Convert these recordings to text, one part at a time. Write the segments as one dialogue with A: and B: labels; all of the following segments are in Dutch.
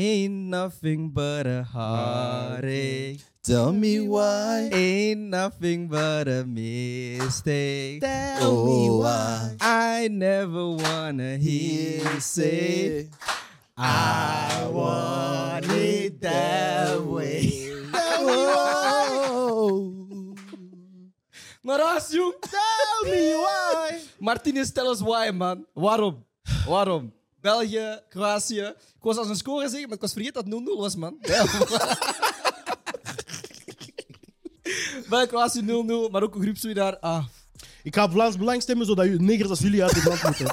A: Ain't nothing but a heartache.
B: Tell me why.
A: Ain't nothing but a mistake. Oh,
B: Tell me why.
A: I never wanna hear you say I want it that way. Narasio, tell me why. Martinez, tell us why, man. Waarom? Waarom? België, Kroatië. Ik was als een score zeggen, maar ik was vergeten dat het 0-0 was, man. België, Kroatië 0-0, maar ook een groepsdoei daar. Ah,
C: Ik ga Vlaams Belang stemmen, zodat je negers als jullie uit het land moeten.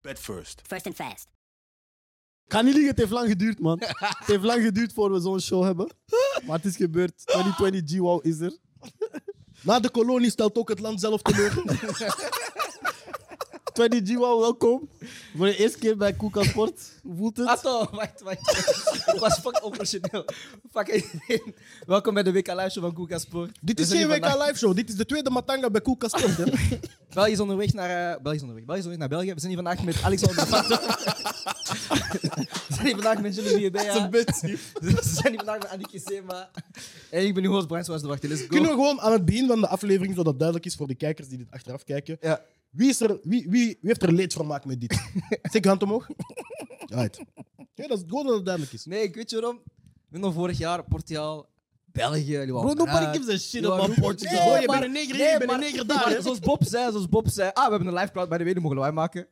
B: Bed first.
D: First and fast.
C: Ik ga niet liegen, het heeft lang geduurd, man. Het heeft lang geduurd voor we zo'n show hebben. Maar het is gebeurd. 2020 G-Wow is er. Na de kolonie stelt ook het land zelf teleur. 20 G-Wow, welkom. Voor de eerste keer bij Koeka Sport. Hoe Voelt het?
A: Atto, Ah, wacht, wacht. ik was fucking onprofessioneel. Fuck iedereen. Welkom bij de WK Live Show van Koeka Sport.
C: Dit
A: We
C: is
A: zijn
C: geen
A: hier
C: WK
A: vandaag-
C: Live Show. Dit is de tweede Matanga bij Koeka Sport. hè.
A: België is onderweg naar... eh, België is onderweg. België is onderweg naar België. We zijn hier vandaag met Alexander Vater. We zijn hier vandaag met Jullie Hierbij. We zijn hier vandaag met Annick Sema. En ik ben uw host Brian Soares de Wacht. Let's go.
C: Kunnen we gewoon aan het begin van de aflevering, zodat duidelijk is voor de kijkers die dit achteraf kijken.
A: Ja.
C: Wie, is er, wie, wie, wie heeft er leed van gemaakt met dit? Steek je hand omhoog. Right. Ja, dat is gewoon dat het duidelijk is.
A: Nee, ik weet je waarom. Ik ben nog vorig jaar Portugal... België, jullie waren
C: Bro, nobody
A: eruit.
C: gives a shit
A: Ja,
C: about
A: roepen.
C: Portugal.
A: Nee,
C: Bro, je
A: maar-
C: bent een neger hier,
A: nee,
C: je bent een
A: maar-
C: neger daar,
A: maar
C: hè?
A: Zoals Bob zei, zoals Bob zei. Ah, we hebben een live crowd bij de weder mogen wij maken.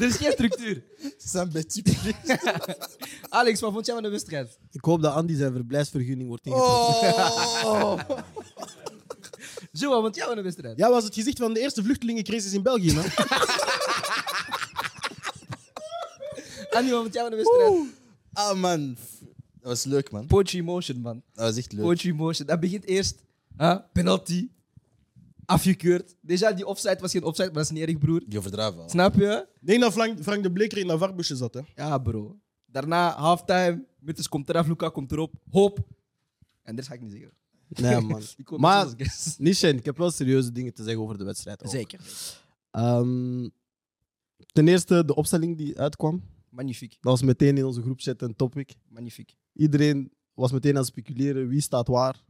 A: Er is geen structuur.
B: Zijn bedje.
A: Alex, wat vond jij van de wedstrijd?
E: Ik hoop dat Andy zijn verblijfsvergunning wordt ingetrokken.
B: Oh.
A: Joe, wat vond jij van de wedstrijd?
C: Jij was het gezicht van de eerste vluchtelingencrisis in België, man.
A: Annie, wat vond jij van de wedstrijd?
B: Ah, man. Dat was leuk, man.
A: Poetry motion, man.
B: Dat was echt
E: Eh.
B: leuk.
A: Poetry motion. Dat begint eerst. hè, Penalty. Afgekeurd. Deja, die offside was geen offside, maar dat is niet erg, broer.
B: Je overdrijft wel.
A: Snap je?
C: Nee, dat Frank, Frank de Bleker in dat varbusje zat, hè.
A: Ja, bro. Daarna halftime. Mittels komt eraf, Luca komt erop. Hoop. En dat ga ik niet zeggen.
E: Nee, man.
A: Ik hoop
E: Maar-
A: dat ze dat zeggen.
E: Nishen, ik heb wel serieuze dingen te zeggen over de wedstrijd. ook.
A: Zeker.
E: Ehm, ten eerste, de opstelling die uitkwam.
A: Magnifiek.
E: Dat was meteen in onze groepchat een topic.
A: Magnifiek.
E: Iedereen was meteen aan het speculeren. Wie staat waar?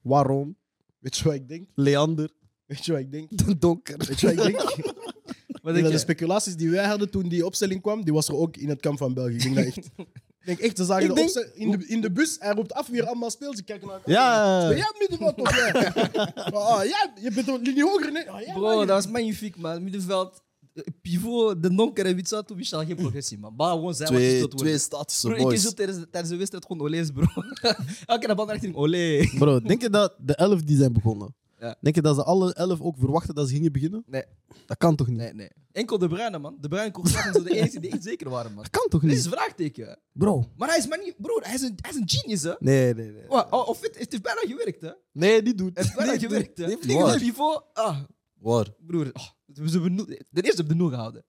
E: Waarom?
C: Weet je wat ik denk?
E: Leander,
C: Weet je wat ik denk?
E: de donker.
C: Weet je wat ik denk?
A: Wat
C: Ik denk
A: denk
C: dat de
A: jij?
C: speculaties die wij hadden toen die opstelling kwam, die was er ook in het kamp van België. Ik denk dat echt. Ik denk echt, ze zagen
E: Ik
C: de
E: denk-
C: opstel- in, de, in de bus, hij roept af wie er allemaal speelt. Ze kijken naar elkaar.
E: Ja.
A: Eh.
C: Ben jij middenveld of jij? Ah, ja, je bent een linie hoger, nee? Ah, ja,
A: Bro,
C: lager.
A: dat was magnifiek, man. Middenveld, eh, pivot, de donker en Witsato, Michel, geen progressie, man. Bah, gewoon zijn wat
B: Twee,
A: tot wordt.
B: twee
A: Bro,
B: statische
A: ik is zo
B: boys.
A: tijdens, tijdens de wedstrijd gewoon Ole's, bro. Elke keer de bal naar richting Olé.
E: Bro, denk je dat de elf die zijn begonnen,
A: Ja.
E: denk je dat ze alle elf ook verwachten dat ze gingen beginnen?
A: Nee.
E: Dat kan toch niet?
A: Nee, nee. Enkel De Bruyne, man. De Bruyne kon graag zo de enige die echt zeker waren, man.
E: Dat kan toch
A: Dit is
E: niet?
A: een vraagteken.
E: Bro.
A: Maar hij is maar niet... Bro, hij is een, hij is een genius, hè.
E: Nee, nee, nee.
A: Wa- oh, Of het, het heeft bijna gewerkt, hè.
E: Nee, die
A: Het
E: doet.
A: heeft bijna
E: Die doet.
A: gewerkt, hè.
E: Die heeft
B: niet
A: Tegen de
B: gedaan.
A: pivot... Ah,
B: Waar?
A: broer. Oh, ze hebben nul- de eerste hebben de nul gehouden.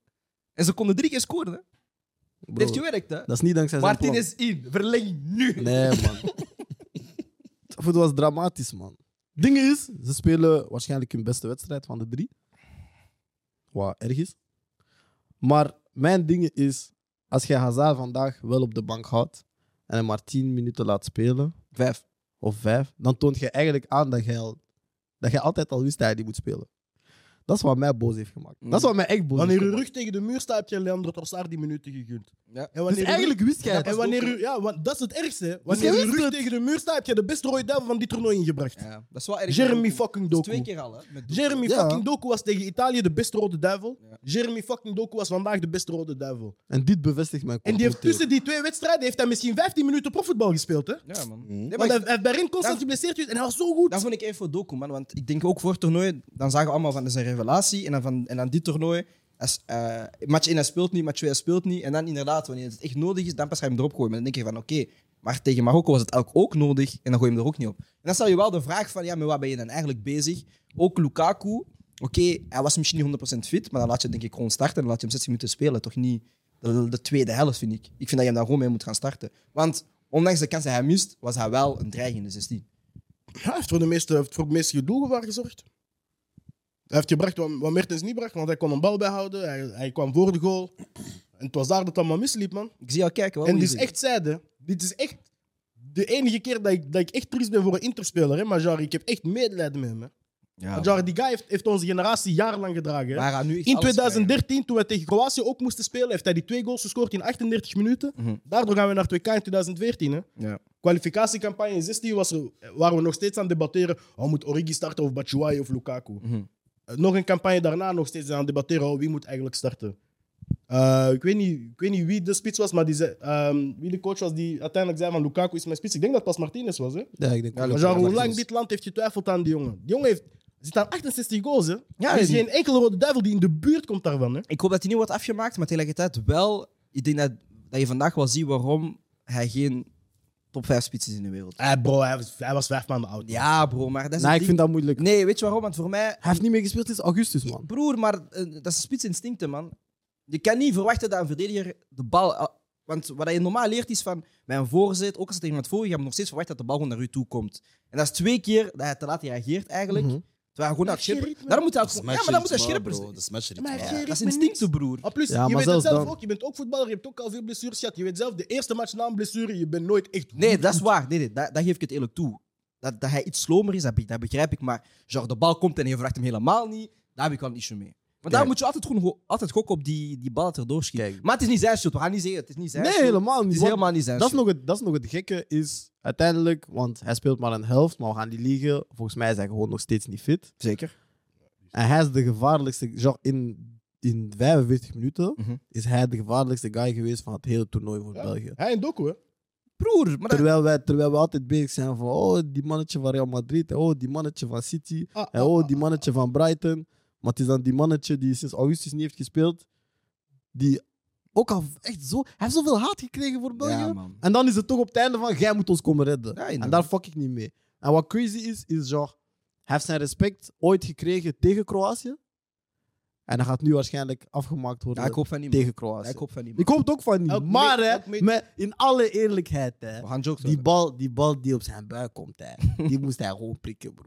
A: En ze konden drie keer scoren, hè. Het
E: Bro,
A: heeft gewerkt, hè.
E: Dat is niet dankzij zijn plan.
A: Martinez in. Verlenging nu.
E: Nee, man. Het was dramatisch, man. Ding is, ze spelen waarschijnlijk hun beste wedstrijd van de drie. Wat erg is. Maar mijn ding is, als jij Hazard vandaag wel op de bank houdt en hem maar tien minuten laat spelen,
A: Vijf.
E: of vijf, dan toont je eigenlijk aan dat jij, al, dat jij altijd al wist dat hij die moet spelen. Dat is wat mij boos heeft gemaakt. Dat
A: Mm.
E: is wat mij echt boos
C: Wanneer
E: heeft
C: je
E: gemaakt.
C: rug tegen de muur staat, heb je Leandro Trossard die minuten gegund.
A: Ja.
C: En wanneer
E: Dus
C: je
E: eigenlijk wist jij
C: rug-
E: het.
C: en wanneer je, ja, want dat is het ergste. hè. Wanneer
E: jij
C: je
E: wist
C: rug
E: het.
C: tegen de muur staat, heb je de beste rode duivel van dit toernooi ingebracht.
A: Ja, dat is wel erg.
C: Jeremy fucking
A: Dat is Twee
C: Doku.
A: keer al, hè. met Doku.
C: Jeremy
E: Ja.
C: fucking Doku was tegen Italië de beste rode duivel.
A: Ja. Oh,
C: Jeremy fucking Doku was vandaag de beste rode duivel.
E: En dit bevestigt mijn
C: En die heeft
E: complot.
C: tussen die twee wedstrijden heeft hij misschien 15 minuten profvoetbal gespeeld. Hè?
A: Ja, man.
B: Mhm.
A: Nee, maar
C: Want hij
A: ik-
C: hij heeft bij Ren constant
A: Dat-
C: geblesseerd geweest en hij was zo goed.
A: dat vond ik even voor Doku, man. Want ik denk ook voor het toernooi, dan zagen we allemaal van, dat is een revelatie. En dan, van, en dan dit toernooi, als, eh, match 1 hij speelt niet, match 2 hij speelt niet. En dan inderdaad, wanneer het echt nodig is, dan pas ga je hem erop gooien. Maar dan denk je van, oké, maar tegen Marokko was het elk ook nodig. En dan gooi je hem er ook niet op. En dan stel je wel de vraag van, ja, maar waar ben je dan eigenlijk bezig? Ook Lukaku, oké, hij was misschien niet 100% fit. Maar dan laat je hem denk ik gewoon starten en dan laat je hem 60 minuten spelen. Toch niet de, de tweede helft, vind ik. Ik vind dat je hem daar gewoon mee moet gaan starten. Want ondanks de kans die hij mist, was hij wel een dreigende 16.
C: Hij heeft voor, de meeste, heeft voor het meeste gedoe waar gezorgd. Hij heeft gebracht wat, wat Mertens niet bracht, want hij kon een bal bijhouden. Hij, hij kwam voor de goal. En het was daar dat het allemaal misliep, man.
A: Ik zie al kijken. wat
C: en
A: moet
C: dit
A: je
C: is
A: zeggen?
C: echt zijde. Dit is echt de enige keer dat ik, dat ik echt triest ben voor een interspeler. Hè? Maar Jari, ik heb echt medelijden met hem. Hè? Want Jari, die guy heeft, heeft onze generatie jarenlang gedragen. Hè?
A: Waar hij nu echt
C: In
A: alles
C: 2013, toen we tegen Kroatië ook moesten spelen, heeft hij die twee goals gescoord in 38 minuten.
A: Mhm.
C: Daardoor gaan we naar 2K in 2014. Hè?
A: krijgt. Ja.
C: Kwalificatiecampagne in 16 was er, eh, waren we nog steeds aan het debatteren. Oh, moet Origi starten of Batshuayi of Lukaku?
A: Mhm.
C: Eh, Nog een campagne daarna nog steeds aan het debatteren. Oh, wie moet eigenlijk starten? Eh, ik, weet niet, ik weet niet wie de spits was, maar die zei, ehm, wie de coach was die uiteindelijk zei van Lukaku is mijn spits. Ik denk dat het pas Martinez was. Hè?
E: Ja, ik denk
A: Ja,
C: Maar
A: Lukaku,
C: genre, hoe lang
A: Martinez.
C: dit land heeft getwijfeld aan die jongen? Die jongen heeft, zit aan 68 goals. Hè?
A: Ja,
C: er is
A: die-
C: geen enkele rode duivel die in de buurt komt daarvan. Hè?
A: Ik hoop dat hij niet wordt afgemaakt, maar tegelijkertijd wel. Ik denk dat, dat je vandaag wel ziet waarom hij geen top 5 spits is in de wereld.
C: Eh, bro, hij was, hij was vijf maanden oud.
A: Ja, bro, maar dat is
E: Nee,
A: het ding.
E: ik vind dat moeilijk.
A: Nee, weet je waarom? Want voor mij,
E: Hij heeft niet meer gespeeld sinds augustus, man.
A: broer, maar eh, dat is spitsinstincten, man. Je kan niet verwachten dat een verdediger de bal. al- Want wat je normaal leert is van bij een voorzet, ook als het tegen iemand voor je gaat, maar nog steeds verwacht dat de bal gewoon naar u toe komt. En dat is twee keer dat hij te laat reageert eigenlijk.
E: Mhm.
A: Terwijl hij gewoon aan het scherpen. Daarom moet hij ook
F: Dat is
A: gewoon- Ja, maar dan moet hij scherper
F: matchritme, bro.
A: zijn.
F: Dat is matchritme.
C: Maar hij
A: Ja,
C: geeft
A: dat is
C: me
A: instincten, broer.
C: Ah, plus,
E: Ja,
C: je
E: maar
C: weet het
E: zelfs
C: zelf
E: dan-
C: ook. Je bent ook voetballer, je hebt ook al veel blessures gehad. Je weet zelf, de eerste match na een blessure, je bent nooit echt goed.
A: Nee, dat is waar. Nee, nee, dat, dat geef ik het eerlijk toe. Dat, dat hij iets slomer is, dat, be- dat begrijp ik. Maar genre, de bal komt en je verwacht hem helemaal niet. Daar heb ik wel een issue mee. Want daar
E: Kijk.
A: moet je altijd, gewoon, go- altijd gokken op die, die bal dat erdoor schiet.
E: Kijk.
A: Maar het is niet zijn schuld. We gaan niet zeggen, het is niet zijn
E: Nee,
A: schuld.
E: helemaal
A: Het
E: niet.
A: is
E: want
A: helemaal niet zijn
E: Dat is,
A: schuld.
E: nog het, dat is nog het gekke, is uiteindelijk, want hij speelt maar een helft, maar we gaan niet liegen. Volgens mij is hij gewoon nog steeds niet fit.
A: Zeker.
E: En hij is de gevaarlijkste, genre in, in 45 minuten,
A: Mhm.
E: is hij de gevaarlijkste guy geweest van het hele toernooi voor
C: Ja.
E: België.
C: Hij en Doku, hè?
A: Broer, maar dat-
E: Terwijl wij, terwijl wij altijd bezig zijn van, oh, die mannetje van Real Madrid, en oh, die mannetje van City,
C: Ah,
E: en
C: ah,
E: oh, die mannetje van Brighton. Maar het is dan die mannetje die sinds augustus niet heeft gespeeld, die ook al echt zo... Hij heeft zoveel haat gekregen voor België.
A: Ja, man.
E: En dan is het toch op het einde van, jij moet ons komen redden.
A: Ja, inderdaad.
E: en daar fuck ik niet mee. En wat crazy is, is genre, hij heeft zijn respect ooit gekregen tegen Kroatië. En hij gaat nu waarschijnlijk afgemaakt worden
A: Ja, ik hoop van niet. man.
E: tegen
A: Ja,
E: Kroatië.
A: ik hoop van niet. man.
E: ik hoop het ook van niet.
C: Elk
E: maar
C: meet-
E: hè,
C: elk meet-
E: met, in alle eerlijkheid, hè,
A: We gaan jokes
E: die,
A: maken.
E: bal, die bal die op zijn buik komt, hè, die moest hij gewoon prikken, bro.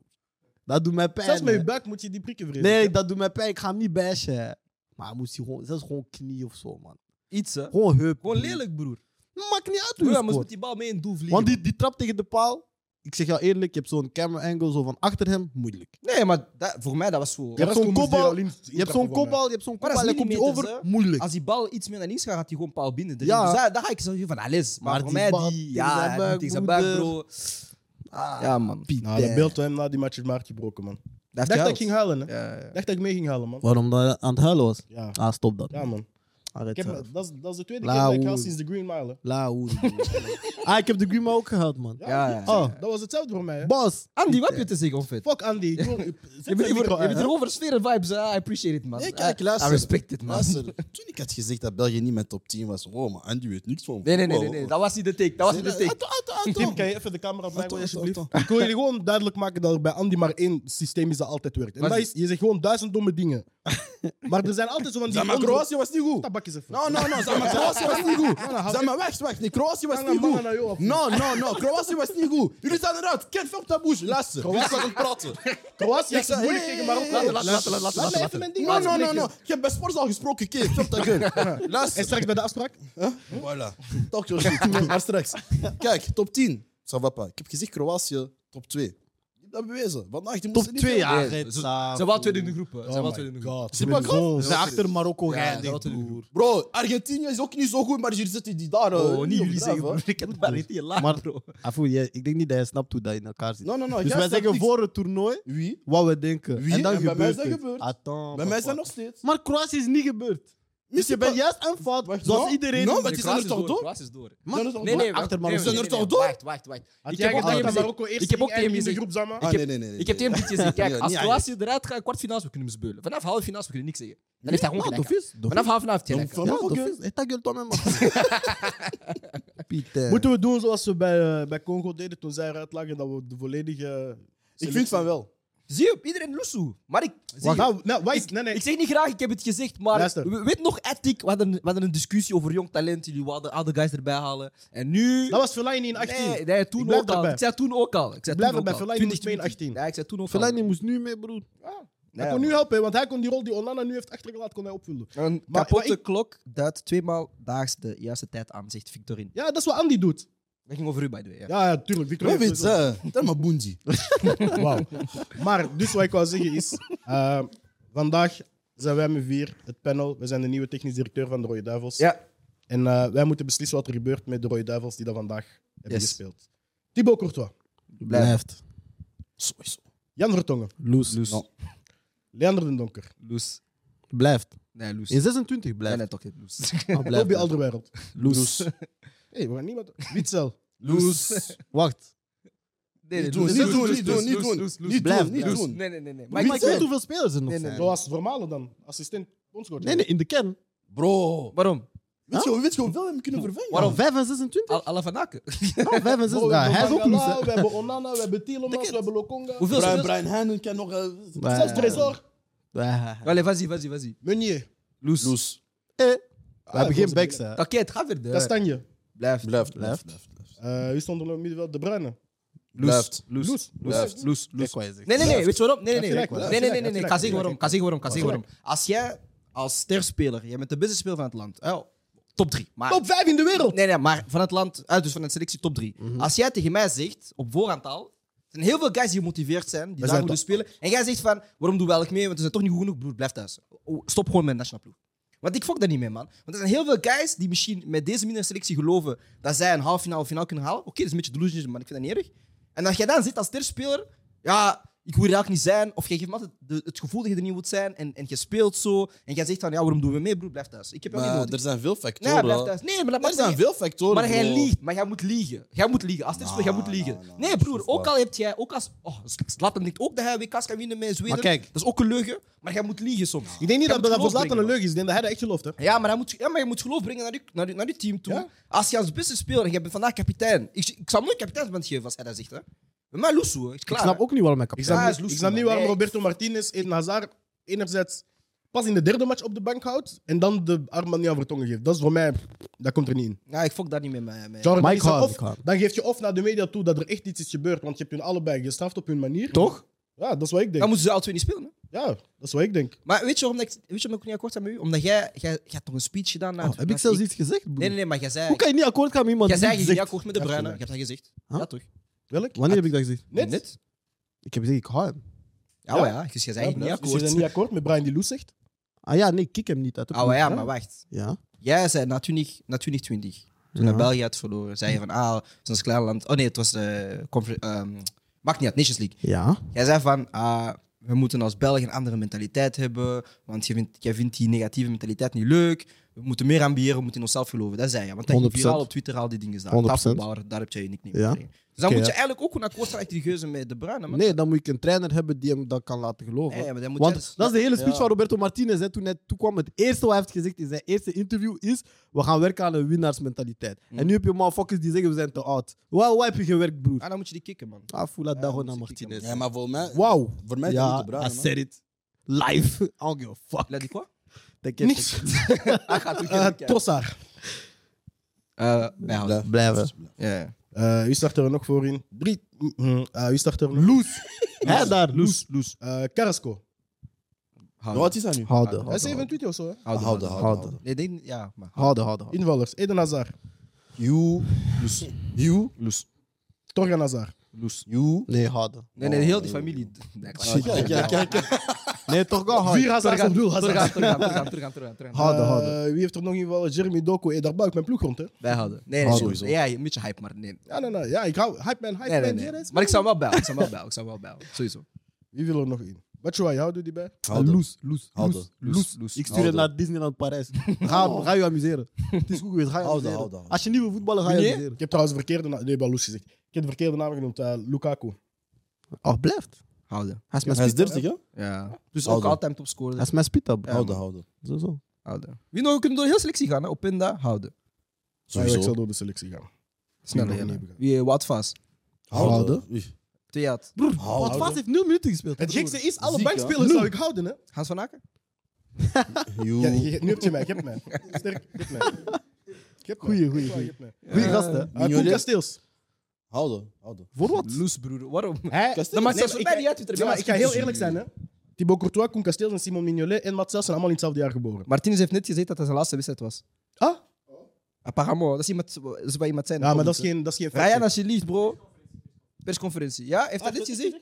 E: Dat doet mij pijn.
C: ah, Zelfs met
E: hè.
C: je buik moet je die prikken vreden.
E: nee, dat doet mij pijn. Ik ga hem niet bashen. hè. Maar hij moest hier gewoon, zelfs gewoon knie of zo, man.
A: Iets, hè.
E: Gewoon heup.
A: Gewoon
E: broer.
A: lelijk, broer.
E: Maakt niet uit hoe
A: Broer,
E: je
A: hij moest
E: scoort.
A: met die bal mee in het doel vliegen.
E: Want die, die trap tegen de paal, ik zeg jou eerlijk, je hebt zo'n camera angle zo van achter hem, moeilijk.
A: man. Nee, maar dat, voor mij dat was zo...
E: Ja. hebt zo'n kopbal, Je hebt zo'n
C: kopbal.
E: kopbal, je hebt zo'n
A: Maar dat
E: kopbal,
A: is
E: hij komt je
A: millimeters,
E: over, moeilijk.
A: Als die bal iets meer naar links gaat, gaat hij gewoon paal binnen.
E: Ja.
A: Dus daar, daar ga ik zo zeggen van, alles. Maar,
E: Maar
A: voor
E: die
A: mij
E: bal
A: die...
E: tegen zijn
A: Ja, die
E: buik,
A: tegen zijn buik,
E: broeder.
A: bro.
E: Ah,
A: Ja, man.
C: Nou, dat beeld van hem na die match is maar gebroken, man. Ik
A: Dat
C: dacht dat ik
A: heeft
C: ging
A: gehaald.
C: halen, hè? Ik
A: Ja, ja.
C: dacht dat ik mee ging halen, man.
E: Waarom dat aan het huilen was?
C: Ja,
E: Ah, stop dat.
C: ja man. Ik heb, dat, is, dat is de tweede keer
E: Lauw.
C: dat ik haal sinds de Green Mile. hè.
E: La, ah, ik heb de Grima ook gehaald, man.
C: Ja, Ah,
A: Ja, ja.
E: Oh,
C: Dat was hetzelfde voor mij, hè?
E: Bas.
A: Andy, wat heb je te zeggen, onfit?
C: Fuck Andy. ik wil- ik- zet
A: Je bent hier
C: zijn micro
A: voor- je
C: uit,
A: bent
C: hè.
A: hier over sfeer en vibes. ah, I appreciate it, man.
F: Nee, kijk,
A: Ah,
F: luister.
A: I respect it, man.
F: Luister, toen ik had gezegd dat België niet met top 10 was, wow, maar Andy weet niks van.
A: Nee, nee, nee, nee, nee. Dat was niet de take. Dat was niet de take.
F: Atto, atto, atto.
C: Tim, kan je even de camera op mij gooien,
F: Atto, atto,
C: alsjeblieft?
F: atto.
C: Ik wil jullie gewoon duidelijk maken dat er bij Andy maar één systeem is dat altijd werkt. En
A: Wat
C: dat
A: is-
C: is, je zegt gewoon duizend domme dingen. maar er zijn altijd zo van die...
F: Zeg maar,
C: onder-
F: Kroatië was niet goed.
C: Tabak is even.
E: Nou, Oh,
F: No, no, no, zeg maar, Kroatië was niet goed. Zeg maar, wacht, wacht, nee, Kroatië was
C: Hang
F: niet
C: aan mannen naar jou
F: goed. Nou,
C: af.
F: No, no, no, Kroatië was niet goed. Jullie zijn eruit, kent veel op de bouche, luister. Jullie zijn aan het praten.
C: Kroatië heeft
F: Ik
C: het
F: zei,
C: moeilijk tegen Marokko.
F: hey,
C: Laat-
E: laat- laat- laat-
C: Laat
E: laat-
C: me
E: laat-
C: even mijn ding
F: No, no, no,
C: uitspreken.
F: no. Ik heb bij Sports al gesproken, kid. Stop dat gun.
C: En
F: Luister.
C: straks bij de afspraak?
F: Voilà. Talk your shit. Maar straks. Kijk, top 10. Ça va pas. Ik heb gezegd Kroatië, top 2. Ik heb dat bewezen. Vandaag, die moesten
E: Top
F: niet
E: 2,
F: veel-
E: ja.
F: Nee.
E: red,
A: Ze
E: la,
A: ze zijn wel tweede in de groep. hè. Ze zijn wel
C: my
A: tweede in de groep.
F: Zie maar, graf.
E: We zijn achter Marokko geëindigd,
A: dat is wel
E: broer.
F: Bro, Argentinië is ook niet zo goed, maar jullie zitten die daar. eh,
A: Oh, niet jullie
F: op
A: zeggen,
F: draf,
A: broer.
F: hè.
A: Ik heb het maar niet in laag,
E: Maar-
A: bro.
E: Afoe, jij- ik denk niet dat hij snapt hoe dat in elkaar zit.
F: No, no,
E: dus
F: no. jij
E: wij
F: snapt
E: zeggen
F: niks.
E: voor het toernooi
F: Wie?
E: wat we denken.
F: Wie?
E: En dan
F: En bij mij is
E: gebeurt het.
F: dat gebeurd.
E: Attends,
F: Bij mij is
E: papa.
F: dat nog steeds.
E: Maar Kroatië is niet gebeurd. Dus je bent juist een fout,
F: Wacht,
E: zoals
F: no,
E: iedereen.
F: no,
E: is.
F: maar die zijn er toch door?
A: is door.
E: Maar-
F: Zijn er toch
A: Nee, nee,
E: achter
A: wacht,
E: Marokko.
A: nee, nee,
F: Zijn er
A: nee,
F: toch
A: nee,
F: door?
A: Wacht, wacht, wacht.
C: Had
A: Ik
C: jij
A: heb ook
C: gedacht
A: tegen
C: dat
A: Marokko...
C: Marokko eerst
A: ik heb ook
C: ging eindigen
A: tegen
C: in de groep, zeg maar?
F: Ah,
A: Ik
F: nee,
A: heb-
F: nee, nee.
A: Ik heb tegen hem gezegd,
F: Ja,
A: kijk, als
F: niet
A: Kroatië eruit gaat, kwartfinals, we kunnen hem speulen. Vanaf halffinals, we kunnen niks zeggen. Dan heeft hij gewoon
E: Ja,
A: gelijk.
E: dof is. dof
A: Vanaf halffinals heeft hij gelijk.
E: Ja, dat is. Hey, ta gueule toi-même. Pieter.
C: Moeten we doen zoals we bij, eh, bij Congo deden toen zij eruit lagen, dat we de volledige...
F: Ik vind van wel.
A: Zie je, iedereen loesoe. Maar ik, zie je,
C: Nou, nou, wacht, nee, nee.
A: ik zeg niet graag, ik heb het gezegd, maar
C: Luister.
A: we- weet nog, Ethic, we hadden, we hadden een discussie over jong talent, jullie wilden oude guys erbij halen. En nu...
C: Dat was Fellaini in 18.
A: nee, nee, toen
C: Ik blijf
A: ook al.
C: erbij.
A: Ik zei toen ook al. Ik zei
C: Ik blijf
A: toen ook
C: erbij,
A: al.
C: Fellaini moet mee in
A: 2020.
C: 18.
A: Ja, ik zei toen ook al.
E: Fellaini moest nu mee, broer.
A: Nee,
C: hij kon nu helpen, want hij kon die rol die Onana nu heeft achtergelaten, kon hij opvullen.
A: Een
C: Maar-
A: kapotte
C: maar ik-
A: klok duidt tweemaal daags de juiste tijd aan, zegt Victorin.
C: Ja, dat is wat Andy doet.
A: Dat ging over u, by the way. Ja.
C: Ja, ja tuurlijk. Victor
F: Wat
C: heeft
F: weet ze? Dat maar Boendi.
C: Wauw. Maar, dus wat ik wou zeggen is... eh, vandaag zijn wij met vier, het panel. We zijn de nieuwe technisch directeur van de Rode Duivels.
A: Ja.
C: En eh, wij moeten beslissen wat er gebeurt met de Rode Duivels die dat vandaag hebben
A: Yes.
C: gespeeld. Thibaut Courtois,
E: Blijft.
F: Sowieso.
C: Jan Vertongen,
E: Loes.
A: No.
C: Leander den Donker,
A: Loes.
E: Blijft.
A: Nee, Loes.
E: In 26
A: Nee,
E: blijft.
A: nee, toch niet Loes.
E: Ah, blijft.
C: Bobby Alderweireld.
E: Loes.
C: Hé, hey, we gaan niemand... Witzel.
F: Loes.
E: Wacht.
A: Nee,
F: Niet doen, niet doen, niet doen, niet doen. Niet
E: Blijf,
F: doen, niet
E: blijf.
F: doen.
A: Nee, nee, nee. nee.
E: Maar, ik weet hoeveel spelers er nog
A: Nee, nee.
E: zijn.
C: Zoals Vermalen dan, assistent bondscoach.
E: Nee, nee, in de kern.
F: Bro.
A: Waarom?
F: Weet je weet je hoeveel we hem kunnen vervangen?
E: Waarom? 5 en 26?
A: Al, alle van Aken.
E: Oh, 5 en 26.
C: we
E: Ja,
C: hebben
E: hij is ook Loes.
C: Mangala,
E: hè.
C: We hebben Onana, we hebben Tielemans, we hebben Lokonga.
A: Hoeveel
F: Brian,
A: spelers?
F: Brian Hennen kan nog... eh,
E: Brian-
C: Zelfs Trezor.
E: Ja.
A: Allee, vas-y, vas-y, vas-y.
C: Meunier.
A: Loes.
F: Loes.
E: Eh, We hebben geen
C: onze
E: backs, hè.
A: Oké, het gaat
C: Eh.
A: verder.
C: Kastanje.
A: Blijf.
F: Blijft.
E: Blijft.
C: Eh wie stond er nog in het middenveld? De Bruyne.
F: Blijft.
A: Loes. Loes.
F: Blijft.
A: Loes. Loes.
E: Kijk wat je zegt.
A: Nee, nee, nee. Weet je waarom? Nee, nee,
C: Heb
A: nee.
C: je gelijk,
A: Nee, nee,
C: heb
A: nee.
C: je gelijk,
A: nee, nee. Ik
C: heb
A: ga
C: je
A: zeggen waarom.
C: gelijk.
A: Ik ga zeggen waarom. Ik ga zeggen
C: Heb
A: waarom. Als jij als sterspeler, jij bent de beste speler van het land. Oh, top 3. Maar
C: Top 5 in de wereld.
A: Nee, nee, maar van het land, uit, dus van de selectie top 3.
F: Mhm.
A: Als jij tegen mij zegt, op voorhand al, er zijn heel veel guys die gemotiveerd zijn, die daar
C: zijn
A: moeten spelen. En jij zegt van, waarom doen we eigenlijk mee? Want we zijn toch niet goed genoeg, broer, blijf thuis. O, Stop gewoon met de nationale ploeg. Want ik fok daar niet mee, man. Want er zijn heel veel guys die misschien met deze mindere selectie geloven dat zij een halve finale of finale kunnen halen. Oké, dat is een beetje delusional, maar ik vind dat niet erg. En dat jij dan zit als sterspeler, ja, ik wil er eigenlijk niet zijn. Of jij geeft me altijd de- het gevoel dat je er niet moet zijn. En, en je speelt zo. En jij zegt van, ja, waarom doen we mee, broer, blijf thuis. Ik heb jou niet
F: Maar
A: nodig.
F: er zijn veel
A: Nee, blijf
F: factoren.
A: thuis. Nee, maar dat
F: Er
A: maakt niet
F: zijn veel factoren,
A: maar jij
F: bro.
A: liegt. Maar jij moet liegen. Jij moet liegen. Als terspeler, jij moet liegen.
F: nou, nou,
A: nee,
F: dat
A: broer.
F: is
A: Ook
F: waar.
A: al heb jij... Ook als... Oh, Zlatan denkt ook dat hij WK's kan winnen met Zweden.
E: Maar kijk.
A: Dat is ook een leugen. Maar jij moet liegen soms.
C: Ik denk niet
A: Jij
C: dat
A: moet
C: dat voor
A: geloof
C: Zlatan een
A: brengen,
C: leugen is. Ik denk dat hij dat echt gelooft. Hè.
A: man. Ja maar, hij moet, ja, maar je moet geloof brengen naar je, naar je, naar je team toe. Als je als beste speler... en Jij bent vandaag kapitein. Ik, ik zou nooit kapiteinsband geven als hij dat zegt. Hè. Bij mij loes hoor. Is
E: Ik
A: klaar.
E: snap ook niet waarom hij
C: Ik
E: kapitein
A: Ja,
C: snap,
A: hij
C: niet-
A: is loes,
C: ik snap niet
A: man.
C: waarom
A: Nee.
C: Roberto Martinez Eden Hazard enerzijds pas in de derde match op de bank houdt en dan de Armani aan Vertongen geeft. Dat is voor mij... Dat komt er niet in.
A: hè. Ja, ik fok daar niet mee. mee, mee.
C: Jordan,
E: Maar
C: dan
E: ik
C: is dat
E: hou-
C: of-
E: ik hou.
C: dan geef je of naar de media toe dat er echt iets is gebeurd, want je hebt hun allebei gestraft op hun manier.
E: Toch?
C: Ja, dat is wat ik
A: Dan
C: denk.
A: moeten ze alle twee niet spelen. Hè.
C: Ja, dat is wat ik denk.
A: Maar weet je waarom ik, weet je waarom ik ook niet akkoord ga met u? Omdat jij... Jij, jij hebt nog een speech gedaan. naar
E: Oh,
A: het-
E: heb ik
A: naar-
E: zelfs iets gezegd, broer?
A: Nee, nee, nee. Maar jij zei...
E: Hoe kan je niet akkoord gaan met iemand
A: Jij
E: die
A: zei
E: niet
A: je niet
E: zegt-
A: akkoord met de bruine. Ik heb dat gezegd.
E: Huh?
A: Ja, toch?
C: Welk?
E: Wanneer heb ik dat gezegd?
C: Net?
E: Ik heb gezegd, ik hou hem.
A: Ja, ja. ja. Dus je zei
C: Ja,
A: niet
C: Dus je
A: akkoord.
C: bent niet akkoord met Brian die Loes zegt?
E: Ah ja, nee, ik kik hem niet uit de
A: Ah,
E: ploeg,
A: ja,
E: hè?
A: maar wacht.
E: Ja.
A: Jij zei na 20 na 2020, toen
E: Ja.
A: naar België had verloren, zei je van, ah, het is ons klein land. Oh nee, het was de... confer- ehm, maakt niet uit, Nations League.
E: Ja.
A: Jij zei van, ah, we moeten als Belgen een andere mentaliteit hebben, want jij vindt, jij vindt die negatieve mentaliteit niet leuk. We moeten meer ambiëren, we moeten in onszelf geloven. Dat zei je, want dat ging
E: 100%.
A: viraal op Twitter al die dingen staan.
E: 100%.
A: Tafelbouwer, daar heb jij je nick niet
E: Ja.
A: mee. Dus dan
E: Oké,
A: moet je
E: ja.
A: eigenlijk ook een akkoord zijn achter die geuzen met de Bruyne. man.
E: Nee, dan moet ik een trainer hebben die hem dat kan laten geloven.
A: Nee, maar dan moet
E: Want
A: jij dus-
E: dat is de hele speech van Roberto Martinez hè, toen hij toekwam. Het eerste wat hij heeft gezegd in zijn eerste interview is: we gaan werken aan een winnaarsmentaliteit. En nu heb je motherfuckers die zeggen: we zijn te oud. Waar, waar heb je gewerkt, broer?
A: Ah, dan moet je die kicken, man.
E: Ah, voel dat gewoon
A: moet
E: naar
A: ik kicken,
E: Martinez.
F: Ja, maar voor mij...
E: Wauw.
F: Voor mij
E: ja,
F: niet de bruine,
E: I
F: man.
E: said it. Live. I don't give a fuck.
A: Laat die qua?
E: Denk je-
C: Niks.
A: Ah, Hij gaat ook
C: Eh,
A: kijken.
C: Trossard.
A: Eh, bijhouden.
F: Blijf.
E: Blijven.
A: Ja, ja.
C: Eh, wie start er nog voor in? Drie. Mm, eh, wie start er nog?
E: Loes. Hè, daar. Loes. Loes.
C: Eh, Carrasco.
F: Nou, wat is dat nu?
E: Houden.
C: Hij is
E: Houden,
C: 27 of zo, hè?
A: Houden,
F: Houden,
A: houden.
F: houden.
E: houden.
A: Nee, denk, ja, maar.
E: Houden, houden. houden.
C: Invallers. Eden Hazard.
F: You. Loes. You. Loes.
C: Torgan Hazard.
F: Loes. You.
E: Nee, houden.
A: Nee, nee, heel die familie. Nee, klaar.
F: Kijk, kijk, kijk.
E: Nee, toch wel houden.
C: Vier Hazards
A: Terug
C: op doel.
A: aan, terug aan,
C: Hazard.
A: terug aan, terug aan, terug aan, terug aan, terug aan.
E: Houden,
C: Eh,
E: houden.
C: Wie heeft er nog invallen? Jeremy Doku. Hey, daar bouw ik mijn ploeg rond, hè?
A: Bijhouden. Nee, nee,
F: Houden,
A: sowieso.
F: sowieso.
A: Ja, een beetje hype, maar nee. Nee,
C: Ja, nee, nee. Ja, ik hou... Hype man, hype
A: nee,
C: man.
A: nee.
C: Ja, dat is
A: Maar ik zou wel bellen, ik zou wel bellen, ik zou wel bellen. Sowieso.
C: Wie wil er nog in? Batshuayi, hou doe die bij?
E: Loes, Loes, Loes,
F: Houden.
E: Loes,
F: Loes,
E: Loes.
F: Loes.
E: Ik stuur je
F: Houden.
E: naar Disneyland Parijs. Ga, ga je amuseren. Het is goed geweest, ga je
F: Houden,
E: amuseren.
F: houden, houden.
E: Als je nieuwe voetballer ga je
A: Meneer?
E: amuseren.
C: Ik heb trouwens de verkeerde naam... Nee, ik heb al Loes gezegd. Ik heb de verkeerde naam genoemd. eh, Lukaku.
E: Oh, blijft.
A: Houden.
E: Hij is mijn
F: Hij is
E: spita.
F: 30, hè?
A: Ja. Dus ook
F: Houden.
A: altijd
E: Hij
A: topscorer.
E: is mijn spita, bro.
F: Houden, houden.
E: Zo, zo.
A: Houden. Wie nog? We kunnen door heel selectie gaan, hè. Opinda, houden.
C: Ik
F: Sowieso.
C: zal door de selectie gaan.
A: Snel,
C: nog
A: hè.
C: niet begaan.
A: Wie, eh, Wout Vaas.
E: Houden.
F: Oei.
A: Twee had.
E: Broer,
F: Houden.
E: wat Vaas heeft 0 minuten gespeeld.
C: Het gekste is, alle
F: Ziek, hè?
C: bankspelers zou ik houden, hè?
A: Hans van Aken?
C: Ja,
F: You.
C: je- nu heb je mij, geef mij. Sterk, geef mij. Geef mij.
E: Goeie, goeie,
C: Geef mij,
E: goeie.
C: geef mij.
E: Goeie gasten. hè.
C: Eh, Koen
F: Mignolet?
C: Kasteels.
F: Houden, houden.
E: Voor wat?
A: Loes, broer. Waarom?
C: Hij-
F: Kasteels?
A: Dat maakt
C: Nee,
A: zelfs
C: maar
A: voor
C: ik
A: mij
C: ga-
A: niet uit wie er
C: Ja, maar
A: bij
C: ik ga heel eerlijk zijn, hè. Thibaut Courtois, Koen Casteels en Simon Mignolet en Mats Sels zijn allemaal in hetzelfde jaar geboren.
A: Martinez heeft net gezegd dat dat zijn laatste wedstrijd was.
C: Ah?
A: Apparamo, dat is, iemand, dat is bij iemand zijn.
C: Ja, maar dat is geen, dat is geen fact.
A: Ryan, alsjeblieft, bro. Persconferentie. Ja, heeft hij
E: Ah,
A: dit gezegd?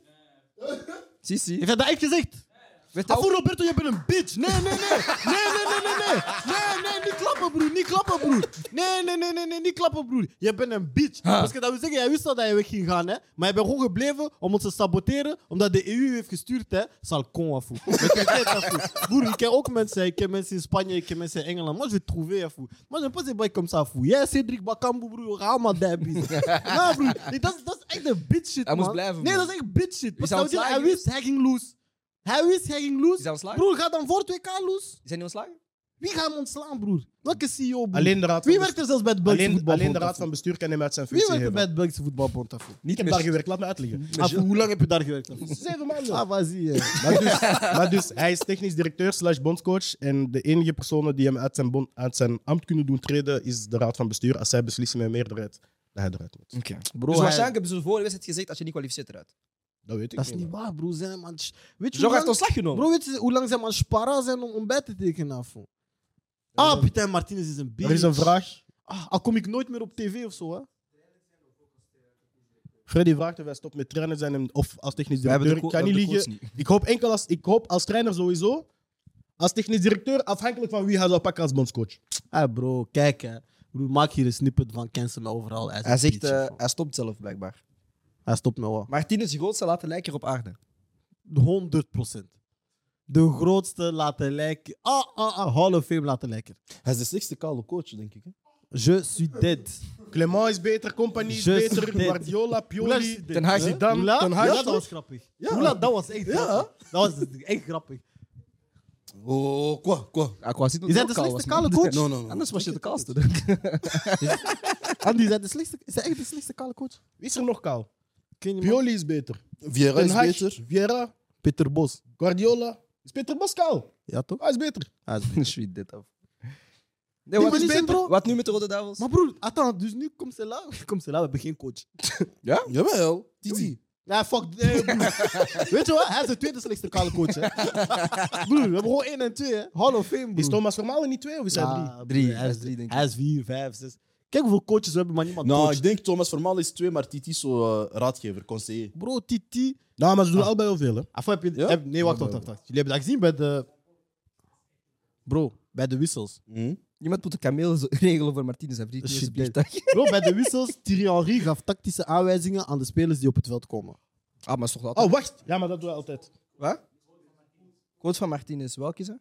A: Si, si.
E: Heeft Ah, hij dat echt gezegd?
A: Werd hij ook-
E: Afro Roberto, je bent een bitch. Nee, nee, nee. Nee, nee, nee, nee, nee. Nee, nee, niet klappen, broer. Niet klappen, broer. Nee, nee, nee, nee, nee niet klappen, broer. Je bent een bitch. Als je dat wil zeggen, jij wist al dat je weg ging gaan, hè. Maar je bent gewoon gebleven om ons te saboteren, omdat de EU heeft gestuurd, hè. Zal con, afou. Broer, ik ken ook mensen. hè. Ik ken mensen in Spanje, ik ken mensen in Engeland. Moi, je vais te trouver, afou. Moi, je pas des boys comme ça, afou. Jij, Cedric Bakambu, broer. Ga maar daar, bies. Nou, broer. nee, Dat is- dat is echt een bitch shit,
A: Hij moest
E: man.
A: blijven,
E: Nee,
A: man.
E: dat is echt bitch shit.
A: Is
E: Want
A: hij
E: dat wil zeggen, Hij
A: ontslagen?
E: wist, hij ging loose. Hij wist, hij ging loose.
A: Is hij ontslagen?
E: Broer, ga dan voor 2K los.
A: Zijn die ontslagen?
E: Wie gaat hem ontslaan, broer? Welke CEO, broer?
C: Alleen de raad van bestuur,
E: Wie werkt er zelfs bij het Belgische
C: alleen,
E: voetbalbond?
C: alleen de raad
E: daarvoor?
C: van bestuur kan hem uit zijn
E: Wie
C: functie
E: werkt er
C: geven.
E: bij het Belgische voetbalbond daarvoor?
A: Niet
C: Ik heb
A: meer.
C: daar gewerkt, laat me uitleggen.
E: Ah, voor hoe lang heb je daar gewerkt? daarvoor?
C: Zeven maanden.
E: Ah, vas-y. eh.
C: Maar dus, maar dus hij is technisch directeur slash bondscoach. En de enige personen die hem uit zijn, bon- uit zijn ambt kunnen doen treden, is de raad van bestuur. Als zij beslissen met meerderheid dat hij eruit moet.
A: Oké.
E: Bro,
A: Dus
E: hij-
A: waarschijnlijk hebben ze de vorige wedstrijd gezegd als je niet kwalificeert eruit.
C: Dat weet ik
E: Dat is
C: niet.
E: niet waar, broer. Zijn hem aan... het- Weet je
A: Jorg heeft
E: hoe lang...
A: ontslag genomen.
E: Bro, weet je hoe lang zijn man spara zijn om, om bij te tekenen? afo? Ah, Pieter Martinez is een bitch.
C: Er is een vraag.
E: Ah, al kom ik nooit meer op tv of zo, hè?
C: Freddy vraagt of wij stopt met trainer zijn en- of als technisch
A: Wij hebben
C: directeur.
A: de
C: Ik
A: co-
C: ga niet
A: de
C: liegen.
A: coach niet.
C: Ik hoop enkel als, ik hoop als trainer sowieso. Als technisch directeur, afhankelijk van wie hij zou pakken als bondscoach.
E: Ah, bro, kijk, hè. Broer, maak hier een snippet van cancel me overal. is
A: Hij
E: een
A: zegt,
E: bitch,
A: eh,
E: afo.
A: hij stopt zelf blijkbaar.
E: Hij stopt me wel.
A: Martinez de grootste laten lijken op aarde.
E: 100 De grootste laten lijken. Ah, ah, ah, Hall of Fame laten lijken.
F: Hij is de slechtste kale coach, denk ik. Hè?
E: Je suis dead.
C: Clement is beter, Compagnie is
E: Je-
C: beter,
E: Nee.
C: Guardiola, Pioli.
A: Ten Hag zit
C: Dan,
E: Oela,
C: Ten Hag,
E: ja,
C: toch?
E: dat was grappig.
F: Ja.
E: Oela, dat was echt
F: Ja.
E: grappig. Dat was dus echt grappig.
F: Oh, qua, qua.
A: Aqua zit nog
E: Is hij
A: ook
E: de
A: kaal
E: slechtste
A: was, man.
E: kale coach?
F: No, no, no.
A: Anders was je de kaalste.
E: Andy, is hij, de slechtste, is hij echt de slechtste kale coach?
C: Wie is er nog kaal?
E: Ik weet niet, man.
C: Pioli is beter.
F: Vieira
C: Ten
F: is
C: Hag,
F: beter.
C: Vieira,
E: Peter Bos.
C: Guardiola. Is Peter Bos kaal?
E: Ja, toch?
C: Hij is beter.
A: Ah, Sweet dit af. Nee,
E: Die
A: wat,
E: is beter, bro.
A: wat nu met de Rode Duivels?
E: Maar broer, attends, dus nu komt ze là. Komt ze là, we hebben geen coach.
F: Jawel, Titi.
E: Ja, fuck. eh, broer. Weet je wat? Hij is de tweede slechtste kale coach. Hè. Broer, we hebben gewoon 1 en 2. Hè. Hall of Fame, broer.
C: Is Thomas Vermaelen niet twee of is Ah, hij
E: Ja,
C: drie?
E: broer,
A: Drie,
E: Hij is
A: drie, denk ik.
E: Hij is vier, vijf, zes. Kijk hoeveel coaches we hebben, maar niemand
F: Nou,
E: coacht.
F: ik denk Thomas Vermaal is twee, maar Titi is zo eh, raadgever, conseiller.
E: Bro, Titi.
C: Nou, maar ze doen
A: Ah.
C: allebei wel veel. Hè.
E: Enfin, heb je,
F: Ja?
E: heb- nee, wacht, wacht, wacht, wacht. Jullie hebben dat gezien bij de... Bro, bij de wissels.
A: Iemand moet een kameel zo- regelen voor Martinez en Vriend.
E: Shit,
A: Shit,
E: dit. Bro, bij de wissels, Thierry Henry gaf tactische aanwijzingen aan de spelers die op het veld komen.
A: Ah, maar is toch altijd...
C: Oh, wacht. Ja, maar dat doen we altijd.
A: Wat? Quote van Martinez, welke is dat?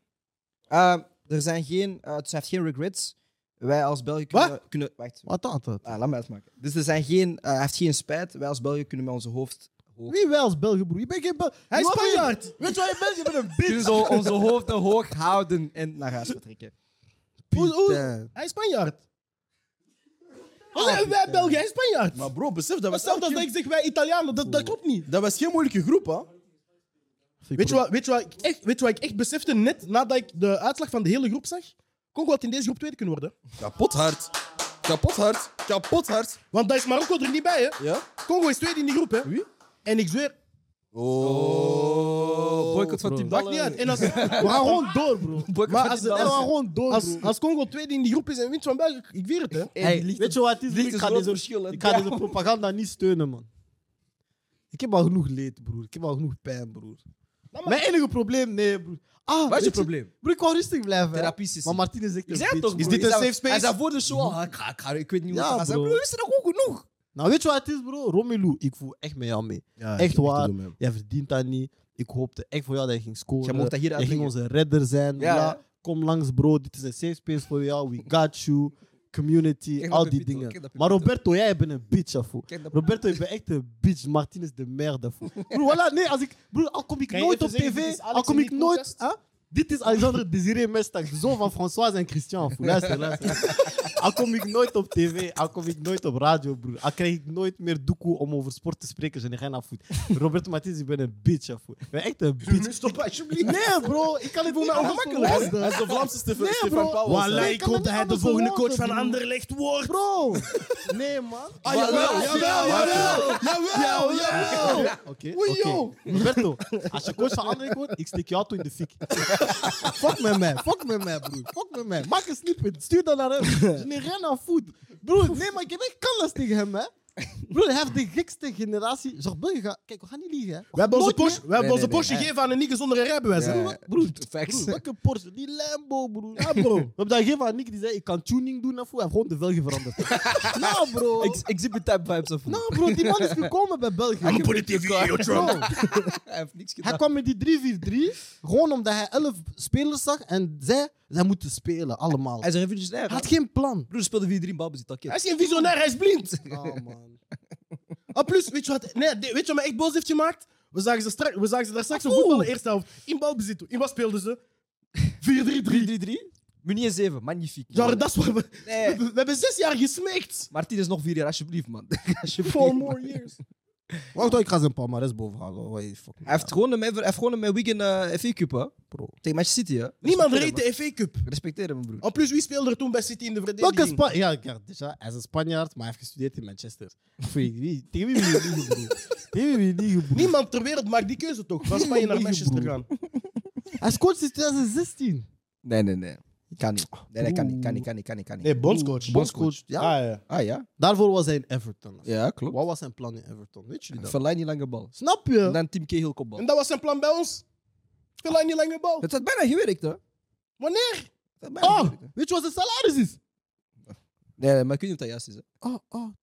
A: Ah, er zijn geen... eh, dus hij heeft geen regrets. Wij als België kunnen... kunnen wacht.
E: Wat dat? dat?
A: Ah, laat me uitmaken. Dus er zijn geen... eh, hij heeft geen spijt. Wij als België kunnen met onze hoofd... Hoog.
E: Wie wel als België, broer? Je bent geen Bel-
C: Hij is
E: Wat ben je?
C: Spanjaard.
E: Weet je wat je bent? Je bent een
A: Kunnen
E: bitch.
A: zo onze hoofden hoog houden en naar huis vertrekken.
E: Hoe- hoe-
A: Pieter.
C: Hij is Spanjaard. Wat zijn wij België? Hij is Spanjaard.
F: Maar bro, besef, dat was,
C: Hetzelfde als
F: elke-
C: dat ik zeg wij Italianen. Dat, dat klopt niet.
F: dat was geen moeilijke groep, hè?
C: Weet je, wat, weet, je wat ik echt, weet je wat ik echt besefte net nadat ik de uitslag van de hele groep zag? Congo had in deze groep tweede kunnen worden.
F: Kapot hard. Kapot hard. Kapot hard.
C: Want daar is Marokko er niet bij, hè?
F: Ja?
C: Congo is tweede in die groep, hè?
F: Wie?
C: En ik zweer,
F: Oh.
A: Boycott van Team
C: maakt niet uit. En als,
E: We gaan gewoon door, bro.
A: Boycott
C: Maar
A: van
C: als
A: Team
C: het-
E: We
A: Dallas.
E: gaan gewoon door, bro.
C: als, als Congo tweede in die groep is en wint van België, ik- ik weet het, hè?
A: Hey,
E: Hey,
A: die licht-
E: weet je wat het is?
A: licht
E: broer? Ik
A: is
E: ga,
A: groot
E: deze,
A: verschil, hè.
E: ik ga deze propaganda niet steunen, man. Ik heb al genoeg leed, broer. Ik heb al genoeg pijn, broer.
C: maar-
E: Mijn enige probleem, nee, broer. Ah,
A: Wat is je
E: weet
A: probleem?
E: Broer, ik wou rustig blijven. hè.
A: Therapie sessie.
E: Maar Martinez zegt
A: Ik
E: een
A: zei het
E: bitch,
A: toch,
E: broer.
A: broer.
C: dit een
A: Hij zei-
C: safe space?
A: Hij zei voor de show al, ik, ga- ik, ga- ik weet niet hoe
E: Ja,
A: het gaat zijn.
E: bro.
A: Broer, is er nog goed genoeg?
E: Nou, weet je wat het is, bro? Romelu, ik voel echt met jou mee. echt waar. Jij verdient dat niet. Ik hoopte echt voor jou dat je ging scoren.
A: Jij mocht dat hier
E: Jij ging
A: uitleggen.
E: onze redder zijn.
A: Ja,
E: Ja,
A: ja.
E: Kom langs, bro. Dit is een safe space voor jou. We got you. Community,
A: Kijk naar
E: al die
A: Pepito,
E: dingen.
A: kijk naar
E: Maar
A: Pepito.
E: Roberto, jij bent een bitch, afo.
A: Kijk naar
E: Roberto, je bent echt een bitch. Martinez de merde. Bro, voilà, nee, als ik, broer, al kom ik
C: Kan je
E: nooit op
C: even zeggen, dit
E: tv,
C: is Alex
E: al kom
C: in
E: ik
C: die
E: nooit...
C: podcast?
E: Hè? Dit is Alexandre Désiré Mestak, de zoon van Françoise en Christian. Afo. Luister, luister. Al kom ik nooit op tv, al kom ik nooit op radio, broer. Al krijg ik nooit meer doekoe om over sport te spreken en ik ga naar voet. Robert Matthijs, ik ben een bitch, afvoer. Ik ben echt een bitch.
C: Nu stop alsjeblieft.
E: Nee, bro, ik kan het niet meer
F: Hij is
E: ongemakkelijk.
F: de- hij is de Vlaamse Stefan
E: Nee,
F: Stefan
E: bro.
F: Pauwels.
E: Wallah,
C: Wallahi,
E: Nee, ik
C: ik
E: kan
C: hoop dat
E: het
C: hij de
E: niet
C: volgende
E: anders
C: coach van
E: worden, broer.
C: Anderlecht wordt.
E: Bro, nee, man.
F: Ah, jawel, jawel, jawel, jawel, jawel.
E: Ah, Oké, oké. Roberto, als je coach van Anderlecht wordt, ik stik jou toe in de fik. Fuck met mij, fuck met mij, broer. Fuck met mij. Maak een snippet, stuur dat naar hem. Je neemt geen aan voet. Broer, nee, maar ik heb echt kallas tegen hem, hè. Broer, hij heeft de gekste generatie. Zorg, België, kijk, we gaan niet liegen, hè.
C: We hebben onze
E: Nooit
C: Porsche, we hebben
A: Nee,
C: onze
A: nee,
C: Porsche
A: nee.
C: gegeven aan een niet zonder rijbewijs. hè.
A: Ja.
E: Broer,
A: Facts.
E: broer, welke Porsche? Die Lambo, broer. Eh, Ja, bro. We hebben daar geen van Nick die zei, ik kan tuning doen, of hoe. Hij heeft gewoon de velgen veranderd. nou, bro.
A: Ex- Exhibit type vibes of
E: Nou, bro, die man is gekomen bij België.
C: I'm gonna put it in video, Trump.
E: Bro,
A: Hij heeft niks gedaan.
E: Hij kwam met die 3-4-3, gewoon omdat hij 11 spelers zag en zei, zij moeten spelen, allemaal.
A: Hij
E: Hij
A: is een revolutionair. hè?
E: had geen plan.
A: Broer speelde 4-3 in balbezit, dat
C: Hij is geen visionair, hij is blind.
E: Oh, man.
C: En plus, weet je wat, nee, de- weet je wat mij echt boos heeft gemaakt? We zagen ze, strak, we zagen ze daar
A: Ah,
C: straks een voetballen eerste helft. In balbezit. toe. In wat speelden ze? 4-3-3.
A: 3-3? Munier 7, magnifiek.
C: Ja, dat is waar we,
A: Nee.
C: we, we hebben zes jaar gesmeekt.
A: Martin is nog 4 jaar, alsjeblieft, man. Alsjeblieft,
C: Four
A: man.
C: more years.
E: Wacht, ik ga zijn palmarès bovenhalen. Oh, hey, fuck.
A: Hij heeft gewoon hem- hij heeft gewoon hem met Wigan eh FA Cup, hè?
E: Bro.
A: Tegen Manchester City, hè?
C: Niemand
A: Respecteer
C: reed de FA Cup.
A: hem. Respecteer hem, broer.
C: En plus, wie speelde er toen bij City in de verdediging?
E: Welke Spa ja, ik had- dus ja, hij is een Spanjaard, maar hij heeft gestudeerd in Manchester. Voor wie- Tegen wie wil je liegen, broer? Tegen wie wil je liegen, broer?
C: Niemand ter wereld maakt die keuze toch? Van Spanje naar
E: Nee,
C: Manchester
E: broer.
C: gaan.
E: Hij is coach sinds 2016.
A: Nee, nee, nee. Kan niet. Nee, nee, kan niet, kan niet, kan niet, kan niet. Kan niet.
C: Nee, bondscoach.
E: Bondscoach. Ja,
C: Ah, ja.
A: Ah ja?
E: daarvoor was hij in Everton.
A: Ja, klopt.
E: Wat was zijn plan in Everton? Weet jullie dat?
A: Verlijn die lange bal.
E: Snap
A: En
E: je?
A: dan Team Cahill kopbal.
C: En dat was zijn plan bij ons. Speel hij niet langer bal.
A: Het had bijna gewerkt, hè? Het
C: Wanneer?
A: had bijna
E: Oh,
A: gewerkt, hè.
E: weet je wat zijn salaris is?
A: Nee, nee, maar ik weet niet of dat juist is. Hè.
E: Oh, oh.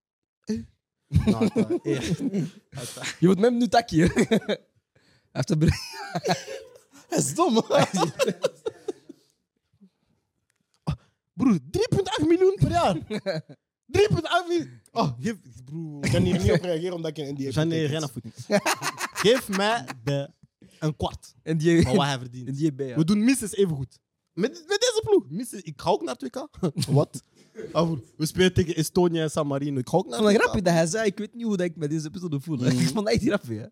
E: Eh. Nou, dat- eh.
A: Je moet met hem nu takje. Hij heeft een bre-
E: Dat is dom. Oh, broer, 3,8 miljoen per jaar. 3,8 miljoen. Oh, geef, broer.
C: Ik kan hier niet op reageren omdat ik een NDA heb.
E: geen voet. Geef mij de, een kwart
A: En die...
E: van wat hij
A: En
E: verdient.
A: die bij, ja.
E: We doen minstens even goed. Met, met deze ploeg. Minstens, ik ga ook naar 2K. Wat? Ah, broer, we spelen tegen Estonië en San Marino. Ik ga ook naar
A: Ik
C: Oh
A: vond het grappig
E: 2K.
A: dat Mm. hij zei, ik weet niet hoe dat ik met deze episode voel. hè. Ik vond dat echt grappig, hè.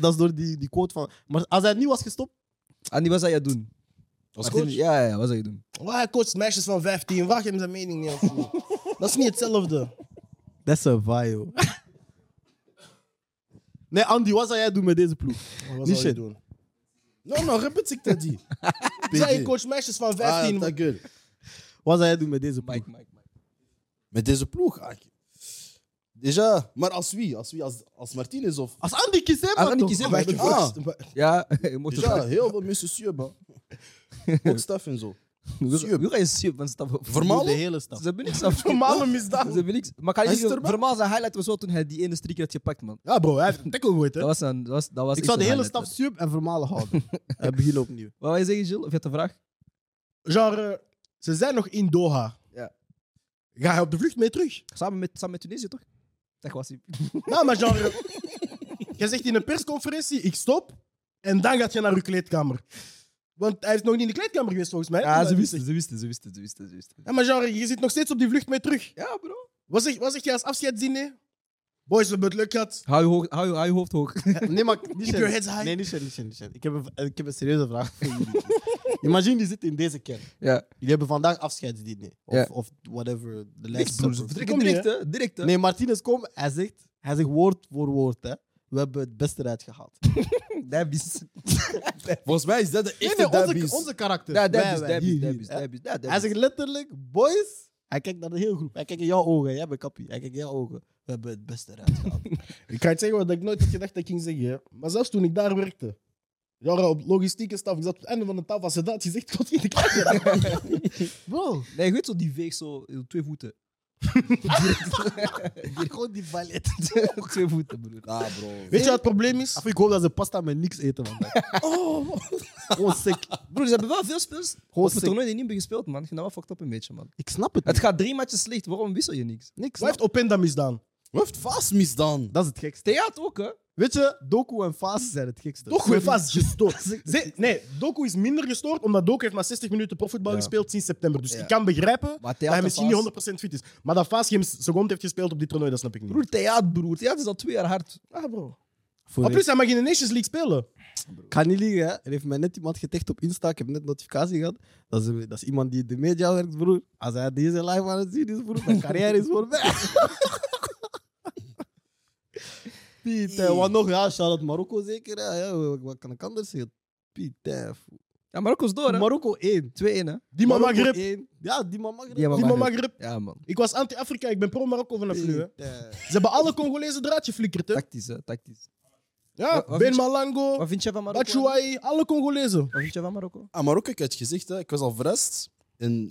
E: Dat is door die, die quote van... Maar als hij niet was gestopt...
A: En die was dat je doen?
F: Als
A: Martin-
F: coach?
A: Ja, ja, ja, wat zou je doen?
C: Waar Oh, hij coacht meisjes van 15. Vraag hem zijn mening niet af. Dat is niet hetzelfde.
E: That's a vibe. nee, Andy, wat zou jij doen met deze ploeg?
C: Wat
E: Niet
C: zou je
E: shit.
C: doen?
F: Non, non, répète ce que t'as dit.
C: Zij coach meisjes van
F: Ah,
C: 15.
F: ta gueule.
E: Wat zou jij doen met deze ploeg?
A: Mike, Mike, Mike.
F: Met deze ploeg, ah, ik- Déjà, maar als wie? Als, wie? als, als Martinez of...
E: Als Andy Kizema
A: Als Andy
E: toch?
A: Kizema,
E: Ah,
A: ik-
E: ik-
F: Ah,
A: Ja, je mocht het
F: déjà, heel veel mensen suben. Ook staf en zo.
A: Hoe hoe ga je sup van stap op?
F: Vermaal?
E: De hele stap.
A: Ze hebben niks af.
C: Normale misdaad.
A: Ze hebben niks. Maar kan je
F: Hij is
A: zeggen,
F: erbij.
A: Vermaal zijn highlight was wel toen hij die ene streak had gepakt, man.
C: Ja, bro, hij heeft een tackle gegooid, hè?
A: Dat was een, dat was, dat was
E: Ik
A: echt
E: zou de
A: een
E: hele stap
A: highlight,
E: sub en vermalen houden. en beginnen opnieuw.
A: man. Wat wil je zeggen, Jill? Of je had een vraag?
C: Genre, eh, ze zijn nog in Doha.
A: Ja.
C: Ga hij op de vlucht mee terug?
A: Samen met, samen met Tunesië, toch? Zeg, was hij.
C: Nou, maar genre... Jij zegt in een persconferentie, ik stop. En dan gaat je naar uw kleedkamer. Want hij is nog niet in de kleedkamer geweest, volgens mij.
A: Ja, ze
C: wist
A: wisten, ze wisten, ze wisten, ze wisten, ze wisten.
C: Ja, maar genre, je zit nog steeds op die vlucht mee terug.
A: Ja, bro.
C: Wat zeg, wat zeg je als afscheidsdiner? Boys, we hebben het leuk gehad.
A: Hou je, hoog, hou je, hou je hoofd hoog.
E: Nee, maar niet
C: Keep your heads high.
E: Nee, niet shit, niet shit, niet shit. Ik heb, een, ik heb een serieuze vraag voor jullie. Imagine, die zitten in deze kern.
A: ja.
E: Jullie hebben vandaag afscheidsdiner. Of,
A: Ja.
E: of whatever. De
A: Niks,
E: last
A: broer.
E: supper.
A: Direct,
C: Kom niet,
A: direct, hè. Direct, hè.
E: Nee, Martinez, kom. Hij zegt, hij zegt woord voor woord. Hè. We hebben het beste eruit gehaald.
A: Dat is...
F: Volgens mij is dat de
E: Nee,
F: echte
E: nee,
F: derbies.
E: onze, onze karakter.
A: Ja,
E: Wij,
A: Davies,
E: wij,
A: Davies,
E: hier,
A: Davies,
E: hier.
A: Davies. Ja,
E: Hij
A: Davies.
E: zegt letterlijk, boys. Hij kijkt naar de hele groep. Hij kijkt in jouw ogen. Jij bent kappie. Hij kijkt in jouw ogen. We hebben het beste eruit gehaald.
C: Ik ga het zeggen wat ik nooit had gedacht dat ik ging zeggen. hè. Maar zelfs toen ik daar werkte, genre op logistieke staf, ik zat op het einde van de tafel, als ze dat had gezegd, ik had in de kamer.
E: Bro,
A: Nee, goed zo die veeg zo, eh, twee voeten.
E: gewoon die ballet.
A: twee voeten, broer.
F: Ah, bro.
C: Weet je wat het probleem is?
E: Af, ik hoop dat ze pasta met niks eten vandaag. Oh, gewoon sick.
A: Broer, ze hebben wel veel spelers
E: Gewoon
A: op het
E: sick.
A: toernooi die niet hebben gespeeld, man. Ik vind dat wel fucked up een beetje, man.
E: Ik snap het.
A: Het
E: niet.
A: gaat drie matjes slecht, waarom wissel je niks?
E: niks.
C: Wat heeft Openda misdaan?
F: Wat heeft Vaas misdaan?
E: Dat is het gekste.
A: Theaat ook, hè?
E: Weet je, Doku en Fase zijn het gekste.
C: Doku heeft vast gestoord. Ze- nee, Doku is minder gestoord, omdat Doku heeft maar 60 minuten profvoetbal gespeeld sinds september. Dus
A: Ja.
C: ik kan begrijpen
A: Maar
C: dat hij
A: theater
C: misschien
A: Fas-
C: niet 100% fit is. Maar dat Faas geen seconde heeft gespeeld op dit toernooi, dat snap ik niet.
A: Broer, theater, broer. Theater is al twee jaar hard.
C: ah, bro.
E: Voor
C: Maar plus, hij mag in de Nations League spelen.
E: Ik ga niet liegen, hè. Er heeft mij net iemand geticht op Insta. Ik heb net notificatie gehad. Dat is, dat is iemand die in de media werkt, broer. Als hij deze live aan het zien is, broer, mijn carrière is voorbij. Piet, hè. wat nog? Ja, shout-out Marokko zeker. hè. Ja, wat- wat kan ik anders zeggen? Piet, hè.
A: Ja, Marokko is door, hè?
E: Marokko 1.
A: 2-1, hè?
C: Die man
E: Marokko
C: Maghreb.
E: 1. Ja, die man Maghreb.
A: Die man
C: Die man Maghreb.
A: Ja, man.
C: Ik was anti-Afrika, ik ben pro-Marokko vanaf nu. Hè.
E: Piet, hè.
C: Ze hebben alle Congolese draadje flikkerd, hè?
A: Tactisch, hè? Tactisch.
C: Ja,
A: Wat- wat
C: Ben
A: vind je-
C: Malango,
A: Wat vind je van Marokko? Wat
C: Batshuayi, alle Congolezen.
A: vind je van Marokko?
F: Aan Marokko, ik had het gezegd, hè, ik was al verrast. En,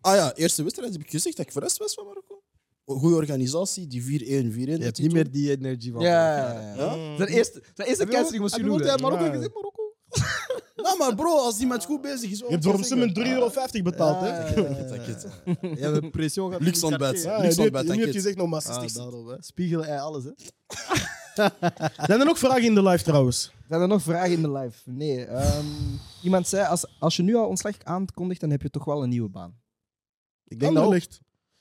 F: ah ja, eerste wedstrijd heb ik gezegd dat ik verrast was van Marokko. Goede organisatie, die 4-1, 4-1.
E: Je hebt niet meer die energie van
A: Ja. Zijn eerste, zijn eerste kans die moest je eh, doen. hè.
E: eh, Marokko
C: Ja.
E: gezegd, Marokko?
F: Nou, maar bro, als die match goed bezig is...
C: Je hebt voor hem 3,50 euro betaald, hè?
E: Ja, ja, ja, ja. Je hebt een pression gehad.
F: Luxe
E: van die
F: ontbijt.
E: cartier.
C: Ja,
F: Niks
C: nu heb-
F: aan bed,
C: nu
F: hè,
C: heb je
F: kids.
C: gezegd nog maar
E: Ah,
C: 60 cent.
E: daarom, hè. Spiegel ei, alles, hè.
C: Zijn er nog vragen in de live trouwens?
A: Zijn er nog vragen in de live? Nee. ehm, iemand zei, als, als je nu al ontslag aankondigt, dan heb je toch wel een nieuwe baan.
E: Ik denk dat ook.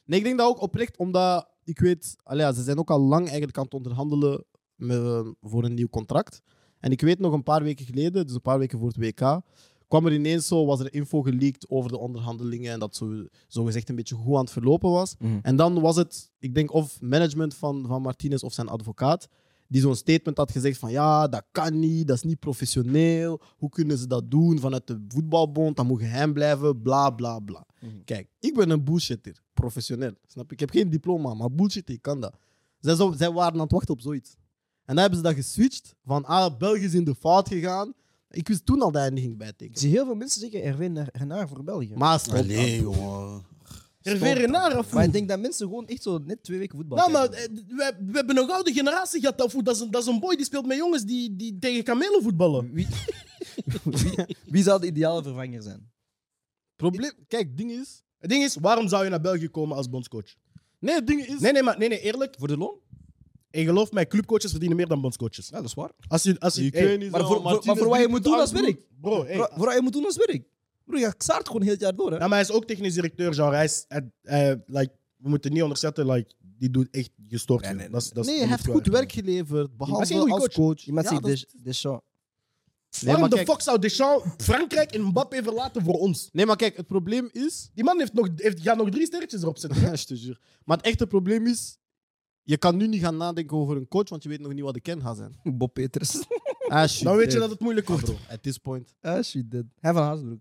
E: Nee, ik denk dat ook oprecht, omdat ik weet, allee, ja, ze zijn ook al lang eigenlijk aan het onderhandelen met, eh, voor een nieuw contract. En ik weet nog een paar weken geleden, dus een paar weken voor het WK, kwam er ineens zo, was er info geleakt over de onderhandelingen en dat zo, zo gezegd een beetje goed aan het verlopen was.
A: Mhm.
E: En dan was het, ik denk, of management van, van Martinez of zijn advocaat, die zo'n statement had gezegd van ja, dat kan niet, dat is niet professioneel, hoe kunnen ze dat doen vanuit de voetbalbond, dat moet geheim blijven, bla bla bla. Kijk, ik ben een bullshitter, professioneel. Snap je? Ik heb geen diploma, maar bullshit, ik kan dat. Zij, zou- zij waren aan het wachten op zoiets. En dan hebben ze dat geswitcht van ah, België is in de fout gegaan. Ik wist toen al dat hij niet ging
A: Ik
E: bijtekenen.
A: zie heel veel mensen zeggen Erwin naar- Renard voor België. Maar,
E: Maar stop
F: Nee,
E: dan.
F: jongen.
C: Hervé Renard of
A: ik denk dat mensen gewoon echt zo net twee weken voetbal
C: Nou, maar
A: kijken.
C: eh, we, we hebben een oude generatie gehad. Dat, voet- dat, is een, dat is een boy die speelt met jongens die, die tegen kamelen voetballen.
A: Wie, wie, wie zou de ideale vervanger zijn?
E: Probleem, kijk, ding is.
C: Het ding is, waarom zou je naar België komen als bondscoach?
E: Nee, ding is.
C: Nee, nee, maar nee, nee, eerlijk.
A: Voor de loon?
C: En geloof mij, clubcoaches verdienen meer dan bondscoaches.
A: Ja, dat is waar.
C: Als je, als je,
E: Je
C: hey,
E: kunt niet
A: maar
E: zo,
A: voor- voor- maar
E: Martinez
A: voor wat je
E: doet
A: moet doen,
E: het
A: dat
E: goed.
A: werk.
C: Bro, hey.
A: Voor- Voor wat je moet doen als werk. Broer, je staart gewoon heel het jaar door. Hè?
C: Ja, maar hij is ook technisch directeur, genre. Hij is, eh, eh, like, we moeten niet onderschatten, like, die doet echt gestoord.
A: Nee,
C: veel.
A: nee,
C: Dat is- dat is-
E: Nee,
C: dat
E: hij
C: moet
E: heeft
C: je
E: goed
C: wel
E: werk geleverd,
C: Maar
E: behalve
C: hij is een
E: als
C: goede
E: coach.
A: Iemand
E: Ja,
A: zegt
E: dat is-
A: Des- Deschamps.
E: Nee, maar
C: Waarom de
E: kijk-
C: fuck zou Deschamps Frankrijk en Mbappé verlaten voor ons?
E: Nee, maar kijk, het probleem is.
C: Die man heeft nog, heeft, gaat nog drie sterretjes erop zetten.
E: Ja, je te jure. Maar het echte probleem is. Je kan nu niet gaan nadenken over een coach, want je weet nog niet wat de kern gaat zijn.
A: Bob Peters.
C: Dan
E: Alsjeblieft.
C: Nou weet je dat het moeilijk wordt. Ah, bro.
E: At this point.
A: Ah, shit, dead. Hij van Haasbroek.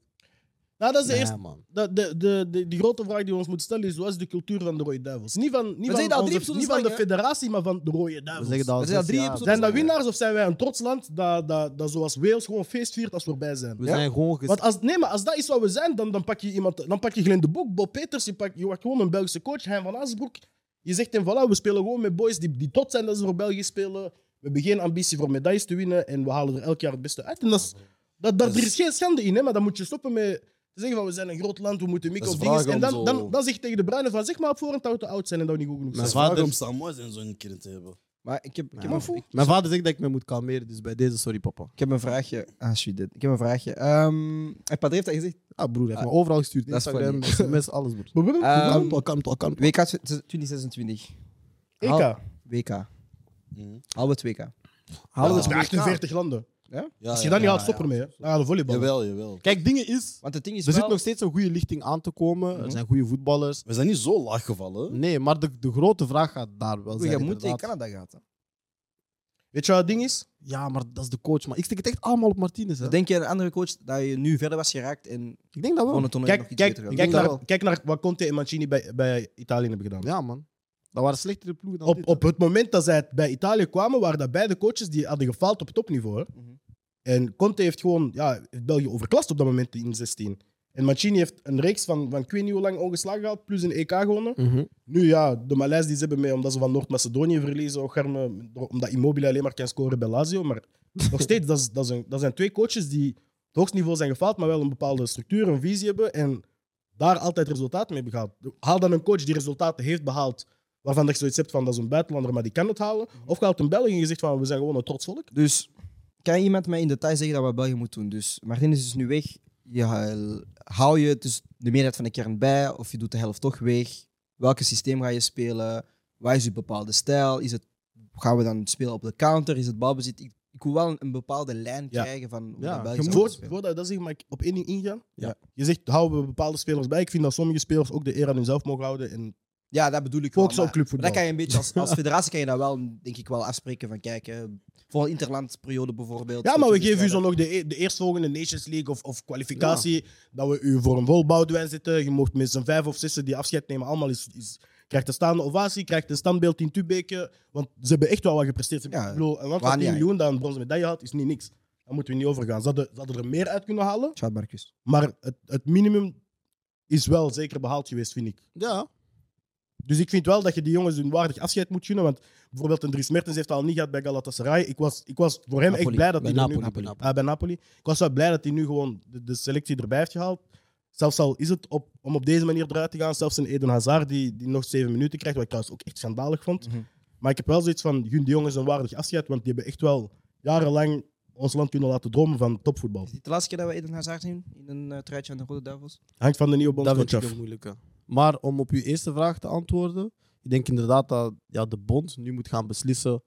C: Nou, dat is de
E: Nee,
C: eerste.
E: man.
C: De, de, de, de, die grote vraag die we ons moeten stellen is: wat is de cultuur van de Rode Duivels? Niet van, niet
A: zeggen
C: van,
A: dat al
C: onze-
A: drie episodes
C: niet van de
A: lang, hè?
C: federatie, maar van de Rode
E: We
C: Duivels.
E: zeggen dat al
A: We zijn al
E: zes
A: drie
E: jaar.
A: episodes
C: Zijn dat winnaars of zijn wij een trots land dat, dat, dat zoals Wales gewoon feest viert als we erbij zijn?
E: We
A: Ja?
E: zijn gewoon ges-
C: Want als, nee, maar als dat is wat we zijn, dan, dan pak je iemand. Dan pak je Glenn de Boek, Bob Peters, je, pak, je wordt gewoon een Belgische coach, Hein van Azenbroek. Je zegt hem, voilà, we spelen gewoon met boys die, die trots zijn dat ze voor België spelen. We hebben geen ambitie voor medailles te winnen en we halen er elk jaar het beste uit. En dat is, dat, dat, er is geen schande in, hè, maar dan moet je stoppen met te zeggen van we zijn een groot land, we moeten mikken
F: Dat
C: op
F: is
C: dingen. En
F: vragen
C: dan,
F: om zo-
C: dan, dan zeg je tegen de Bruinen van zeg maar op voorhand dat we te oud zijn en dat we niet goed genoeg
E: Mijn
C: zijn.
E: vader-
F: Waarom Samoa zijn zo'n keer te hebben?
A: Maar ik heb, ik, heb
E: Ja.
A: een, ik,
E: Mijn vader zegt dat ik me moet kalmeren, dus bij deze sorry papa.
A: ik heb een vraagje. Ah, shit, dead. Ik heb een vraagje. Ehm Padre heeft dat gezegd.
E: Ah broer, hij heeft me overal gestuurd.
A: dat is
E: Instagram, sms, alles broer.
A: Ehm,
E: Kan toch, kan toch, kan toch.
A: WK 2026.
C: EK.
A: WK.
F: Mhm.
A: Halve 2K.
E: Haal
C: Dat
E: het
C: is bij
E: WK.
C: 48 landen.
F: Ja,
C: Als je dat
F: Ah, ja,
C: niet
F: ja,
C: haalt, stop
F: ja.
C: ermee. hè. Dan gaan we volleyballen.
F: Jawel, jawel.
E: Ah, Kijk, dingen is,
A: Want het ding is
E: er zit
A: wel-
E: nog steeds een goede lichting aan te komen. Er zijn goede voetballers.
F: We zijn niet zo laag gevallen. hè.
E: Nee, maar de, de grote vraag gaat daar wel zijn.
A: Je moet tegen
E: inderdaad.
A: Canada gaan. hè.
C: Weet je wat het ding is?
E: Ja, maar dat is de coach. Maar ik stik het echt allemaal op Martinez. Hè.
A: Dus denk je aan een andere coach dat je nu verder was geraakt en
E: ik denk dat
A: gewoon
E: wel.
A: het toernooi nog
C: Kijk,
A: iets
C: kijk,
A: beter wilde?
C: kijk,
E: dat
C: naar,
E: wel.
C: kijk naar wat Conte en Mancini bij, bij Italië hebben gedaan.
E: Ja, man. Dat waren slechtere ploegen dan
C: Op,
E: dit,
C: op het moment dat zij het bij Italië kwamen, waren dat beide coaches die hadden gefaald op topniveau. hè.
A: Mhm.
C: En Conte heeft gewoon ja, heeft België overklast op dat moment in 16. En Mancini heeft een reeks van, van ik weet niet hoe lang ongeslagen gehad, plus een EK gewonnen.
E: hè. Mhm.
C: Nu ja, de malaise die ze hebben mee, omdat ze van Noord-Macedonië verliezen, ook Germen, door- omdat Immobile alleen maar kan scoren bij Lazio. Maar nog steeds, dat, is, dat, is een- dat zijn twee coaches die op het hoogste niveau zijn gefaald, maar wel een bepaalde structuur, een visie hebben en daar altijd resultaten mee hebben gehaald. Haal dan een coach die resultaten heeft behaald, waarvan dat je zoiets hebt van dat is een buitenlander, maar die kan het halen. Of je haalt een België en je zegt van we zijn gewoon een trots volk.
A: Dus kan iemand mij in detail zeggen dat wat België moet doen? Dus Martinez is nu weg. Je, eh, haal- hou je dus de meerderheid van de kern bij of je doet de helft toch weg? Welke systeem ga je spelen? Waar is je bepaalde stijl? Is het, gaan we dan spelen op de counter? Is het balbezit? Ik, ik wil wel een, een bepaalde lijn
C: Ja.
A: krijgen van hoe
E: Ja,
A: dat België
C: Voor,
A: zou
C: voordat
A: spelen.
C: we dat zeg, mag ik op één ding ingaan.
A: Ja.
C: Je zegt houden we bepaalde spelers bij. Ik vind dat sommige spelers ook de eer aan hunzelf mogen houden. En
A: Ja, dat bedoel ik wel.
C: ook zo'n
A: maar- maar
C: clubvoetbal.
A: dat kan je een beetje als, als federatie kan je dat wel, denk ik, wel afspreken van kijk, hè, voor een interlandperiode bijvoorbeeld. dus
C: Ja, maar we geven u
A: wedstrijden.
C: zo nog de, e- de eerstvolgende Nations League of, of kwalificatie. Dat we u voor een vol Boudewijn zetten. Je mocht met z'n vijf of zes die afscheid nemen. Allemaal is, is, krijgt een staande ovatie, krijgt een standbeeld in Tubeke. Want ze hebben echt wel wat gepresteerd. Ze hebben-
A: Ja,
C: ik bedoel, een land
A: waar
C: van
A: niet
C: 10 miljoen dat een bronzen medaille had, is niet niks. Daar moeten we niet over gaan. Ze hadden, ze hadden er meer uit kunnen halen.
A: Shout Marcus.
C: Maar het, het minimum is wel zeker behaald geweest, vind ik.
E: Ja.
C: Dus ik vind wel dat je die jongens een waardig afscheid moet gunnen. Want bijvoorbeeld een Dries Mertens heeft het al niet gehad bij Galatasaray. Ik was, ik was voor hem echt
E: Napoli.
C: blij dat
E: Bij
C: hij er nu...
E: Napoli, bij Napoli.
C: Ah, bij Napoli. Ik was wel blij dat hij nu gewoon de, de selectie erbij heeft gehaald. Zelfs al is het op, om op deze manier eruit te gaan, zelfs een Eden Hazard die, die nog zeven minuten krijgt, wat ik trouwens ook echt schandalig vond.
A: Mhm.
C: Maar ik heb wel zoiets van, gun die jongens een waardig afscheid, want die hebben echt wel jarenlang ons land kunnen laten dromen van topvoetbal.
A: Is dit de laatste keer dat we Eden Hazard zien in een eh, truitje aan de Rode Duivels?
C: Hangt van de nieuwe
E: Dat vind
C: bondscoach
E: ik
C: af.
E: een moeilijke. Maar om op uw eerste vraag te antwoorden, ik denk inderdaad dat ja, de bond nu moet gaan beslissen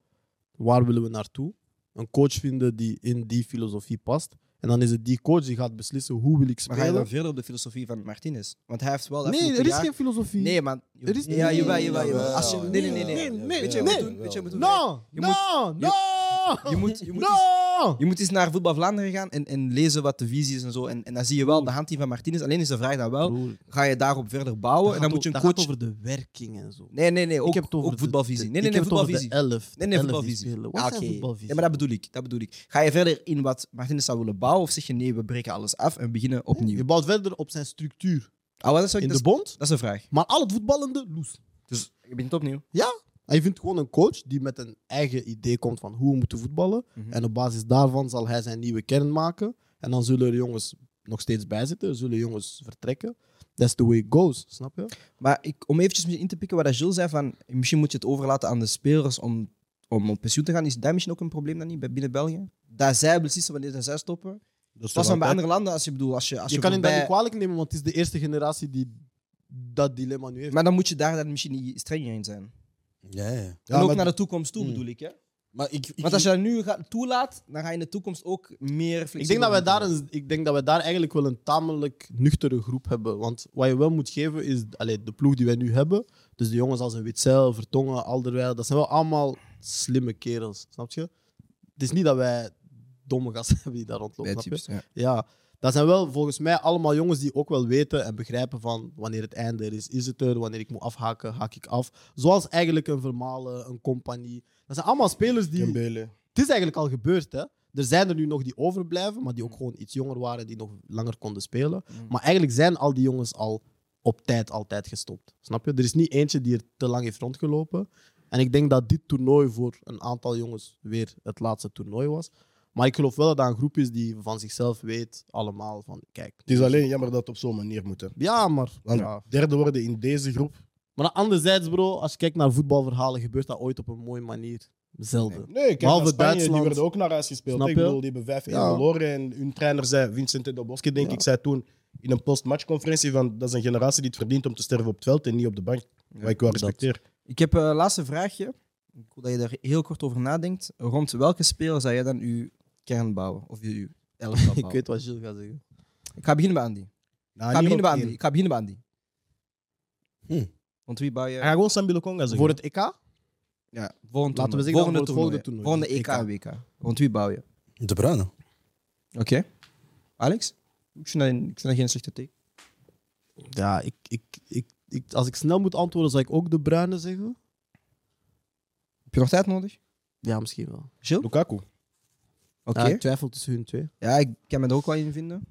E: waar willen we naartoe. Een coach vinden die in die filosofie past. En dan is het die coach die gaat beslissen hoe wil ik
A: Maar ga je
E: spelen.
A: dan verder op de filosofie van Martinez? Want hij heeft wel.
E: Nee,
A: afgelopen
E: er is
A: jaar-
E: geen filosofie.
A: Nee, man.
E: Er is-
A: ja, jawel, jawel, jawel.
F: Jawel,
A: Als je... Nee, nee, nee. nee.
E: Nee, nee,
A: Weet je wat je
E: nee.
A: moet doen? Weet je wat je moet doen?
E: No,
A: Je
E: no,
A: moet-
E: no,
A: Je moet, je, moet eens,
E: no.
A: je moet eens naar Voetbal Vlaanderen gaan en, en lezen wat de visie is en zo. En, en dan zie je wel de hand die van Martinez. Alleen is de vraag dan wel,
E: Broer,
A: ga je daarop verder bouwen? Oh, En
E: dat
A: dan moet je een
E: gaat o- dat
A: coach...
E: gaat over de werking en zo.
A: Nee, nee, nee. Ook,
E: ik heb het over
A: ook
E: de-
A: voetbalvisie.
E: de-
A: Nee, nee,
E: ik
A: nee,
E: heb het over de
A: voetbalvisie.
E: elf.
A: Nee, nee,
E: elf die
A: voetbalvisie.
E: spelen. Wat
A: Ah,
E: zijn
A: oké.
E: voetbalvisie?
A: Ja, maar dat bedoel ik. Dat bedoel ik. Ga je verder in wat Martinez zou willen bouwen? Of zeg je nee, we breken alles af en beginnen opnieuw?
E: Je bouwt verder op zijn structuur
A: Ah, wat is dat?
E: in
A: Dat
E: de
A: is-
E: bond,
A: dat is een vraag.
E: maar al het voetballende loes.
A: Dus je begint opnieuw.
E: En je vindt gewoon een coach die met een eigen idee komt van hoe we moeten voetballen.
A: Mhm.
E: En op basis daarvan zal hij zijn nieuwe kern maken. En dan zullen er jongens nog steeds bij zitten, er zullen jongens vertrekken. That's the way it goes, snap je?
A: Maar ik, om eventjes misschien in te pikken wat dat Gilles zei, van, misschien moet je het overlaten aan de spelers om, om op pensioen te gaan. Is dat misschien ook een probleem dan niet bij- binnen België? Dat zij beslissen wanneer dat zij stoppen.
C: Dat
A: Dat is dan bij
C: altijd.
A: andere landen, als je bedoelt. Als je, als je,
E: Je kan hem dat
A: voorbij-
E: niet kwalijk nemen, want het is de eerste generatie die dat dilemma nu heeft.
A: Maar dan moet je daar dan misschien niet strenger in zijn.
F: Ja, ja.
A: en ook
C: maar-
A: naar de toekomst toe,
E: Hmm.
A: bedoel ik. Hè?
F: Maar ik, ik,
A: Want als je dat nu gaat toelaat, dan ga je in de toekomst ook meer flexibel
E: Ik denk, dat wij
A: moeten
E: daar een, ik denk dat wij daar eigenlijk wel een tamelijk nuchtere groep hebben. Want wat je wel moet geven is allee, de ploeg die wij nu hebben. Dus de jongens als een Witzel, Vertongen, Alderweil. Dat zijn wel allemaal slimme kerels. Snap je? Het is niet dat wij domme gasten hebben die daar rondlopen.
A: zijn.
E: Snap
A: Bij
E: je?
A: types, ja.
E: Ja, dat zijn wel volgens mij allemaal jongens die ook wel weten en begrijpen van wanneer het einde er is. Is het er? Wanneer ik moet afhaken, haak ik af. Zoals eigenlijk een Vermalen, een Compagnie. Dat zijn allemaal spelers die...
C: Dembele.
E: Het is eigenlijk al gebeurd, hè. Er zijn er nu nog die overblijven, maar die ook gewoon iets jonger waren, die nog langer konden spelen.
A: Mm.
E: Maar eigenlijk zijn al die jongens al op tijd altijd gestopt. Snap je? Er is niet eentje die er te lang heeft rondgelopen. En ik denk dat dit toernooi voor een aantal jongens weer het laatste toernooi was. Maar ik geloof wel dat dat een groep is die van zichzelf weet, allemaal van, kijk...
C: Het is alleen jammer dat het op zo'n manier moet. hè.
E: Ja, maar...
C: Want
E: ja.
C: derde worden in deze groep.
E: Maar anderzijds, bro, als je kijkt naar voetbalverhalen, gebeurt dat ooit op een mooie manier. Zelden.
C: Nee, kijk,
E: Behalve
C: naar Spanje,
E: Duitsland.
C: die werden ook naar huis gespeeld.
E: Snap
C: hè. Ik
E: je?
C: bedoel, die hebben 5-1
E: Ja.
C: verloren. En hun trainer zei, Vincent de Bosque, denk
E: Ja.
C: ik, zei toen in een postmatchconferentie van dat is een generatie die het verdient om te sterven op het veld en niet op de bank. Wat ik wel
E: dat.
C: respecteer.
A: Ik heb een laatste vraagje. Ik wil dat je daar heel kort over nadenkt. Rond welke speler zou jij dan je kern bouwen? Of je, je elftal bouwen?
E: Ik weet wat Gilles gaat zeggen.
A: Ik ga beginnen bij Andy. Ik
C: Nou,
A: ga
C: niet
A: beginnen bij
C: op
A: Andy.
C: één.
A: Ik ga beginnen bij Andy.
F: Hm.
A: Want wie bouw
C: Hij
A: je?
C: gaat gewoon Sambi Lokonga zeggen.
E: Voor het EK?
A: Ja, volgend
E: Laten we
A: toernooi.
E: zeggen dan E voor het volgende toernooi.
A: Volgende E
E: EK.
A: EK en WK. Rond wie bouw je?
F: De Bruyne.
A: Oké. Alex? Ik vind, dat, ik vind dat geen slechte teken.
E: Ja, ik, ik, ik, ik- als ik snel moet antwoorden, zou ik ook de bruine zeggen.
A: Heb je nog tijd nodig?
E: Ja, misschien wel.
A: Gilles? Oké.
C: Lukaku.
E: Ja,
C: Ah,
E: ik twijfel tussen hun twee.
A: Ja, ik kan me er ook wel in vinden.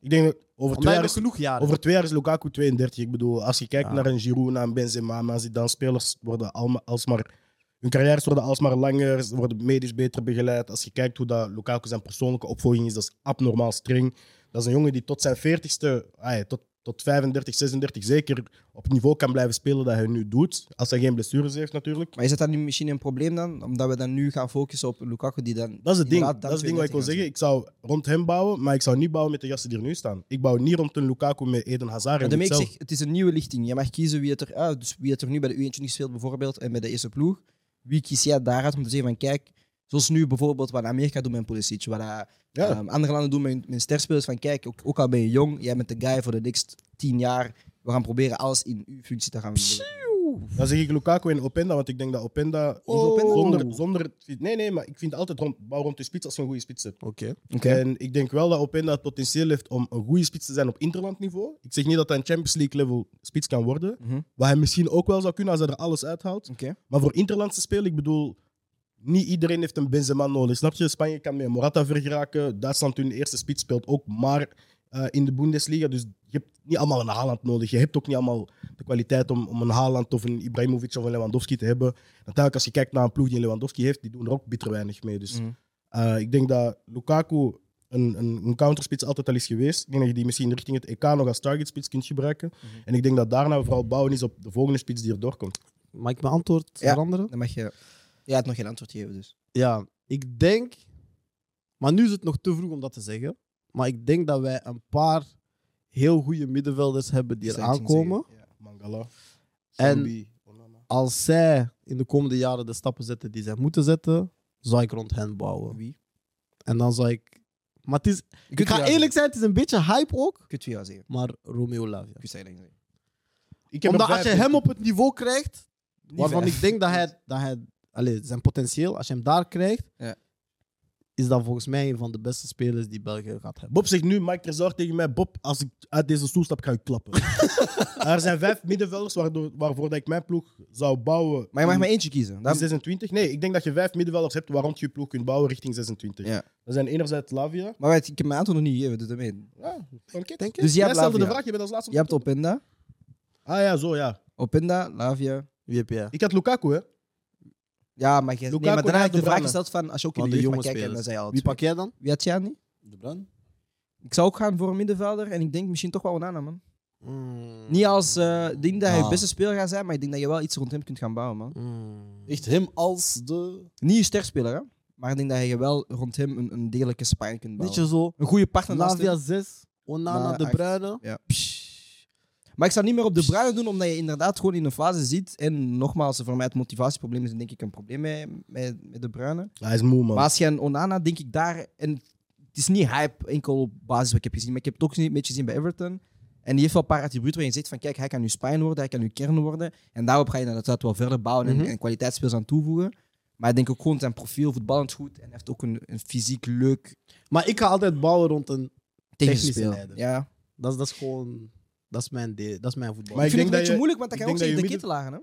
C: Ik denk dat over
E: Want wij
C: twee, jaar
E: hebben
C: is,
E: genoeg jaren.
C: over twee jaar is Lukaku 32. Ik bedoel, als je kijkt
E: Ja.
C: naar een Giroud, naar een Benzema, naar dan spelers worden allemaal alsmaar... Hun carrières worden alsmaar langer, ze worden medisch beter begeleid. Als je kijkt hoe dat Lukaku zijn persoonlijke opvolging is, dat is abnormaal streng. Dat is een jongen die tot zijn 40ste, ah ja, tot tot 35, 36 zeker op het niveau kan blijven spelen dat hij nu doet. Als hij geen blessures heeft natuurlijk.
A: Maar is dat dan niet misschien een probleem dan? Omdat we dan nu gaan focussen op Lukaku, die dan.
C: Dat is het ding.
A: inderdaad dan
C: Dat is het ding wat ik wil
A: 32
C: zeggen. Ik zou rond hem bouwen, maar ik zou niet bouwen met de gasten die er nu staan. Ik bouw niet rond een Lukaku met Eden Hazard.
A: Maar
C: en
A: daarmee ik
C: Witzel.
A: zeg, het is een nieuwe lichting. Je mag kiezen wie het er, ah, dus wie het er nu bij de U21 speelt bijvoorbeeld en bij de eerste ploeg. Wie kies jij daaruit om te zeggen van kijk, zoals nu bijvoorbeeld wat Amerika doet met een Pulisic, wat eh,
C: Ja.
A: ehm, andere landen doen met, met sterspelers van kijk, ook, ook al ben je jong, jij bent de guy voor de next tien jaar. We gaan proberen alles in uw functie te gaan doen.
C: Dan zeg ik Lukaku en Openda, want ik denk dat Openda,
A: Oh. Openda?
C: zonder, zonder... Nee, nee, maar ik vind altijd rond, bouw rond de spits als je een goede spits hebt.
E: Oké.
A: Eh,
C: En ik denk wel dat Openda het potentieel heeft om een goede spits te zijn op interlandniveau. Ik zeg niet dat hij een Champions League level spits kan worden.
A: Mhm.
C: Wat hij misschien ook wel zou kunnen als hij er alles uithaalt.
A: Oké.
C: Maar voor interlandse spelen, ik bedoel, niet iedereen heeft een Benzema nodig. Snap je? Spanje kan met Morata vergeraken. Duitsland, hun eerste spits, speelt ook maar eh, in de Bundesliga. Dus je hebt niet allemaal een Haaland nodig. Je hebt ook niet allemaal de kwaliteit om, om een Haaland of een Ibrahimovic of een Lewandowski te hebben. Natuurlijk, als je kijkt naar een ploeg die een Lewandowski heeft, die doen er ook bitter weinig mee.
E: Mhm.
C: Dus
A: Mm.
C: eh, ik denk dat Lukaku een, een, een counterspits altijd al is geweest. Ik denk dat je die misschien richting het EK nog als targetspits kunt gebruiken. En ik denk dat daarna vooral bouwen is op de volgende spits die er doorkomt.
E: Mag ik mijn antwoord
A: Ja.
E: veranderen?
A: Dan mag je. Jij hebt nog geen antwoord gegeven, dus.
E: Ja, ik denk. Maar nu is het nog te vroeg om dat te zeggen. Maar ik denk dat wij een paar heel goede middenvelders hebben die
A: Dus
E: er
A: dat ging
E: aankomen.
A: zeggen, ja.
C: Mangala,
E: En-
C: Sambi, Onana.
E: Als zij in de komende jaren de stappen zetten die zij moeten zetten, zou ik rond hen bouwen.
A: Wie?
E: En dan zou ik. Maar het is,
A: Je
E: ik
A: kunt
E: ga
A: wie
E: eerlijk zijn, het is een beetje hype ook.
A: Je kunt wie jou zeggen.
E: Maar Romeo Lavia.
A: Je kunt zij zeggen.
C: Ik
E: Omdat
C: er
E: als je
C: vijf
E: hem op het niveau krijgt,
A: Niet
E: waarvan
A: vijf.
E: ik denk dat hij, dat hij allez, zijn potentieel, als je hem daar krijgt,
A: Ja.
E: is dat volgens mij een van de beste spelers die België gaat hebben.
C: Bob zegt nu, Mike Trezor tegen mij, Bob, als ik uit deze stoel stap, ga ik klappen. er zijn vijf middenvelders waardoor, waarvoor dat ik mijn ploeg zou bouwen.
A: Maar je mag
E: Mm.
C: in-
A: maar eentje kiezen.
C: in
A: Dat...
C: 26? Nee, ik denk dat je vijf middenvelders hebt waarom je je ploeg kunt bouwen richting 26.
A: Ja.
C: Dat zijn enerzijds Lavia.
A: Maar weet, ik heb mijn antwoord nog niet gegeven, dus daarmee.
C: Ja, oké.
E: Denk je?
A: Dus jij
C: Jij
A: hebt
C: stelde de
A: Lavia.
C: vraag, je bent als laatste.
A: Je hebt Openda.
C: Ah ja, zo ja.
A: Openda, Lavia.
E: Wie heb jij?
C: Ik had Lukaku, hè?
A: Ja, maar, jij, nee,
C: Lukaku
A: maar daarna heb ik de
C: Doorane.
A: vraag gesteld van als je ook in
E: Van
A: de,
E: de
A: jeugd mag
E: jonge
A: kijken. En dan
E: spelers.
A: zei je al
E: Wie
A: twee.
E: pak jij dan?
A: Wie had jij niet?
F: De Bruin?
A: Ik zou ook gaan voor een middenvelder en ik denk misschien toch wel Onana, man.
E: Hmm.
A: Niet als eh, ik denk dat hij
F: Ah.
A: het beste speler gaat zijn, maar ik denk dat je wel iets rond hem kunt gaan bouwen, man.
E: Hmm.
F: Echt hem als de...
A: Niet een sterspeler, hè? maar ik denk dat je wel rond hem een, een degelijke spine kunt
E: Weet
A: bouwen.
E: je zo?
A: Een goede partner naast
E: Lavia
A: hem.
E: 6, Onana
A: Maar
E: de
A: acht.
E: Bruyne.
A: Ja.
E: Psh.
A: Maar ik zou niet meer op de bruine doen, omdat je inderdaad gewoon in een fase zit. En nogmaals, voor mij het motivatieprobleem is denk ik een probleem met, met, met de bruine.
C: Hij is moe, man.
A: Maar als je een Onana, denk ik daar. En het is niet hype enkel op basis wat ik heb gezien. Maar ik heb het ook een beetje gezien bij Everton. En die heeft wel een paar attributen waarin je zegt van kijk, hij kan nu spijn worden, hij kan nu kern worden. En daarop ga je dan uiteraard wel verder bouwen en,
E: Mhm.
A: en kwaliteitsspelers aan toevoegen. Maar ik denk ook gewoon zijn profiel voetballend goed. En hij heeft ook een, een fysiek leuk
E: Maar ik ga altijd bouwen rond een. Technische
A: tegenspeler.
E: leider.
A: Ja.
E: Dat is, dat is gewoon. Dat is mijn, de, dat is mijn voetbal.
C: Maar
A: ik
C: ik
A: vind het een
C: denk dat
A: beetje
C: je-
A: moeilijk, want hij
C: ik
A: kan ook
C: denk
A: zijn
C: dat
A: de
C: je
A: kitten lagen. Hè?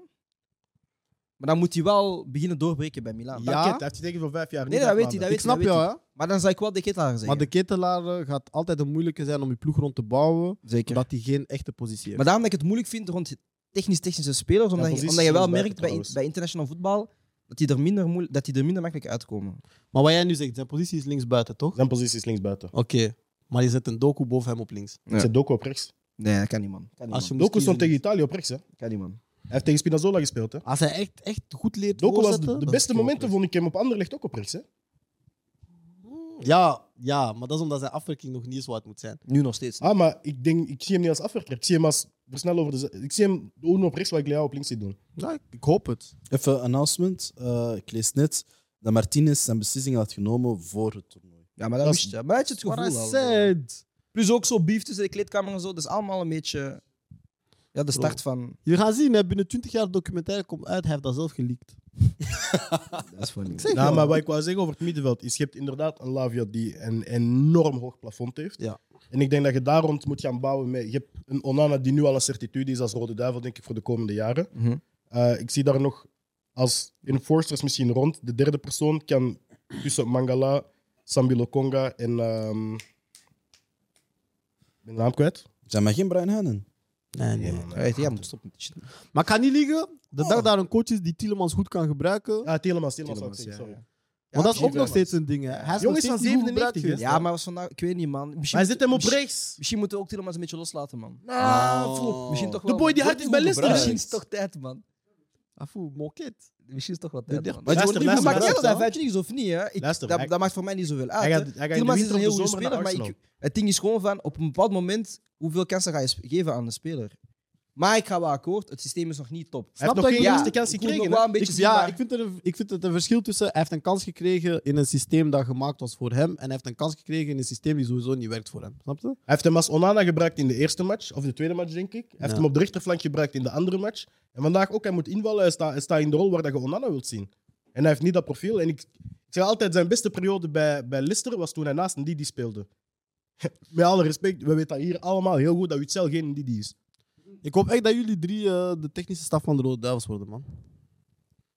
A: Maar dan moet hij wel beginnen doorbreken bij Milan.
E: Ja.
C: Pakket, hij heeft getekend voor vijf jaar.
A: Nee,
C: niet
A: dat
C: vijf
A: weet hij.
C: maanden.
A: Dat
E: ik
A: weet hij,
E: snap
A: dat
E: jou,
A: weet
E: hè?
A: Maar dan zou ik wel de kittelaar zeggen.
E: Maar de ketelaar eh, gaat altijd een moeilijke zijn om je ploeg rond te bouwen.
A: Zeker.
E: Omdat hij geen echte positie heeft.
A: Maar daarom dat ik het moeilijk vind rond technisch-technische spelers, omdat, je,
C: posities
A: omdat je wel
C: soms buiten
A: merkt bij, in-
C: trouwens.
A: bij international voetbal dat die, er minder moeilijk, dat die er minder makkelijk uitkomen.
E: Maar wat jij nu zegt, zijn positie is linksbuiten, toch?
C: Zijn positie is linksbuiten.
E: Oké. Maar je zet een doku boven hem op links.
A: Ja.
C: Ik zet Doku op rechts.
A: Nee, dat kan niet, man. Kan niet,
E: Als je
A: man.
E: moest
C: Doku stond tegen
E: kiezen.
C: Italië op rechts, hè? Hij
A: Kan niet, man.
C: heeft tegen Spinazzola gespeeld, hè?
E: Als hij echt, echt goed leert
C: Doku was
E: doorzetten...
C: de, de
E: dan
C: beste
E: is hij
C: momenten
E: op
C: vond ik hem op Anderlecht ook op rechts. Hè?
E: rechts. Ja, ja, maar dat is omdat zijn afwerking nog niet is wat het moet zijn.
A: Nu nog steeds.
C: Ah, maar ik, denk, ik zie hem niet als afwerker. Ik zie hem als versnel over de. z- Ik zie hem doen op rechts wat ik Leao op links zie doen.
E: Ja, ik, ik hoop het.
F: Even announcement. Eh, ik lees net dat Martinez zijn beslissing had genomen voor het toernooi.
A: Ja, maar dat
C: dat
A: wist je. Maar dat had je het
E: What I
A: gevoel al.
E: said.
A: Plus ook zo beef tussen de kleedkamer en zo. Dat is allemaal een beetje... Ja, de start van...
E: Je gaat zien, hè, binnen 20 jaar documentaire komt uit. Hij heeft dat zelf geleakt.
A: Dat is funny.
E: Zeg
C: Ja,
E: je
C: Nou, maar
E: wel.
C: wat ik wou zeggen over het middenveld is: je hebt inderdaad een Lavia die een enorm hoog plafond heeft.
E: Ja.
C: En ik denk dat je daar rond moet gaan bouwen. Met, je hebt een Onana die nu al een certitude is als Rode Duivel, denk ik, voor de komende jaren.
A: Mhm.
C: Eh, ik zie daar nog als enforcers misschien rond. De derde persoon kan tussen Mangala, Sambi Lokonga en. ehm ik ben de naam kwijt. Ah,
F: Zijn maar geen Brian Hannon.
E: Nee, nee.
A: Alright, ja, moet stoppen met die shit.
C: Oh.
E: Maar ik ga niet liegen. De dag daar een coach is die Tielemans goed kan gebruiken,
C: Ah, Telemans, Telemans.
A: Telemans,
C: had ik,
A: ja,
C: sorry.
E: Want dat is ook
C: precies,
E: nog
C: ja.
E: steeds een ding. Hè. Hij is
C: Jongens
E: nog
C: van
E: steeds niet goed gebruikt
C: 97, hè?
E: geweest.
A: Ja, maar was vandaag, ik weet niet, man. Misschien,
C: Maar hij zit hem op
A: misschien,
C: rechts.
A: misschien moeten we ook Tielemans een beetje loslaten, man.
F: Nou,
C: Ah, flop.
F: Oh.
A: Misschien toch
C: De
A: wel.
C: boy die
A: man.
C: hard is bij Leicester.
A: Misschien
C: hè.
A: is het toch tijd, man.
E: Afu, moket.
A: Misschien is het toch wat tijd, man.
C: Maar
A: Maar
C: je
A: het
C: wordt
A: maakt
C: niet
A: niet uit of
C: gebruikt,
A: hij
C: hè?
A: vijf is of niet, hè. Ik,
C: Luister, hij-
A: dat, dat maakt voor mij niet zoveel uit.
C: Hij
A: hè.
C: gaat- hij gaat in de
A: Tielemans is een
C: winter op
A: heel
C: de
A: goede
C: zomer
A: speler,
C: naar
A: maar
C: Arsenal.
A: ik, het ding is gewoon van, op een bepaald moment, hoeveel kansen ga je sp- geven aan de speler? Maar ik ga wel akkoord, het systeem is nog niet top.
C: Hij heeft nog
E: dat
C: geen
E: je-
C: eerste kans
A: ik wil nog
C: gekregen.
A: wel
C: hè.
A: een beetje
E: Ik-
A: zien,
E: ja,
A: maar-
E: ik vind, er, een- ik vind het een verschil tussen. Hij heeft een kans gekregen in een systeem dat gemaakt was voor hem. En hij heeft een kans gekregen in een systeem die sowieso niet werkt voor hem. Snap je?
C: Hij heeft hem als Onana gebruikt in de eerste match, of de tweede match, denk ik. Hij heeft
E: Ja.
C: hem op de rechterflank gebruikt in de andere match. En vandaag ook, hij moet invallen. Hij staat hij staat in de rol waar dat je Onana wilt zien. En hij heeft niet dat profiel. En ik, ik zeg altijd, zijn beste periode bij, bij Leicester was toen hij naast een Didi speelde. Met alle respect, we weten hier allemaal heel goed dat Witzel geen Didi is. Nou,
E: Ik hoop echt dat jullie drie eh, de technische staf van de Rode Duivels worden, man.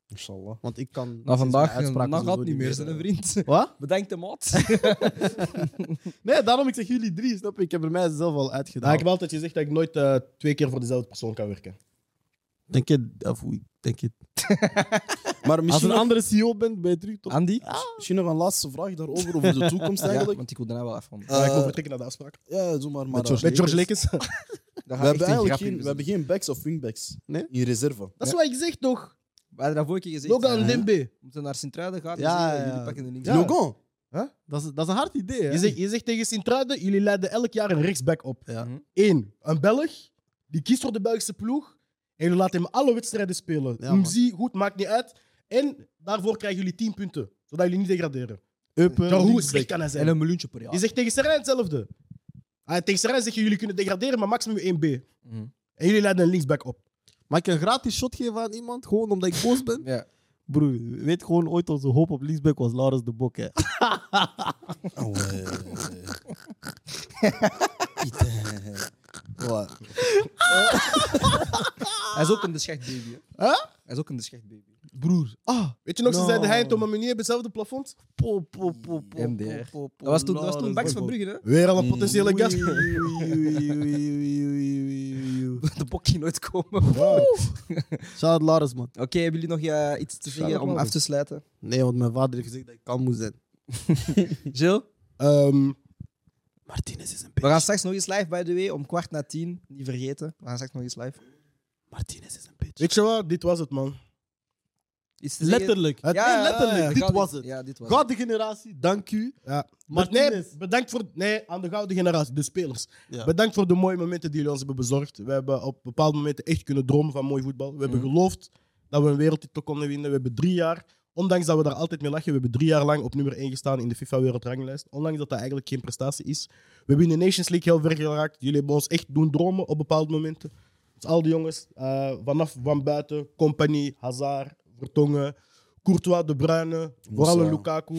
F: Inshallah.
E: Want ik kan.
A: Na
E: sinds
A: vandaag, eh,
E: mijn uitspraken
A: na
E: sowieso
A: gaat niet meer, zijn
E: eh,
A: vriend.
E: Wat?
A: Bedankt hem, maat.
E: Nee, daarom ik zeg jullie drie, snap je? Ik heb er mij zelf al
C: Nou,
E: uitgedaan.
C: ik heb altijd gezegd dat ik nooit eh, twee keer voor dezelfde persoon kan werken.
E: Denk je, of, oei, denk je.
F: Maar
E: Als
F: misschien,
E: een
F: nog,
E: andere CEO bent, ben je terug toch?
A: Andy?
F: misschien nog een laatste vraag daarover, over de toekomst
A: Ja,
F: eigenlijk.
A: want ik wil daarna wel afronden.
F: Eh,
C: Maar ik moet vertrekken naar de afspraak.
F: ja, doe maar. maar eh,
C: Met George Lekens.
A: We
F: we hebben eigenlijk geen, we hebben geen backs of wingbacks
E: Nee?
F: in reserve.
C: Dat is wat ik zeg toch?
A: We hadden dat vorige keer gezegd.
C: Logan
A: ja.
C: Dembe.
A: We moeten naar Sint-Truiden gaan.
E: Ja,
A: Ja,
E: ja, ja.
A: Jullie pakken de links.
E: Ja.
F: Logan.
E: Dat is, dat is een hard idee, hè?
C: Je zegt, je zegt tegen Sint-Truiden, jullie leiden elk jaar een rechtsback op.
E: Ja.
A: Mhm.
C: Eén, een Belg, die kiest voor de Belgische ploeg. En jullie laten hem alle wedstrijden spelen.
E: Ja,
C: Hem
E: man.
C: zie, goed, maakt niet uit. En daarvoor krijgen jullie 10 punten, zodat jullie niet degraderen.
E: Eupen,
C: Ja, hoe
E: Eh, linksback.
C: slecht kan hij
A: En
C: zijn?
A: een miljoentje per jaar.
C: Je zegt tegen Serijn hetzelfde. Ah, tegen Serijn zeg je, jullie kunnen degraderen, maar maximum 1B.
A: Mhm.
C: En jullie leiden een linksback op.
E: Mag ik een gratis shot geven aan iemand, gewoon omdat ik boos ben?
A: Ja.
E: Broer, weet gewoon ooit onze hoop op linksback was Laurens de Bok, hè?
F: Oh, eh. Wat?
A: Hij is ook een deschachtbaby. Huh? Hij is ook een deschachtbaby.
E: Broer, ah,
C: Weet je nog, ze
E: No.
C: zeiden hij en Thomas Meunier hebben hetzelfde plafond.
E: po, po, po, po,
A: MDR.
E: po, po, po,
A: Dat was toen, dat was toen
E: Laurens
A: Bax
E: de
A: van
E: Bok.
A: Brugge, hè?
C: Weer al een
F: Mm.
C: potentiële gast.
E: Oei, oei, oei, oei, oei, oei, oei, oei.
A: De bokje nooit komen. Oké,
E: Shout out Laurens, man.
A: hebben jullie nog eh, iets te zeggen om af te sluiten?
E: Nee, want mijn vader heeft gezegd dat ik kalm moet zijn.
A: Jill,
C: Ehm,
E: Martinez is een
A: we
E: bitch.
A: gaan straks nog eens live, by the way, om kwart na tien. Niet vergeten, we gaan straks nog eens live.
E: Martinez is een bitch.
C: weet je wat? Dit was het, man.
A: Iets te zeggen?
E: Letterlijk. Het
A: Ja,
E: nee,
A: ja,
E: letterlijk.
A: ja, ja.
E: Dit
A: Gouden-
E: was het.
A: Ja, dit was het.
E: God de generatie, dank u.
C: Ja.
E: Martinez.
C: Nee, bedankt voor. Nee, aan de gouden generatie, de spelers.
E: Ja.
C: Bedankt voor de mooie momenten die jullie ons hebben bezorgd. We hebben op bepaalde momenten echt kunnen dromen van mooi voetbal. We hebben
E: Mhm.
C: geloofd dat we een wereldtitel konden winnen. We hebben drie jaar, ondanks dat we daar altijd mee lachen, we hebben drie jaar lang op nummer 1 gestaan in de FIFA wereldranglijst. Ondanks dat dat eigenlijk geen prestatie is. We hebben in de Nations League heel ver geraakt. Jullie hebben ons echt doen dromen op bepaalde momenten. Dus al die jongens, eh, vanaf van buiten, Compagnie, Hazard, Vertongen, Courtois, De Bruyne, vooral een Lukaku.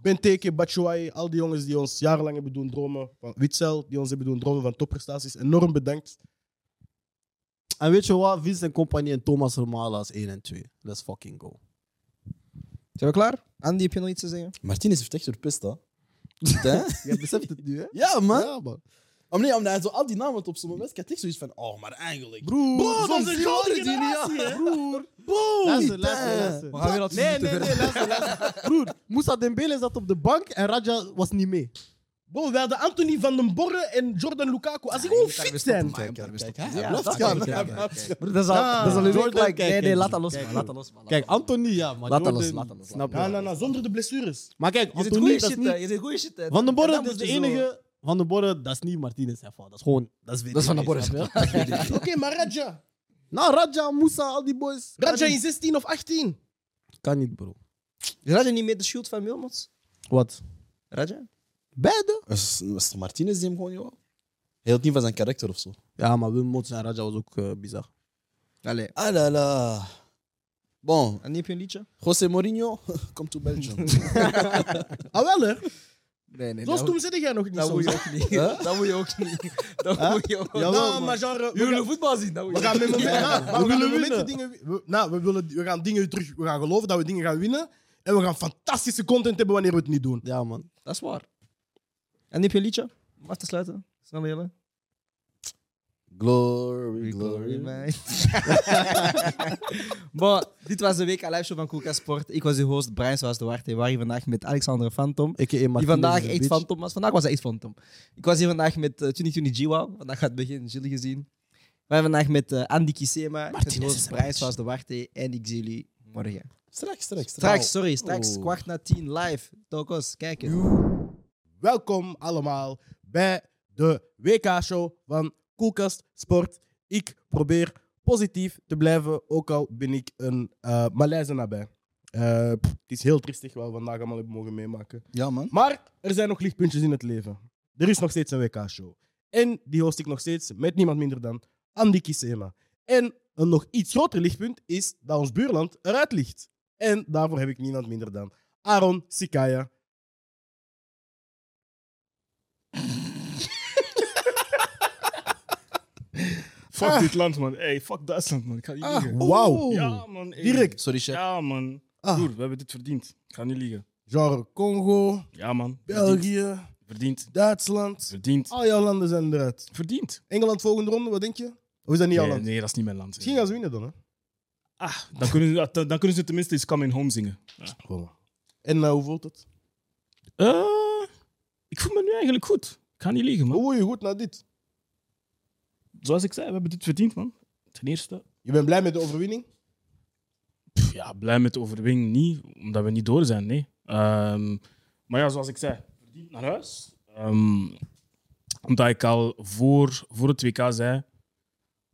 C: Benteke, Batshuayi, al die jongens die ons jarenlang hebben doen dromen. Van Witzel, die ons hebben doen dromen van topprestaties. Enorm bedankt.
E: En weet je wat? Vince en compagnie en Thomas Romala als 1 en 2. Let's fucking go.
A: Zijn we klaar? Andy, heb je nog iets te zeggen?
F: Martinez heeft echt verpest, hè? Echt, hè?
E: Jij beseft het nu, hè?
F: Ja, man. Ah,
E: Ja, man.
F: Maar nee, omdat hij zo al die namen op zo'n moment ik had echt zoiets van, oh, maar eigenlijk.
E: Broer,
F: Bro, dat is een gouden
E: die
F: generatie,
E: niet-
F: hè?
E: Broer,
F: Boom!
E: luister, luister, luister.
A: We gaan weer al tien
E: Nee,
A: minuten
E: nee,
A: verder.
E: nee, luister, luister. Broer, Moussa Dembele zat op de bank en Raja was niet mee.
C: Bro, we hadden Anthony van den Borre en Jordan Lukaku. Als die gewoon fit zijn.
A: Kijk, daar is
F: Hij
A: Ja,
F: blijft
A: dat
F: gaan.
A: kan
F: Hij
A: ik,
F: blijft gaan.
A: Broer, dat is al,
E: Ah,
A: dat is al een
E: Jordan,
A: week lang.
E: kijk,
A: Nee, nee,
E: kijk,
A: laat dat los,
E: kijk.
A: man. Laat dat los, man.
E: Kijk, Anthony, ja, maar
A: Laat dat
E: Jordan-
A: los, laat dat los,
E: Snap
C: Ja,
E: je?
C: na, na, zonder de blessures.
E: Maar kijk,
A: Je zit
E: Anthony,
A: goeie
E: dat is
A: shit, hè.
E: niet...
A: Je zit goeie shit, hè.
E: Van den
A: En
E: Borre
A: dan
E: is de
A: moet je zo-
E: enige... Van den Borre, dat is niet Martinez zijn fout. Dat is gewoon... Dat is,
A: Dat is Van den Borre.
E: snap je?
C: Oké, maar Raja.
E: Nou, Raja, Moussa, al die boys.
C: Raja
E: Kan
C: in
E: niet.
C: 16 of 18.
E: Kan niet, bro.
A: Raja niet meer de shield van Wilmots?
E: Wat?
A: Raja?
E: Beide?
F: Was was het Martinez die hem gewoon, joh? Hij hield niet van zijn karakter of zo.
E: Ja, maar Wilmots en Raja was ook eh, bizar.
A: Allee.
F: Ah la la. Bon,
A: En heb je een liedje?
F: José Mourinho, come to Belgium.
C: Ah, wel hè?
A: Nee, nee.
C: Zo stom zit jij nog niet.
A: Dat moet
C: soms.
A: je ook niet. Dat moet je ook niet. Dat moet je ook
C: Nou,
A: niet.
C: maar genre.
A: Je
C: We
A: willen
C: gaan,
A: voetbal zien. Dat moet
C: we
A: je
C: gaan met momenten.
A: Ja.
C: Ja, maar we gaan met
E: willen
C: momenten dingen. We, nou, we, willen, we gaan dingen terug. We gaan geloven dat we dingen gaan winnen. En we gaan fantastische content hebben wanneer we het niet doen.
E: Ja, man.
A: Dat is waar. En heb je een liedje? Om af te sluiten. Snel jullie.
F: glory, glory, man.
A: bon, dit was de week live show van Koelkast Sport. Ik was uw host, Brian Zoals de Warte. We waren hier vandaag met Alexander Phantom. Die vandaag echt Phantom was. Vandaag was hij echt Phantom. Ik was hier vandaag met eh, 2020 G-Wow. Vandaag gaat het begin, Gilles gezien. We zijn vandaag met eh, Andy Kisema. Ik was uw host, Brian Zoals de Warte. En ik zie jullie morgen.
F: Straks, straks,
A: Straks, sorry,
C: Oh.
A: straks kwart na tien live. Tokos, kijken.
C: Welkom allemaal bij de WK-show van Koelkast Sport. Ik probeer positief te blijven, ook al ben ik een eh Maleise nabij. Eh, pff, het is heel triestig wat we vandaag allemaal hebben mogen meemaken.
F: Ja, man.
C: Maar er zijn nog lichtpuntjes in het leven. Er is nog steeds een WK-show. En die host ik nog steeds met niemand minder dan Andy Kisema. En een nog iets groter lichtpunt is dat ons buurland eruit ligt. En daarvoor heb ik niemand minder dan Aaron Sikaya.
G: Fuck dit land, man. Hey, fuck Duitsland, man. Ik ga niet liegen.
F: Ah, Wauw.
G: Ja, man. ey.
F: Direct. Sorry, chef.
G: Ja, man.
F: Ah.
G: Broer, we hebben dit verdiend. Ik ga niet liegen.
C: Genre Congo,
G: Ja, man. Verdiend.
C: België, Ah.
G: Verdiend.
C: Duitsland.
G: Verdiend.
C: Al jouw landen zijn eruit.
G: Verdiend.
C: Engeland volgende ronde, wat denk je? Of is dat niet jouw
G: Nee,
C: land?
G: nee, dat is niet mijn land.
C: Misschien gaan ze winnen dan. Hè?
G: Ah, dan, kunnen ze, dan dan kunnen ze tenminste eens Coming Home zingen.
C: En eh, hoe voelt het?
G: Eh, ik voel me nu eigenlijk goed. Ik ga niet liegen, man.
C: Hoe voel je je goed na dit?
G: Zoals ik zei, we hebben dit verdiend, man. Ten eerste.
C: Je bent blij met de overwinning?
G: pff, ja, blij met de overwinning niet, omdat we niet door zijn, nee. Ehm, maar ja, zoals ik zei, verdiend naar huis. Ehm, omdat ik al voor, voor het WK zei,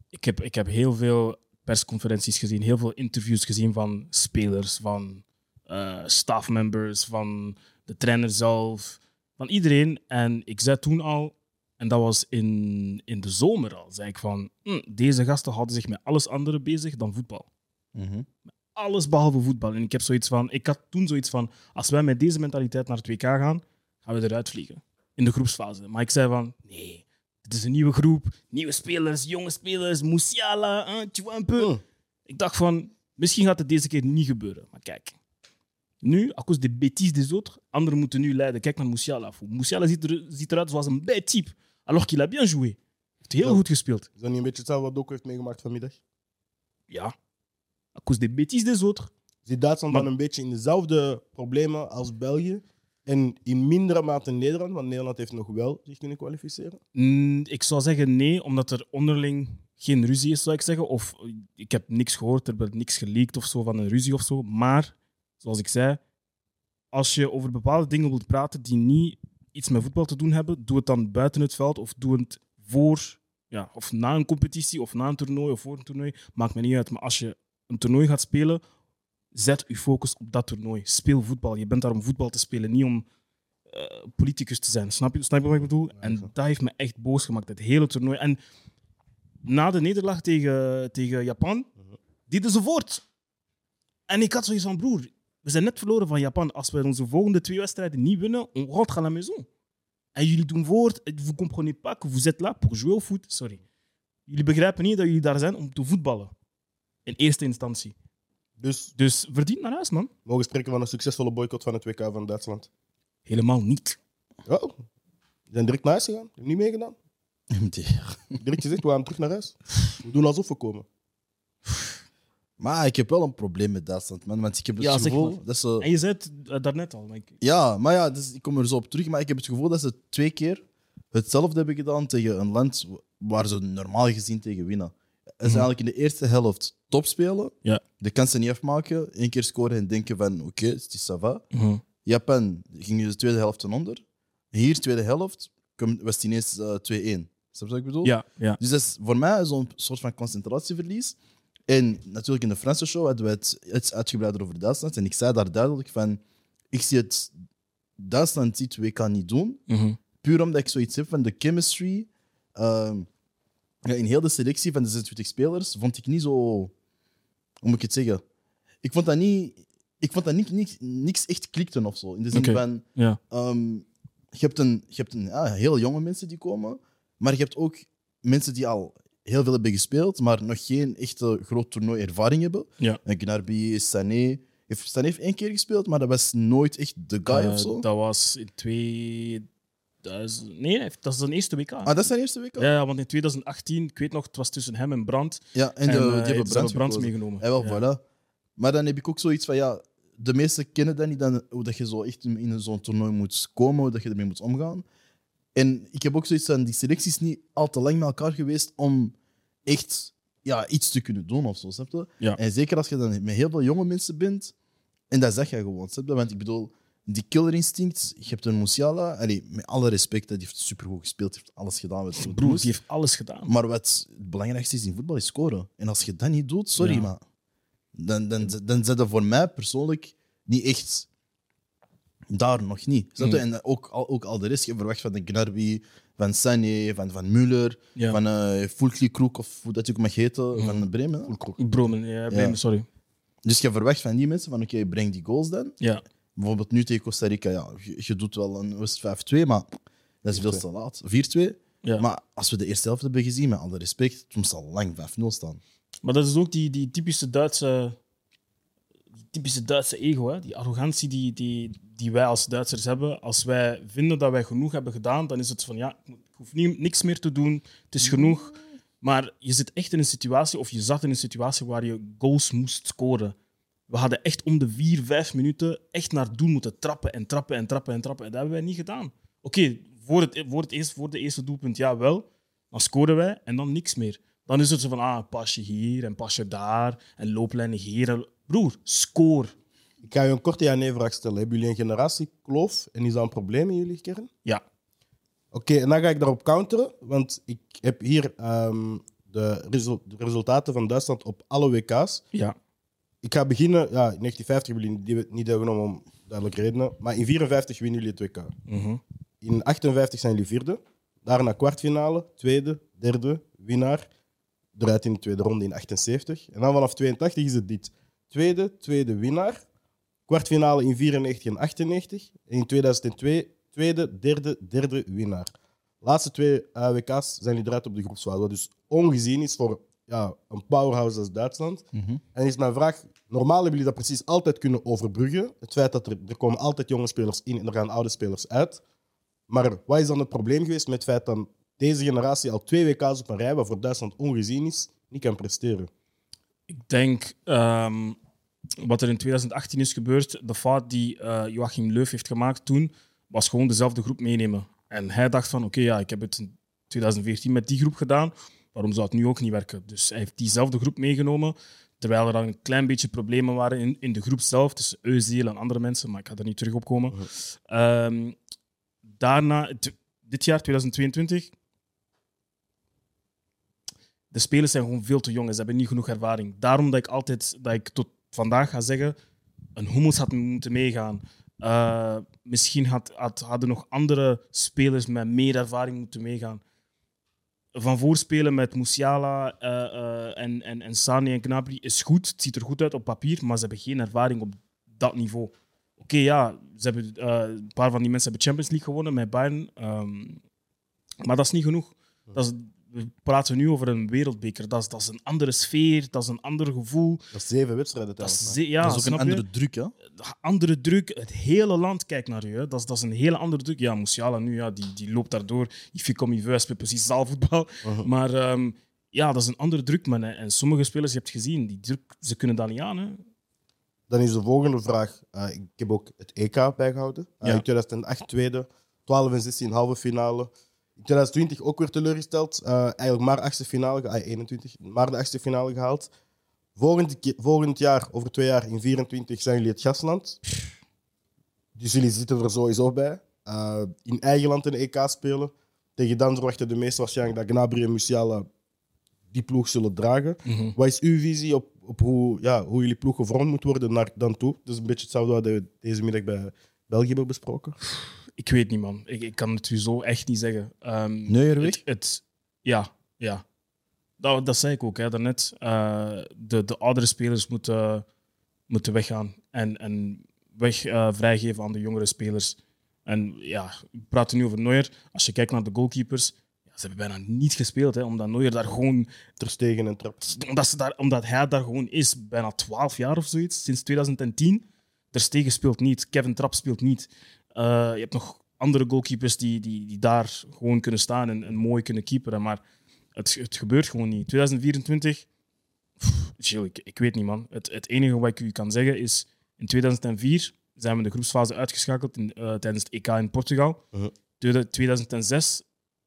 G: ik heb, ik heb heel veel persconferenties gezien, heel veel interviews gezien van spelers, van eh, staffmembers, van de trainer zelf, van iedereen. En ik zei toen al, en dat was in, in de zomer al, zei ik van, "Hm, deze gasten houden zich met alles andere bezig dan voetbal alles behalve voetbal. En ik heb zoiets van, ik had toen zoiets van, als wij met deze mentaliteit naar het WK gaan, gaan we eruit vliegen. In de groepsfase. Maar ik zei van, nee, het is een nieuwe groep, nieuwe spelers, jonge spelers, Musiala, hein, tu vois un peu. Ik dacht van, misschien gaat het deze keer niet gebeuren. Maar kijk, nu, à cause de bêtises des autres, anderen moeten nu leiden. Kijk naar Musiala. Musiala ziet, er, ziet eruit zoals een bad type, alors qu'il a bien joué. Heeft heel
C: Ja.
G: goed gespeeld.
C: Is dat niet een beetje hetzelfde wat Doku heeft meegemaakt vanmiddag?
G: Ja, à cause de bêtises des autres.
C: Zit Duitsland
G: Maar-
C: dan een beetje in dezelfde problemen als België? En in mindere mate Nederland, want Nederland heeft nog wel zich kunnen kwalificeren.
G: Mm, ik zou zeggen nee, omdat er onderling geen ruzie is, zou ik zeggen. Of eh, ik heb niks gehoord, er werd niks geleakt of zo van een ruzie of zo. Maar, zoals ik zei, als je over bepaalde dingen wilt praten die niet iets met voetbal te doen hebben, doe het dan buiten het veld of doe het voor, ja, of na een competitie of na een toernooi of voor een toernooi. Maakt me niet uit. Maar als je een toernooi gaat spelen, zet je focus op dat toernooi. Speel voetbal. Je bent daar om voetbal te spelen, niet om eh, politicus te zijn. Snap je, snap je wat ik bedoel? En dat heeft me echt boos gemaakt, het hele toernooi. En na de nederlaag tegen, tegen Japan,
C: Mhm.
G: deden ze voort. En ik had zoiets van, broer, we zijn net verloren van Japan. Als we onze volgende twee wedstrijden niet winnen, on rentre à la maison. En jullie doen voort. Et Vous comprenez pas que vous êtes là pour jouer au foot. Sorry. Jullie begrijpen niet dat jullie daar zijn om te voetballen. In eerste instantie.
C: Dus
G: Dus verdien naar huis, man.
C: we mogen spreken van een succesvolle boycott van het WK van Duitsland.
G: Helemaal niet.
C: Oh, we zijn direct naar huis gegaan. Hebben niet meegedaan.
F: MDR.
C: Direct gezegd, we gaan terug naar huis. We doen alsof we komen.
F: Maar ik heb wel een probleem met Duitsland, man. Want ik heb het
G: Ja, zeg
F: gevoel
G: maar.
F: dat ze...
G: En je zei het eh, daarnet al. Maar ik,
F: Ja, maar ja, dus ik kom er zo op terug. Maar ik heb het gevoel dat ze twee keer hetzelfde hebben gedaan tegen een land waar ze normaal gezien tegen winnen. Ze eigenlijk in de eerste helft top spelen,
G: Ja.
F: de kansen niet afmaken, één keer scoren en denken van oké, het is ça va.
G: Mhm.
F: Japan ging dus de tweede helft ten onder. Hier, tweede helft, kom- was het ineens eh, 2-1. Snap je wat ik bedoel?
G: Ja, ja.
F: Dus dat is voor mij zo'n soort van concentratieverlies. En natuurlijk in de Franse show hadden we het iets uitgebreider over Duitsland. En ik zei daar duidelijk van, ik zie het Duitsland ziet WK niet doen.
G: Mhm.
F: Puur omdat ik zoiets heb van de chemistry. ehm, ja, in heel de selectie van de 26 spelers vond ik niet zo... Hoe moet ik het zeggen? Ik vond dat niet... Ik vond dat niet, niks, niks echt klikte of zo. In de zin
G: Oké.
F: van...
G: Ja.
F: Ehm, je hebt, een, je hebt een, ja, heel jonge mensen die komen, maar je hebt ook mensen die al heel veel hebben gespeeld, maar nog geen echte groot toernooi ervaring hebben.
G: Ja.
F: En Gnabry, Sané. Heeft, Sané heeft één keer gespeeld, maar dat was nooit echt de guy
G: Eh,
F: of zo.
G: Dat was in twee- hij is- nee, hij heeft- dat is zijn eerste WK.
F: Ah, dat is zijn eerste week al?
G: ja, ja, want in 2018, ik weet nog, het was tussen hem en Brand.
F: Ja, en, de, die
G: eh, ze
F: hebben
G: hebben
F: brand,
G: Brandt
F: gekozen.
G: meegenomen.
F: Ja, wel,
G: Ja.
F: voilà. Maar dan heb ik ook zoiets van, ja, de meesten kennen dat niet, dan, hoe dat je zo echt in in zo'n toernooi moet komen, hoe dat je ermee moet omgaan. En ik heb ook zoiets van, die selectie is niet al te lang met elkaar geweest om echt ja, iets te kunnen doen of zo, snap je?
G: Ja.
F: En zeker als je dan met heel veel jonge mensen bent, en dat zeg je gewoon, snap je? Want ik bedoel, die killer instinct, je hebt een Musiala, allee, met alle respect, dat heeft supergoed gespeeld, heeft alles gedaan wat hij
G: Broer,
F: moest.
G: die heeft alles gedaan.
F: Maar wat het belangrijkste is in voetbal is scoren. En als je dat niet doet, sorry,
G: Ja.
F: maar dan, dan, dan zit dat voor mij persoonlijk niet echt daar nog niet. Snap je?
G: Mm.
F: En ook al, ook al de rest, je verwacht van de Gnarby, van Sané, van, van Müller,
G: Ja. Mm.
F: van eh Fulklikroek of hoe dat je ook mag heten, van Bremen.
G: Bromen, ja, Bremen, sorry.
F: Dus je verwacht van die mensen van oké, breng die goals dan.
G: Ja.
F: Bijvoorbeeld nu tegen Costa Rica, ja, je, je doet wel een West 5-2, maar dat is veel te laat. 4-2.
G: Ja.
F: Maar als we de eerste helft hebben gezien, met alle respect, toen moest al lang 5-0 staan.
G: Maar dat is ook die, die typische Duitse. die typische Duitse ego, hè? die arrogantie die, die, die wij als Duitsers hebben. Als wij vinden dat wij genoeg hebben gedaan, dan is het van ja, ik moet- ik hoef nie- niks meer te doen, het is genoeg. Maar je zit echt in een situatie, of je zat in een situatie waar je goals moest scoren. We hadden echt om de vier, vijf minuten echt naar doel moeten trappen en trappen en trappen en trappen. En dat hebben wij niet gedaan. Oké, voor, het, voor, het eerst, voor de eerste doelpunt ja wel, dan scoren wij en dan niks meer. Dan is het zo van, ah, pasje hier en pasje daar en looplijnen hier. en- Broer, score.
C: Ik ga je een korte ja-nee-vraag stellen. Hebben jullie een generatiekloof en is dat een probleem in jullie kern?
G: Ja,
C: Oké, en dan ga ik daarop counteren, want ik heb hier ehm, de, resul- de resultaten van Duitsland op alle WK's.
G: ja,
C: Ik ga beginnen, ja, in 1950 hebben jullie die niet deelgenomen om duidelijke redenen, maar in 54 winnen jullie het WK.
G: mhm,
C: In 58 zijn jullie vierde, daarna kwartfinale, tweede, derde, winnaar, eruit in de tweede ronde in 78. En dan vanaf 82 is het dit. Tweede, tweede, winnaar, kwartfinale in 94 en 98. En in 2002 tweede, derde, derde winnaar. Laatste twee eh, WK's zijn die eruit op de groepsfase. Wat dus ongezien is voor ja, een powerhouse als Duitsland. En is mijn vraag, normaal hebben jullie dat precies altijd kunnen overbruggen. Het feit dat er, er komen altijd jonge spelers in en er gaan oude spelers uit. Maar wat is dan het probleem geweest met het feit dat deze generatie al twee WK's op een rij, wat voor Duitsland ongezien is, niet kan presteren?
G: Ik denk ehm, wat er in 2018 is gebeurd, de fout die eh, Joachim Leuf heeft gemaakt toen, was gewoon dezelfde groep meenemen. En hij dacht van, oké, ja, ik heb het in 2014 met die groep gedaan, waarom zou het nu ook niet werken? Dus hij heeft diezelfde groep meegenomen, terwijl er dan een klein beetje problemen waren in, in de groep zelf, tussen Euziel en andere mensen, maar ik ga daar niet terug op komen. Ehm, daarna, t- dit jaar, 2022, de spelers zijn gewoon veel te jong en ze hebben niet genoeg ervaring. Daarom dat ik altijd, dat ik tot vandaag ga zeggen, een Hummels had moeten meegaan. Eh, misschien had, had, hadden nog andere spelers met meer ervaring moeten meegaan. Van voorspelen met Musiala eh, eh, en, en, en Sane en Gnabry is goed. Het ziet er goed uit op papier, maar ze hebben geen ervaring op dat niveau. Oké, ja, ze hebben, eh, een paar van die mensen hebben Champions League gewonnen met Bayern. ehm, maar dat is niet genoeg. Dat is, we praten nu over een wereldbeker. Dat is, dat is een andere sfeer, dat is een ander gevoel.
C: Dat is zeven wedstrijden
G: Dat is,
C: telkens.
G: ze- ja,
F: dat is ook
G: Ah, snap
F: een
G: je?
F: andere druk, hè?
G: andere druk. Het hele land kijkt naar je. hè. Dat is, dat is een hele andere druk. Ja, Musiala nu, ja, die, die loopt daardoor. Ifi Comiveu speelt precies zaalvoetbal.
F: Uh-huh.
G: Maar ehm, ja, dat is een andere druk. Man, hè. En sommige spelers, je hebt gezien, die druk, ze kunnen daar niet aan. Hè.
C: Dan is de volgende vraag. eh, ik heb ook het EK bijgehouden. Eh,
G: Ja.
C: In 2008 tweede, 12 en 16 halve finale. In 2020 ook weer teleurgesteld. Eh, eigenlijk maar achtste finale, ge- ah, 21, maar de achtste finale gehaald. Volgend, ke- volgend jaar, over twee jaar, in 24 zijn jullie het gastland. Dus jullie zitten er sowieso bij. Eh, in eigen land een EK spelen. Tegen dan verwachten de meesten waarschijnlijk dat Gnabry en Musiala die ploeg zullen dragen. Wat is uw visie op, op hoe, ja, hoe jullie ploeg gevormd moet worden naar dan toe? Dat is een beetje hetzelfde wat we deze middag bij België hebben besproken.
G: Ik weet niet, man. Ik, ik kan het u zo echt niet zeggen. Ehm,
F: Nee, Herwig?
G: het, het, ja, ja. Dat, dat zei ik ook hè, daarnet. Eh, de, de oudere spelers moeten, moeten weggaan en, en weg eh, vrijgeven aan de jongere spelers. En ja, we praten nu over Neuer. Als je kijkt naar de goalkeepers, ja, ze hebben bijna niet gespeeld. Hè, omdat Neuer daar gewoon
C: Ter stegen en trap.
G: omdat, ze daar, omdat hij daar gewoon is, bijna 12 jaar of zoiets, sinds 2010. Ter Stegen speelt niet, Kevin Trapp speelt niet. Eh, je hebt nog andere goalkeepers die, die, die daar gewoon kunnen staan en, en mooi kunnen keeperen. Maar het, het gebeurt gewoon niet. 2024, pff, Gilles, ik, ik weet niet, man. Het, het enige wat ik u kan zeggen is, in 2004 zijn we de groepsfase uitgeschakeld in, eh, tijdens het EK in Portugal.
F: Mhm.
G: Tweede- 2006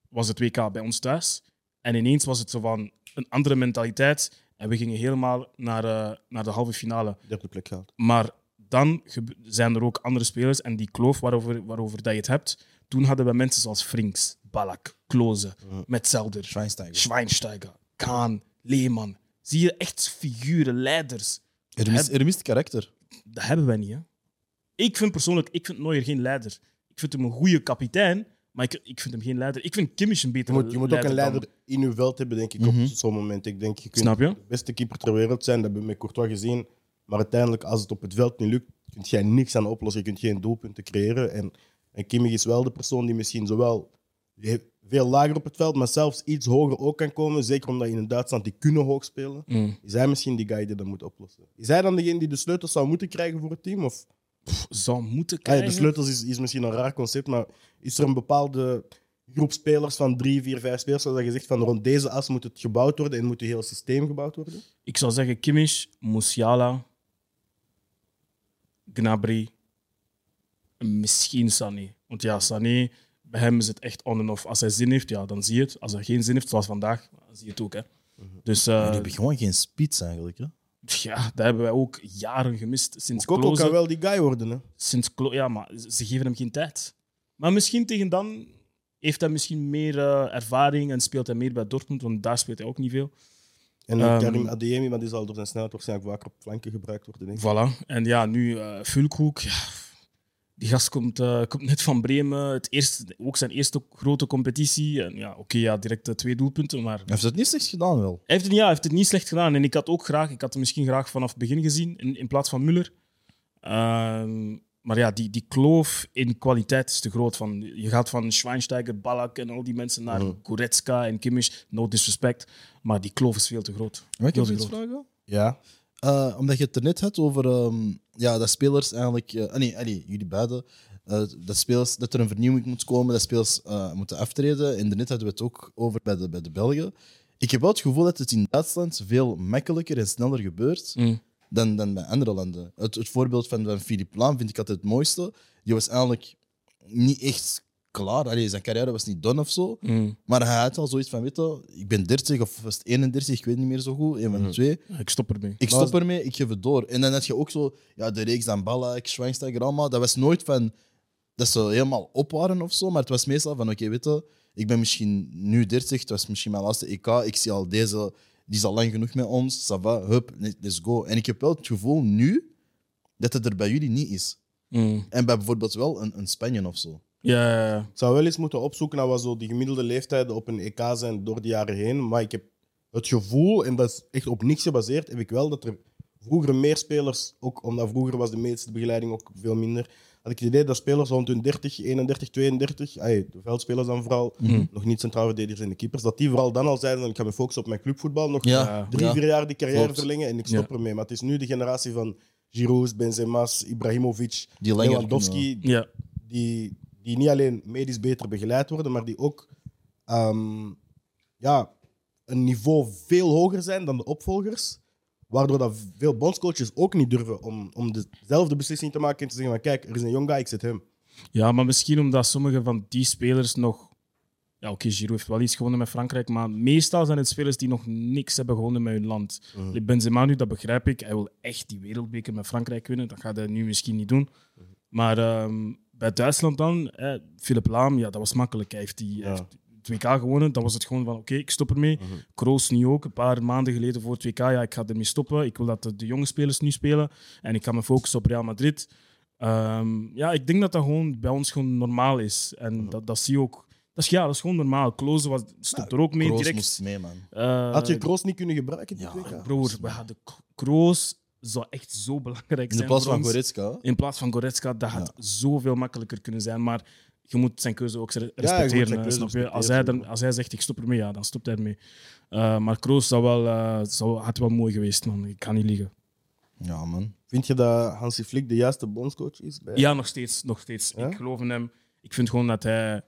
G: was het WK bij ons thuis. En ineens was het zo van een andere mentaliteit. En we gingen helemaal naar, eh, naar de halve finale.
F: Derde plek gehaald.
G: Maar dan gebe- zijn er ook andere spelers. En die kloof waarover, waarover dat je het hebt. Toen hadden we mensen zoals Frinks, Balak, Kloze, Metzelder,
A: Schweinsteiger.
G: Schweinsteiger, Kaan, Lehman. Zie je echt figuren, leiders.
F: Er mist, er mist karakter.
G: Dat hebben wij niet. Hè? Ik vind persoonlijk, ik vind Neuer geen leider. Ik vind hem een goede kapitein, maar ik, ik vind hem geen leider. Ik vind Kimmich een
C: Je
G: betere
C: moet, je moet ook een
G: dan-
C: leider in je veld hebben, denk ik, op zo'n moment. Ik denk, je kunt
G: Mhm. Snap je?
C: de beste keeper ter wereld zijn, dat hebben we met Courtois gezien. Maar uiteindelijk, als het op het veld niet lukt, kun jij niks aan oplossen. Je kunt geen doelpunten creëren. En, en Kimmich is wel de persoon die misschien zowel veel lager op het veld, maar zelfs iets hoger ook kan komen. Zeker omdat in Duitsland die kunnen hoog spelen.
G: Mm.
C: Is hij misschien die guy die dat moet oplossen? Is hij dan degene die de sleutels zou moeten krijgen voor het team? Of
G: Zou moeten
C: Ah ja,
G: krijgen.
C: de sleutels is, is misschien een raar concept, maar is er een bepaalde groep spelers van drie, vier, vijf spelers dat je zegt van rond deze as moet het gebouwd worden en moet het heel systeem gebouwd worden?
G: Ik zou zeggen Kimmich, Musiala, Gnabry, en misschien Sané. Want ja, Sané, bij hem is het echt on en off. Als hij zin heeft, ja, dan zie je het. Als hij geen zin heeft, zoals vandaag, dan zie je het ook. Hè.
C: Mhm.
G: Dus eh,
F: Jullie hebben gewoon geen spits eigenlijk. Hè?
G: ja, daar hebben wij ook jaren gemist. Sinds
C: Koko
G: Klose-
C: kan wel die guy worden. Hè?
G: sinds Klo ja, maar ze- ze geven hem geen tijd. Maar misschien tegen dan heeft hij misschien meer eh, ervaring en speelt hij meer bij Dortmund, want daar speelt hij ook niet veel.
C: En dan
G: Ehm.
C: Karim Adeyemi, maar die zal door zijn snelheid waarschijnlijk vaker op flanken gebruikt worden. Denk ik.
G: Voilà. En ja, nu eh Fulkhoek. Ja, die gast komt, eh, komt net van Bremen. Het eerste, ook zijn eerste grote competitie. En ja, oké, ja, direct eh, twee doelpunten. Maar
F: Hij heeft dat niet slecht gedaan, wel.
G: hij heeft, het, ja, hij heeft het niet slecht gedaan. En ik had ook graag, ik had hem misschien graag vanaf het begin gezien, in, in plaats van Muller. Ehm, maar ja, die, die kloof in kwaliteit is te groot. Van, je gaat van Schweinsteiger, Balak en al die mensen naar
F: Mhm.
G: Goretzka en Kimmich. No disrespect. Maar die kloof is veel te groot.
F: Mag ik
G: Heel
F: nog
G: te
F: iets
G: groot.
F: vragen?
C: Ja.
F: Eh, omdat je het er net had over ehm, ja, dat spelers eigenlijk. eh, ah nee, ah nee, jullie beiden. eh, dat, spelers, dat er een vernieuwing moet komen, dat spelers eh, moeten aftreden. En daarnet hadden we het ook over bij de, bij de Belgen. Ik heb wel het gevoel dat het in Duitsland veel makkelijker en sneller gebeurt
G: Mm.
F: dan, dan bij andere landen. Het, het voorbeeld van, van Philippe Laam vind ik altijd het mooiste. Die was eigenlijk niet echt klaar. Allee, zijn carrière was niet done of zo.
G: Mm.
F: Maar hij had al zoiets van: weet je, ik ben 30 of was het 31, ik weet niet meer zo goed. Een van de twee.
G: Ja, Ik stop ermee.
F: Ik stop ermee, ik geef het door. En dan had je ook zo ja, de reeks aan Balak, Schweinsteiger, allemaal. Dat was nooit van dat ze helemaal op waren of zo. Maar het was meestal van: oké, weet je, ik ben misschien nu 30, het was misschien mijn laatste EK. Ik zie al deze, die is al lang genoeg met ons. Ça va, hup, let's go. En ik heb wel het gevoel nu dat het er bij jullie niet is.
G: Mm.
F: En bij bijvoorbeeld wel een, een Spanje of zo.
G: Ja, ja, ja.
C: Ik zou wel eens moeten opzoeken naar wat zo de gemiddelde leeftijden op een EK zijn door de jaren heen. Maar ik heb het gevoel, en dat is echt op niks gebaseerd, heb ik wel dat er vroeger meer spelers, ook omdat vroeger was de medische begeleiding ook veel minder, had ik het idee dat spelers rond hun 30, 31, 32, ai, de veldspelers dan vooral,
F: Mhm.
C: nog niet centraal verdedigers en de keepers, dat die vooral dan al zeiden, ik ga me focussen op mijn clubvoetbal, nog
G: Ja,
C: drie,
F: ja.
C: vier jaar die carrière
F: Klopt.
C: verlengen en ik stop
G: Ja.
C: ermee. Maar het is nu de generatie van Giroud, Benzema's, Ibrahimovic,
F: Die langer
C: Lewandowski,
G: ja.
C: die, die niet alleen medisch beter begeleid worden, maar die ook ehm, ja, een niveau veel hoger zijn dan de opvolgers. Waardoor dat veel bondscoaches ook niet durven om, om dezelfde beslissing te maken en te zeggen van kijk, er is een jong guy, ik zet hem.
G: Ja, maar misschien omdat sommige van die spelers nog. Ja, oké, Giroud heeft wel iets gewonnen met Frankrijk, maar meestal zijn het spelers die nog niks hebben gewonnen met hun land. Benzema nu, dat begrijp ik. Hij wil echt die wereldbeker met Frankrijk winnen. Dat gaat hij nu misschien niet doen. Maar ehm, bij Duitsland dan, hè, Philipp Laam, ja, dat was makkelijk. Hij heeft die hij heeft het WK gewonnen. Dan was het gewoon van, oké, ik stop ermee.
F: Mhm.
G: Kroos nu ook, een paar maanden geleden voor het WK. Ja, ik ga ermee stoppen. Ik wil dat de, de jonge spelers nu spelen. En ik ga me focussen op Real Madrid. Ehm, ja, ik denk dat dat gewoon bij ons gewoon normaal is. En
F: Mhm.
G: dat, dat zie je ook. Dat is, ja, dat is gewoon normaal. Klose was, stond er ook mee
F: Kroos
G: direct.
F: moest mee, man.
G: Eh,
C: Had je Kroos niet kunnen gebruiken? dit WK?
G: Broer, we hadden K- Kroos zou echt zo belangrijk
F: In de
G: zijn.
F: plaats
G: voor
F: van
G: ons.
F: Goretzka. hè?
G: In plaats van Goretzka, dat had zoveel makkelijker kunnen zijn. Maar je moet zijn keuze ook re-
C: zijn
G: respecteren. hè,
C: keuze
G: snap je? Als, hij
C: respecteren,
G: dan, als hij zegt, ik stop ermee, ja, dan stopt hij ermee. Eh, maar Kroos zou wel, eh, zou, had wel mooi geweest, man. Ik kan niet liegen.
F: Ja, man.
C: Vind je dat Hansi Flick de juiste bondscoach is? Bij?
G: Ja, nog steeds. Nog steeds. Ik geloof in hem. Ik vind gewoon dat hij.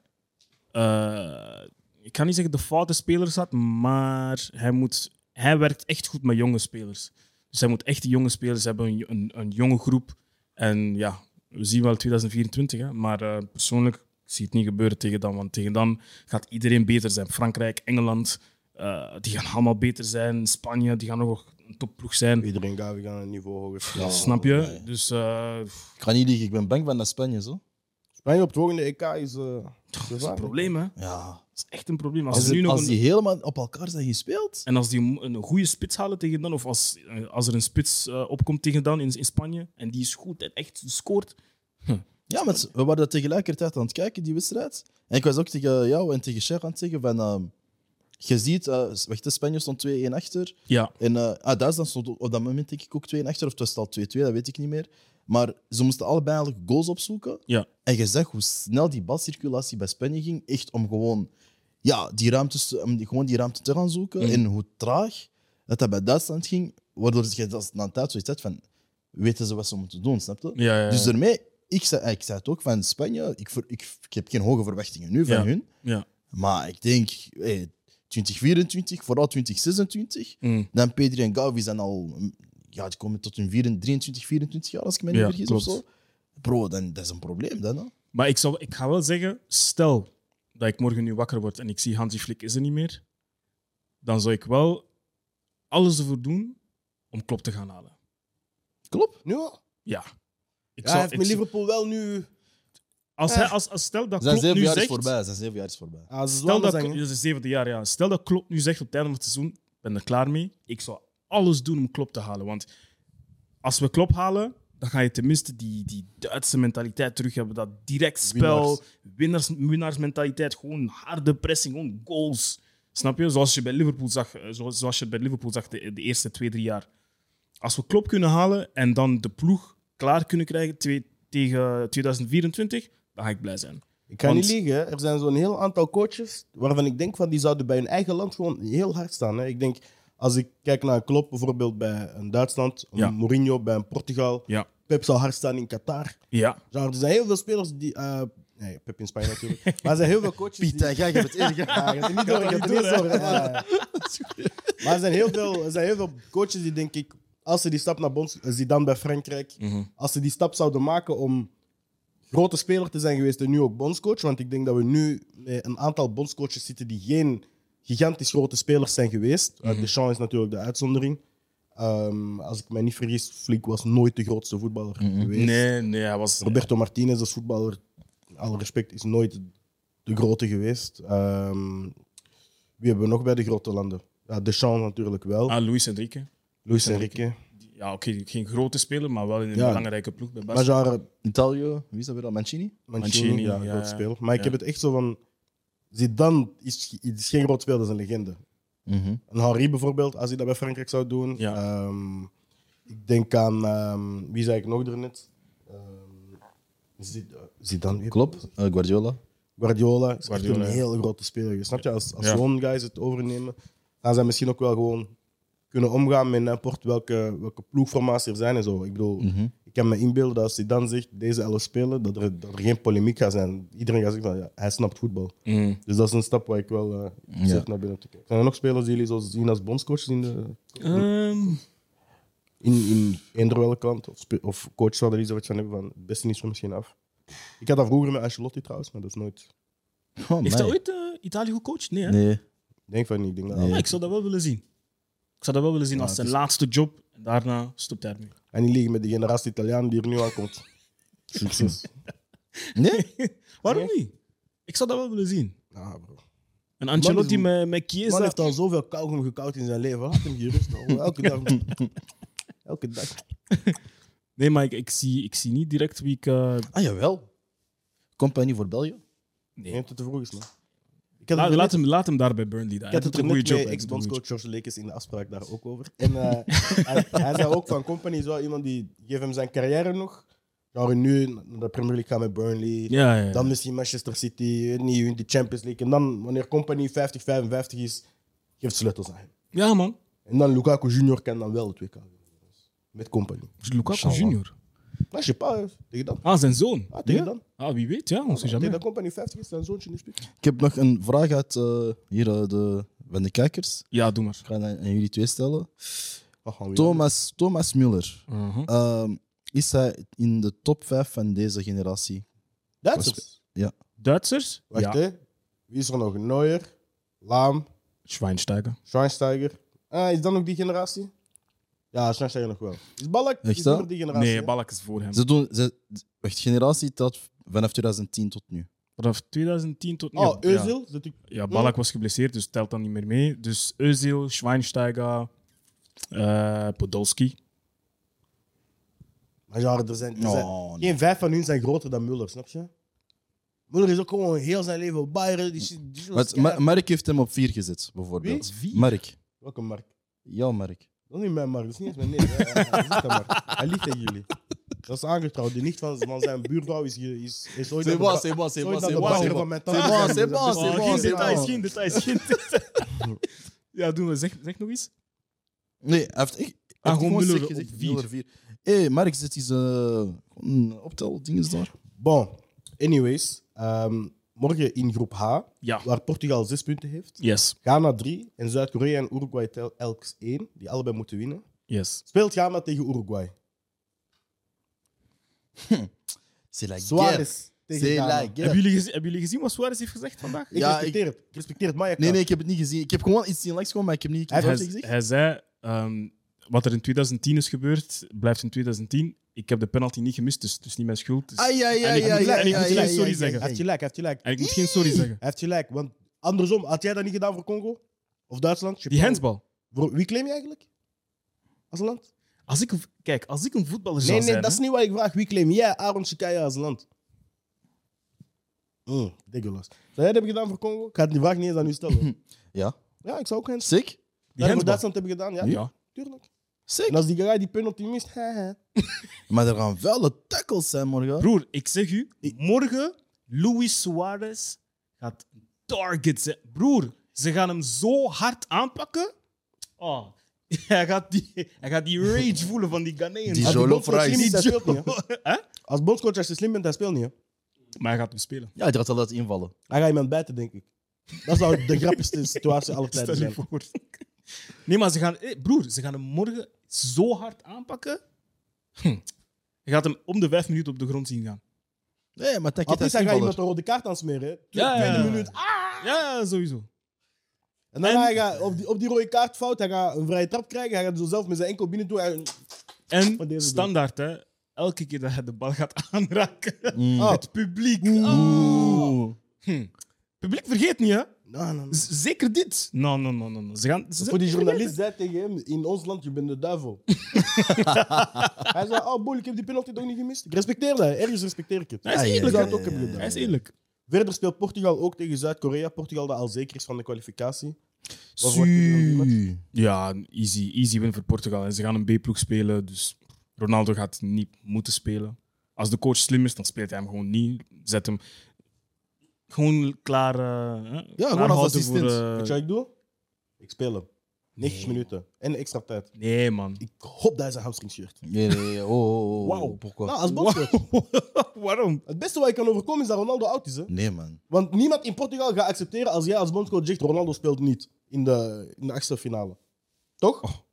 G: eh, ik kan niet zeggen de foute spelers had, maar hij, moet, hij werkt echt goed met jonge spelers. Dus hij moet echt die jonge spelers hebben, een, een, een jonge groep. En ja, we zien wel 2024, hè? maar eh, persoonlijk ik zie het niet gebeuren tegen dan. Want tegen dan gaat iedereen beter zijn. Frankrijk, Engeland, eh, die gaan allemaal beter zijn. Spanje, die gaan nog een topploeg zijn.
C: Iedereen gaat weer aan een niveau hoger.
G: Snap
F: Oh,
G: je? Dus eh, pff,
F: Ik ga niet liegen, ik ben bang van naar Spanje, zo.
C: Spanje op het volgende EK is... eh,
G: dat is een probleem, hè?
F: Ja.
G: Dat is echt een probleem. Als,
F: Als,
G: ze nu
F: het-
G: nog
F: als
G: een-
F: die helemaal op elkaar zijn gespeeld.
G: En als die een- een goede spits halen tegen dan, of als, eh, als er een spits eh, opkomt tegen dan in, in Spanje, en die is goed en echt scoort.
F: Ja, maar het- we waren dat tegelijkertijd aan het kijken, die wedstrijd. En ik was ook tegen jou en tegen Cher aan het zeggen van... ehm, je ziet, eh, wacht, de Spanje stond 2-1 achter.
G: Ja,
F: En eh ah, Duitsland stond op dat moment denk ik ook 2-1 achter. Of het was al 2-2, dat weet ik niet meer. Maar ze moesten allebei eigenlijk goals opzoeken.
G: Ja.
F: En je zag hoe snel die balcirculatie bij Spanje ging. Echt om gewoon, ja, die ruimtes, te- om die, gewoon die ruimte te gaan zoeken.
G: Mm.
F: En hoe traag dat, dat bij Duitsland ging. Waardoor je dat na een tijd zoiets had van... Weten ze wat ze moeten doen, snap je?
G: ja, ja.
F: Dus daarmee, ik zei, ik zei het ook van Spanje, ik, ver- ik, ik heb geen hoge verwachtingen nu van
G: Ja,
F: hun.
G: ja.
F: Maar ik denk, hey, 2024, vooral 2026,
G: Mm,
F: dan Pedri en Gavi zijn al, mm, ja, die komen tot hun 24, 23, 24 jaar, als ik me niet
G: Ja,
F: vergis
G: klopt.
F: of zo. Bro, dan, dat is een probleem dan. Hè?
G: Maar ik, zou, ik ga wel zeggen, stel dat ik morgen nu wakker word en ik zie Hansi Flick is er niet meer, dan zou ik wel alles ervoor doen om Klopp te gaan halen.
F: Klopt.
C: nu al?
G: Ja.
C: Ja,
G: Ik zou-
C: hij heeft
G: ik
C: met
G: zou-
C: Liverpool wel nu... Eh.
G: als, hij, als, als stel dat
F: Zijn
G: Klopp
F: zeven
G: nu
F: jaar is
G: zegt...
F: voorbij. Zijn zeven jaar is voorbij.
C: Ah, ze
G: Stel
C: zullen
G: dat,
C: zeggen,
G: dat is het zevende jaar, ja. Stel dat Klopp nu zegt op het einde van het seizoen, ik ben er klaar mee. Ik zou alles doen om Klopp te halen. Want als we Klopp halen, dan ga je tenminste die, die Duitse mentaliteit terug hebben. Dat direct spel, winnaars. winnaarsmentaliteit, gewoon harde pressing, gewoon goals. Snap je? Zoals je bij Liverpool zag, eh, zoals, zoals je bij Liverpool zag de, de eerste twee, drie jaar. Als we Klopp kunnen halen en dan de ploeg klaar kunnen krijgen twee- tegen 2024, dan ga ik blij zijn.
C: Ik ga
G: Want-
C: niet liegen, hè. er zijn zo'n heel aantal coaches waarvan ik denk van die zouden bij hun eigen land gewoon heel hard staan. Hè. Ik denk, als ik kijk naar Klopp bijvoorbeeld bij een Duitsland, een
G: Ja.
C: Mourinho bij een Portugal,
G: Ja.
C: Pep zou hard staan in Qatar.
G: Ja.
C: Genre, er zijn dus heel veel spelers die... eh, nee, Pep in Spanje natuurlijk. maar er zijn heel veel coaches die...
F: Pieter, jij hebt het eerder
C: Ja, je hebt het niet door, je hebt het niet door. hè. Ja, ja. Maar er zijn, heel veel, er zijn heel veel coaches die denk ik, als ze die stap naar Bonds, dan bij Frankrijk, als ze die stap zouden maken om grote speler te zijn geweest en nu ook bondscoach, want ik denk dat we nu met een aantal bondscoaches zitten die geen gigantisch grote spelers zijn geweest. Uh, Deschamps is natuurlijk de uitzondering. Ehm, als ik mij niet vergis, Flink was nooit de grootste voetballer geweest.
G: Nee, nee, hij was...
C: Roberto Martinez als voetballer, alle respect, is nooit de grote geweest. Ehm, wie hebben we nog bij de grote landen? Ja, Deschamps natuurlijk wel.
G: Ah, Luis Enrique.
C: Luis Enrique.
G: Ja, oké, geen grote speler, maar wel in een
C: Ja.
G: belangrijke ploeg bij
C: Maar
G: Barca.
C: genre
F: Italië, wie is dat weer al? Mancini?
C: Mancini,
G: Mancini,
C: ja,
G: ja,
C: groot
G: ja.
C: speler. Maar ik
G: Ja.
C: heb het echt zo van... Zidane is, is geen groot speler, dat is een legende.
F: Mhm.
C: Een Henri bijvoorbeeld, als hij dat bij Frankrijk zou doen.
G: Ja.
C: Ehm, ik denk aan... ehm, wie zei ik nog daarnet? Ehm Zid- Zidane.
F: Klopt. Eh, Guardiola.
C: Guardiola is echt
G: Guardiola,
C: een
G: ja.
C: heel grote speler. Je snapt je, als, als
G: Ja.
C: zo'n guys het overnemen, gaan zij misschien ook wel gewoon kunnen omgaan met import welke, welke ploegformatie er zijn en zo. Ik bedoel,
G: Mhm.
C: ik kan me inbeelden dat als hij dan zegt, deze elf spelen, dat er, dat er geen polemiek gaat zijn. Iedereen gaat zeggen van, ja, hij snapt voetbal.
G: Mm.
C: Dus dat is een stap waar ik wel eh zeg naar binnen te kijken. Zijn er nog spelers die jullie zo zien als bondscoaches in, de, Oh,
G: Ehm,
C: in, in eender welke land? Of, spe- of coaches waar jullie zoiets van hebben van, het beste is er misschien af. Ik had dat vroeger met Ancelotti trouwens, maar dat is nooit...
F: Oh,
G: heeft
F: my.
G: hij ooit eh, Italië gecoacht? Nee, hè?
F: Nee.
C: Ik denk van niet, ik denk dat...
F: Nee.
G: Maar ik zou dat wel willen zien. Ik zou dat wel willen zien als zijn laatste job. En daarna stopt hij ermee.
C: En die liggen met de generatie Italiaan die er nu aankomt. Succes.
F: Nee?
G: Waarom niet? Ik zou dat wel willen zien.
C: Ah, bro.
G: En Ancelotti
C: Man
G: met, met
C: Man
G: Chiesa.
C: heeft al zoveel kauwgom gekoud in zijn leven. Laat hem gerust. hoor. Elke dag. Elke dag.
G: Nee, maar ik, ik, zie, ik zie niet direct wie ik... eh,
F: Ah, jawel. Compagnie voor België.
C: Je hebt het te vroeg is, man. Ik had
G: laat,
C: het,
G: laat,
C: er net-
G: hem, laat hem daarbij Burnley. Daar.
C: ik had het er
G: een goede
C: net
G: job.
C: met
G: hij doet een goede
C: ex-bondscoach George Lekes in de afspraak daar ook over. En eh, hij, hij zei ook van Company is wel iemand die geeft hem zijn carrière nog. Zou nu naar de Premier League gaan met Burnley.
G: job. Ja, ja, ja.
C: Dan misschien Manchester City, weet niet, in de Champions League. En dan, wanneer Company 50-55 is, geeft sleutels aan hem.
G: ja, man.
C: En dan Lukaku Junior kan dan wel het WK winnen. Dus, Met compagnie.
G: Lukaku junior.
C: Dat is je pa, hè. tegen dan.
G: Ah, zijn zoon.
C: Ah, tegen
G: Ja.
C: dan.
G: Ah, wie weet, ja. Ons is
C: Tegen
G: jamais.
C: dat company 50 is zijn zoontje nu speelt.
F: Ik heb nog een vraag uit eh, hier eh, de, van de kijkers.
G: Ja, doe maar.
F: Ik ga het aan aan jullie twee stellen.
C: Wat gaan we hier
F: Thomas, Thomas Muller.
G: Uh-huh.
F: Ehm, is hij in de top 5 van deze generatie?
C: doen? Duitsers.
G: Duitsers?
C: Wacht,
G: ja.
C: hè. Wie is er nog? Neuer, Laam,
G: Schweinsteiger.
C: Schweinsteiger. Ah, is dat nog die generatie? Ja, Schweinsteiger nog wel. Is Ballack
F: Echt,
C: is dat
F: hè?
C: nog die generatie?
G: Nee,
C: hè?
G: Balak is voor hem.
F: Ze doen, ze, wacht, generatie telt vanaf 2010 tot nu.
G: Vanaf 2010 tot nu.
C: Oh,
G: Ja.
C: Özil? Zit ik-
G: Ja, Balak was geblesseerd, dus telt dan niet meer mee. Dus Özil, Schweinsteiger, eh, Podolski.
C: Maar ja, er zijn,
G: Nou,
C: er zijn
F: Oh, nee.
C: geen vijf van hun zijn groter dan Muller, snap je? Muller is ook gewoon heel zijn leven op Bayern. Die, shit- die shit was
F: Wat, Ma-
C: keihard.
F: Mark heeft hem op 4 gezet, bijvoorbeeld. Mark.
C: Welke markt?
F: Ja, Mark.
C: Dat is niet mijn markt, dat is niet eens mijn neef. hè. Hij zit daar maar. Hij ligt tegen jullie. Dat is aangetrouwd. De nicht van, van zijn buurvrouw is, ge- is, is ooit aan de ba-
F: bon,
C: is ooit aan de bakker van mijn tante.
F: bon, c'est bon,
C: Dat is
F: c'est
C: een
F: bon,
C: geen
F: c'est bon.
C: details, geen-
G: Ah, details, geen ja, doen we. Zeg, zeg nog iets.
F: Nee, hij heeft echt.
G: Ah,
F: hij heeft
G: gewoon Muller
F: slecht
G: op
F: gezegd,
G: vier.
F: Muller vier. Hé, hey, Mark zit is eh een optelding daar.
C: Bon, anyways. ehm, morgen in groep H,
G: Ja.
C: waar Portugal zes punten heeft.
G: Yes.
C: Ghana 3 en Zuid-Korea en Uruguay tel- elk 1, die allebei moeten winnen.
G: Yes.
C: Speelt Ghana tegen Uruguay.
F: C'est la
C: Suarez tegen
F: C'est la
C: Ghana.
F: guerre.
G: Hebben, jullie gezien, hebben jullie gezien wat Suarez heeft gezegd vandaag?
C: Ik
F: Ja,
C: respecteer het. Ik respecteer het, maar je
F: Nee,
C: kan.
F: nee, ik heb het niet gezien. Ik heb gewoon iets zien langskomen, maar ik heb niet
C: Hij
F: ik heb het
G: hij,
F: gezien.
G: hij zei, ehm, wat er in 2010 is gebeurd, blijft in 2010. Ik heb de penalty niet gemist, dus het is niet mijn schuld.
C: Ah,
G: Dus-
F: Ai, ai,
G: En
F: ai,
G: ik
F: ai,
G: moet- en
F: ai,
G: ik moet
F: ai,
G: geen
F: ai,
G: sorry
F: ai,
G: zeggen.
C: Hij heeft gelijk, hij heeft gelijk.
G: En ik moet geen sorry zeggen.
C: Hij heeft gelijk, want andersom, had jij dat niet gedaan voor Congo? Of Duitsland?
G: Die
C: Japan?
G: handsbal.
C: Voor wie claim je eigenlijk? Als land?
G: Als ik, een- kijk, als ik een voetballer zou
C: Nee, nee,
G: zijn...
C: dat
G: hè,
C: is niet wat ik vraag. Wie claim jij Aaron Chikaya als land? Mm, Degulas. Zou jij dat hebben gedaan voor Congo? Ik ga die vraag niet eens aan u stellen.
F: Ja.
C: Ja, ik zou ook hands.
F: Sick?
G: die
C: Dat je voor
G: handsbal.
C: Duitsland hebben gedaan, ja?
G: Ja.
C: Tuurlijk. En
F: Sick.
C: als die guy die penalty mist, haha.
F: Maar er gaan vuile tackles zijn morgen.
G: Broer, ik zeg u, morgen Luis Suarez gaat een target zijn. Broer, ze gaan hem zo hard aanpakken. Oh, hij, gaat die, hij gaat die rage voelen van die Ghanaian.
F: Die
C: Als
F: Jolo
C: bondscoach slim is, hij
G: Rice.
C: speelt niet, hè? Als bondscoach, als je slim bent, hij speelt niet. Hè?
G: Maar hij gaat hem spelen.
F: Ja, die gaat wel laten invallen.
C: Hij gaat iemand bijten, denk ik. Dat zou de grappigste situatie aller tijden
G: Stel
C: zijn.
G: je voor. Nee, maar ze gaan, eh, broer, ze gaan hem morgen zo hard aanpakken. Hm. Je gaat hem om de vijf minuten op de grond zien gaan.
F: Nee, maar dat
C: Want
F: is
C: is hij gaat iemand
F: invaller.
C: een rode kaart aansmeren. hè?
G: Ja, ja, ja.
C: Tweede minuut. Ah!
G: Ja, sowieso.
C: En dan
G: En-
C: Hij gaat op, die, op die rode kaart fout, hij gaat een vrije trap krijgen. Hij gaat zo zelf met zijn enkel binnen doen. Hij... Wat
G: En
C: deden ze?
G: standaard, hè. Elke keer dat hij de bal gaat aanraken,
C: Ah,
F: Mm.
G: het publiek.
F: Oeh.
G: Hm. Publiek vergeet niet, hè?
C: Nou, nou, nou.
G: Z- zeker dit. No, no, no, no. no. Ze gaan, ze
C: Voor die journalist zei tegen hem, in ons land, je bent de duivel. hij zei, oh boel, ik heb die penalty toch niet gemist. Ik respecteer dat, ergens respecteer ik het.
G: Hij is
F: Ah, ja,
G: eerlijk.
C: ja,
G: hè.
C: ja, ja, ja, ja.
G: Hij is eerlijk.
C: Verder speelt Portugal ook tegen Zuid-Korea. Portugal dat al zeker is van de kwalificatie. Wat wordt het dan?
F: Su.
G: Ja, een easy, easy win voor Portugal. En ze gaan een B-ploeg spelen, dus Ronaldo gaat niet moeten spelen. Als de coach slim is, dan speelt hij hem gewoon niet. Zet hem gewoon klaar. eh, hè,
F: Ja,
G: klaar
F: gewoon als
G: houden
F: assistent.
C: Weet
G: Voor,
C: je
G: eh,
C: wat ik doe? Ik speel hem. 90 minuten. En extra tijd.
G: nee, man.
C: Ik hoop dat hij zijn hamstring scheurt.
F: Nee, nee, nee. Oh, oh, oh.
G: Wauw.
F: Pourquoi?
C: Nou, als bondscoach.
G: Waarom?
C: Het beste wat je kan overkomen is dat Ronaldo oud is. Hè?
F: Nee, man.
C: Want niemand in Portugal gaat accepteren als jij als bondscoach zegt Ronaldo speelt niet in de, in de achtste finale. Toch?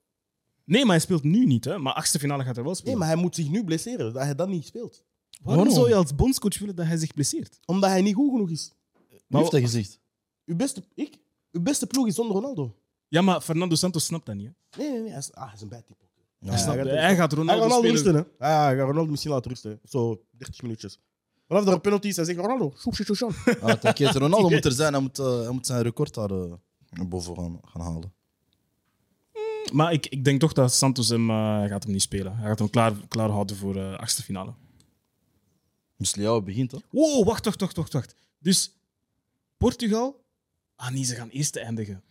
G: Nee, maar hij speelt nu niet, hè? Maar achtste finale gaat hij wel
C: Nee,
G: spelen.
C: maar hij moet zich nu blesseren. Dat hij dat niet speelt.
G: Waarom, zou je als bondscoach willen dat hij zich blesseert?
C: Omdat hij niet goed genoeg is.
F: Wie
G: Nou,
F: heeft dat gezegd?
C: Uw beste, ik? Uw beste ploeg is zonder Ronaldo.
G: Ja, maar Fernando Santos snapt dat niet. hè.
C: Nee, nee, nee. Hij is, ah, hij is een bijtype.
F: Ja.
C: Hij
G: Hij,
C: snapt
G: snapt-
C: het.
G: hij gaat
C: Hij
G: Ronaldo,
C: gaat Ronaldo
G: spelen.
C: rusten, hè? Ah, ja, hij gaat Ronaldo misschien laten rusten. hè. Zo 30 minuutjes. Vanaf er een penalty is, hij zegt Ronaldo, shoep, shoep, shoep, shoep.
F: Ah, t'inquiète, Ronaldo moet er zijn. Hij moet, eh, hij moet zijn record daar eh, naar boven gaan, gaan halen.
G: Maar ik, ik denk toch dat Santos hem eh, gaat hem niet spelen. Hij gaat hem klaar, klaar houden voor eh achtste finale.
F: Dus Leao begint, hè?
G: Wow, wacht, wacht, wacht, wacht, wacht. Dus Portugal. Ah nee, ze gaan eerste eindigen.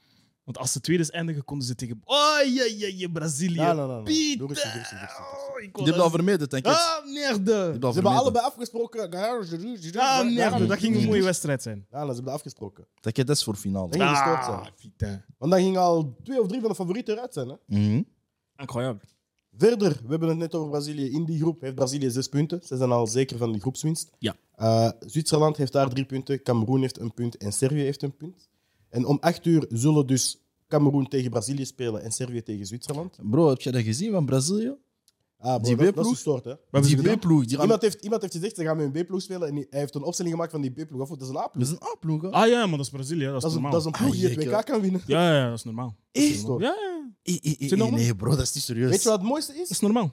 G: Want als ze tweede eindigen, konden ze tegen. Oh ja, ja, ja, Brazilië.
C: Ja, nee, nee, nee.
G: Piet.
C: Doe rustig, doe rustig, doe rustig.
G: Oh, ik
F: Die hebben
G: wou
F: dat
G: dat-
F: vermeden, t'inquiète. Die
G: Ah, merde.
F: dat
C: Ze hebben
F: vermeden.
C: allebei afgesproken. Ah, nee,
G: Ah, merde. Dat ging Ah. een mooie wedstrijd zijn.
C: Ja, nou, ze hebben dat afgesproken.
F: T'inquiète, dat is voor finale.
G: Ah,
C: Ging gestoord zijn.
G: putain.
C: Want dan gingen al twee of drie van de favorieten eruit zijn. Hè?
F: Mhm.
G: Incroyable.
C: Verder, we hebben het net over Brazilië. In die groep heeft Brazilië zes punten. Ze zijn al zeker van de groepswinst.
G: Ja.
C: Eh, Zwitserland heeft daar drie punten, Cameroen heeft een punt en Servië heeft een punt. En om acht uur zullen dus Cameroen tegen Brazilië spelen en Servië tegen Zwitserland.
F: Bro, heb je dat gezien van Brazilië?
C: Ah, bro,
F: Die
C: dat, dat is
F: B-ploeg?
C: gestoord, hè?
F: Die B-ploeg. Die gaan...
C: Iemand heeft, iemand heeft gezegd, ze gaan met een B-ploeg spelen. En hij heeft een opstelling gemaakt van die B-ploeg. Of, Dat is een A-ploeg.
F: Dat is een A-ploeg, hè?
G: Ah ja, maar dat is Brazilië, hè. dat is
C: Dat is, een,
G: normaal. Oh,
C: dat is een ploeg
F: Ah,
C: die het
F: jeker.
C: WK kan winnen.
G: Ja, ja, dat is normaal.
C: Dat is gestoord.
G: Ja, ja,
F: Eh, eh, eh,
G: Is het normaal?
F: nee, bro, dat is niet serieus.
C: Weet je wat het mooiste
G: dat is
C: is?
G: normaal.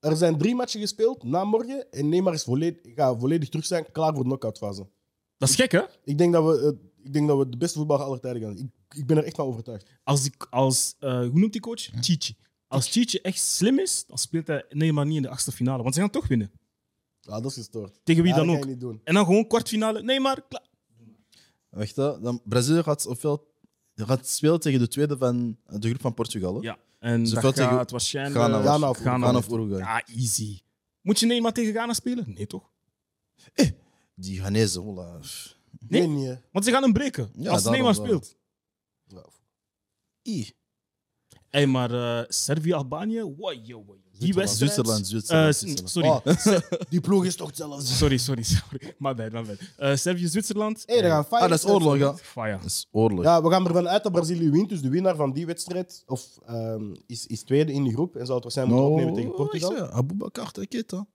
C: Er zijn drie matchen gespeeld na morgen. En Neymar is volledig, gaat volledig terug zijn, klaar voor de knock-outfase.
G: Dat is gek, hè?
C: Ik denk dat we, eh, ik denk dat we de beste voetballer aller tijden gaan. zien. Ik, ik ben er echt van overtuigd.
G: Als, die, als eh, hoe noemt die coach?
C: Hm?
G: Chichi. Als Chichi echt slim is, dan speelt hij Neymar niet in de achtste finale. Want ze gaan toch winnen.
C: Ah, dat is gestoord.
G: Tegen wie
C: Ah,
G: dan
C: dat
G: ook.
C: Kan je niet doen.
G: En dan gewoon kwartfinale. Neymar, klaar.
F: Wacht, hè. Dan, Brazilië gaat, ofwel, gaat spelen tegen de tweede van de groep van Portugal. Hè?
G: Ja. En
F: Ze
G: dat
F: vechten
G: gaat
F: tegen
G: waarschijnlijk...
F: Ghana,
C: Ghana of-
F: Ghana of Uruguay.
G: Ja, easy. Moet je Neymar tegen Ghana spelen? Nee, toch?
F: Die Ghanese, hola. pff.
G: Nee?
C: Nee, nee. hè.
G: Want ze gaan hem breken
F: Ja,
G: als
F: daarom,
G: Neymar
F: daarom.
G: speelt. Hey, maar eh, Servië-Albanië? Wow, yo, wow, yo. Die wedstrijd...
F: Zwitserland,
G: Eh,
F: Zwitserland.
G: s-
F: Zwitserland. Oh.
G: sorry.
C: Die ploeg is toch hetzelfde.
G: Sorry, sorry, sorry. My bad, my bad. Eh, Servië-Zwitserland?
C: Hey, daar gaan vijf
F: Ah, dat is oorlog, ja.
G: Fire.
F: Dat is oorlog.
C: Ja, we gaan ervan uit dat Brazilië wint. Dus de winnaar van die wedstrijd of, ehm, is, is tweede in de groep. En zal het waarschijnlijk moeten opnemen tegen Portugal.
F: Abubakar, Taketa.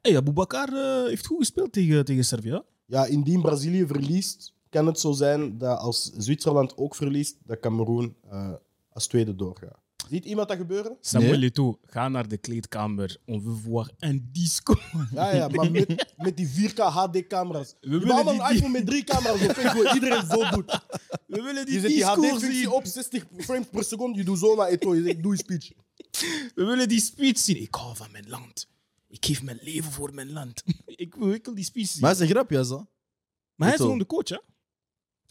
G: Hey, Aboubakar eh, heeft goed gespeeld tegen, tegen Servië. hè?
C: Ja, indien Brazilië verliest, kan het zo zijn dat als Zwitserland ook verliest, dat Cameroen eh, als tweede doorgaat. Ziet iemand dat gebeuren?
G: Samuel
F: Nee.
G: Eto'o, ga naar de kleedkamer. On veut voir un disco.
C: Ja, ja, maar met, met die 4K HD-camera's. We hebben allemaal
G: die-
C: een iPhone met drie camera's. op één, gewoon Iedereen zo doet.
G: We willen
C: Je
G: die
C: zet die
G: disco
C: HD-functie
G: zien.
C: op 60 frames per seconde. Je doet zo naar Eto'o. Je zegt, doe je speech.
G: We willen die speech zien. Ik hou van mijn land. Ik geef mijn leven voor mijn land. ik, wil- ik wil die speech zien.
F: Maar
G: Maar,
F: dat is een grapje, hè, zo.
G: hij is
F: Eto'o.
G: gewoon de coach, hè?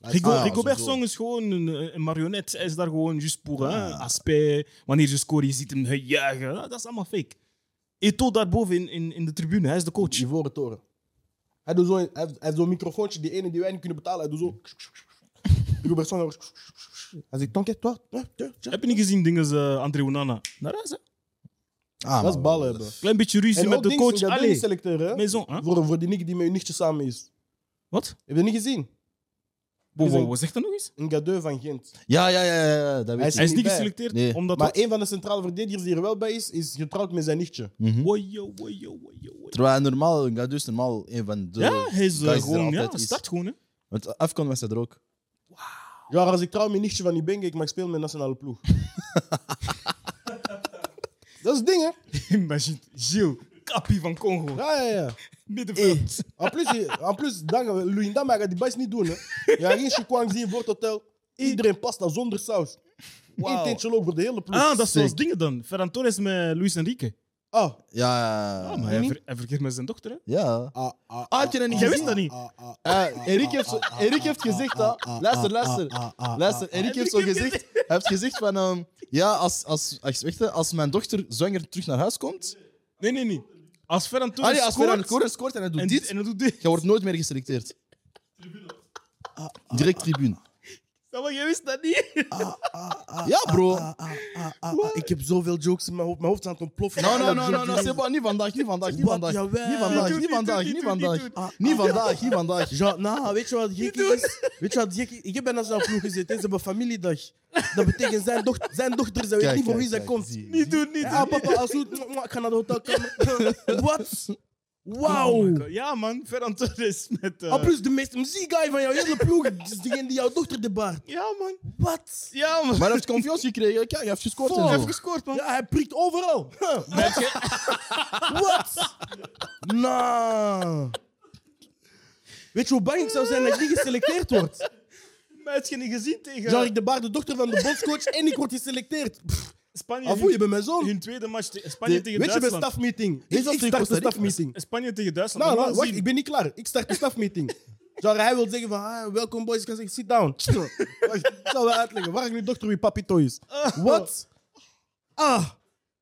C: Ah,
G: Rico,
F: ah,
G: Rigobert
F: sowieso.
G: Song is gewoon een, een marionet. Hij is daar gewoon just pour hein, aspect. Wanneer ze scoren, je ziet hem eh, juichen. Dat is allemaal fake. Eto'o daarboven in, in, in de tribune, hij is de coach.
C: Ivoren toren. Hij, doet zo, hij heeft, hij heeft zo'n microfoontje, die ene die wij niet kunnen betalen. Hij doet zo. Hugo Bergson, hij hoort- Hij zegt, t'inquiète, toi. toi, toi, toi."
G: Heb je niet gezien, dingen ze André Onana? Naar huis, hè?
F: Ah,
C: Dat is
F: maar-
C: ballen hebben.
G: Klein beetje ruzie
C: En
G: met
C: ook
G: de
C: ding, dat
G: coach.
C: ding
G: Allee,
C: selecteur, hè?
G: maison, hè?
C: Voor, voor die nick die met je nichtje samen is.
G: Wat?
C: Heb je dat niet gezien?
G: Wow,
C: Is een-
G: wow, wow, zeg dat nog eens.
C: Een gadeu van Gent.
F: Ja, ja, ja, ja, ja, dat weet
C: is
G: Hij
F: ik.
C: niet
G: is niet
C: bij.
G: geselecteerd
F: Nee.
G: omdat...
C: Maar een van de centrale verdedigers die er wel bij is, is getrouwd met zijn nichtje.
F: Mhm.
G: Wojo, wojo, wojo, wojo.
F: Terwijl hij normaal, een Gadu is normaal een van de...
G: Ja, hij
F: guys
G: is eh,
F: die er
G: gewoon... Ja,
F: altijd is.
G: start gewoon, hè.
F: Want Afcon was hij er ook.
C: Ja, als ik trouw met nichtje van die Bengen, ik mag spelen met nationale ploeg. dat is het ding, hè?
G: Imagine, Gilles, Kapi van Congo.
C: Ja, ja, ja.
G: Middenveld.
C: En plus, je- en plus dan, Luindama gaat die buis niet doen. Hè. Je gaat geen chikwang zien voor het hotel. Iedereen past daar zonder saus. Eén tentje ook voor de hele ploeg.
G: Ah, dat is zoals
F: Sick.
G: dingen dan. Ferran Torres met Luis Enrique.
C: Ah,
F: Ja,
G: Ah,
F: ja,
G: maar
F: ja.
G: hij, ver- hij verkeert met zijn dochter, hè.
F: ja.
C: ah, ah,
F: Oh, Ah, heb je dat niet
G: Jij
F: gezien?
G: wist dat niet.
C: ah, ah.
F: Eh, Erik heeft, zo- Erik heeft gezegd dat. Luister,
C: ah,
F: luister. Luister, Erik heeft zo gezegd. Hij heeft gezegd van. ehm, ja, als, als, als, wacht, hè, als mijn dochter zwanger terug naar huis komt.
G: Nee, nee, nee. Als Ferran Torres
F: Ah, nee, als
G: scoort,
F: Ferran scoort, scoort en hij doet
G: en,
F: dit.
G: en hij doet dit.
F: Je wordt nooit meer geselecteerd.
C: Ah,
F: Direct tribune.
G: Ja, maar jij wist dat niet.
C: ah,
F: Ja, bro.
C: Ik heb zoveel jokes in mijn hoofd. Mijn hoofd is aan het ontploffen.
F: Oh, No, no, no, no,
C: ah,
F: no. C'est bon, niet vandaag, niet vandaag, niet vandaag. Niet vandaag, niet vandaag, niet vandaag.
C: Ah,
F: Niet vandaag, niet vandaag.
C: Ja, nou, weet je wat gek is? Weet je wat gek is? Ik heb bij nationale ploeg gezeten. Ze hebben familiedag. Dat betekent zijn, doch zijn dochter, ze weet
F: Kijk,
C: niet voor
F: kijk,
C: wie ze
F: kijk,
C: komt.
F: zie.
G: Niet doen, niet
C: Ja, papa, als goed, ik ga naar de hotelkamer. Wat?
G: Oh
C: Wauw.
G: my God. ja, man. Ferran Torres met... eh,
C: En plus de meest muziekguy van jouw hele ploeg is degene die jouw dochter de baard.
G: Ja, man.
C: Wat?
G: Ja, man.
F: Maar hij heeft confiance gekregen. Kijk, hij heeft gescoord.
G: Hij
F: en
G: heeft
F: zo.
G: gescoord, man.
C: Ja, hij prikt overal. Huh. Wat? Nou. Weet je hoe bang ik zou zijn dat ik niet geselecteerd word?
G: Maar heb je niet gezien tegen
C: Jan-Rick de Baar, de dochter van de bondscoach, en ik word geselecteerd. Pff,
G: Spanje?
C: Afvoer, Ah, je bent mijn zoon.
G: Hun tweede match te- Spanje
C: Weet je,
G: tegen
C: mijn
G: Duitsland.
C: stafmeeting.
F: Is
C: Ik,
F: dat
C: ik
F: tegen
C: start de
F: Costa Rica?
C: stafmeeting.
G: Spanje tegen Duitsland.
C: Nou,
G: dat
C: nou,
G: wil
C: wacht,
G: je
C: ik
G: zien.
C: ben niet klaar. Ik start de stafmeeting. Genre, hij wil zeggen van, ah, welkom boys. Ik kan zeggen, sit down. wacht, ik zal wel uitleggen. Waar ik nu dochter wie papito is. Wat? Ah.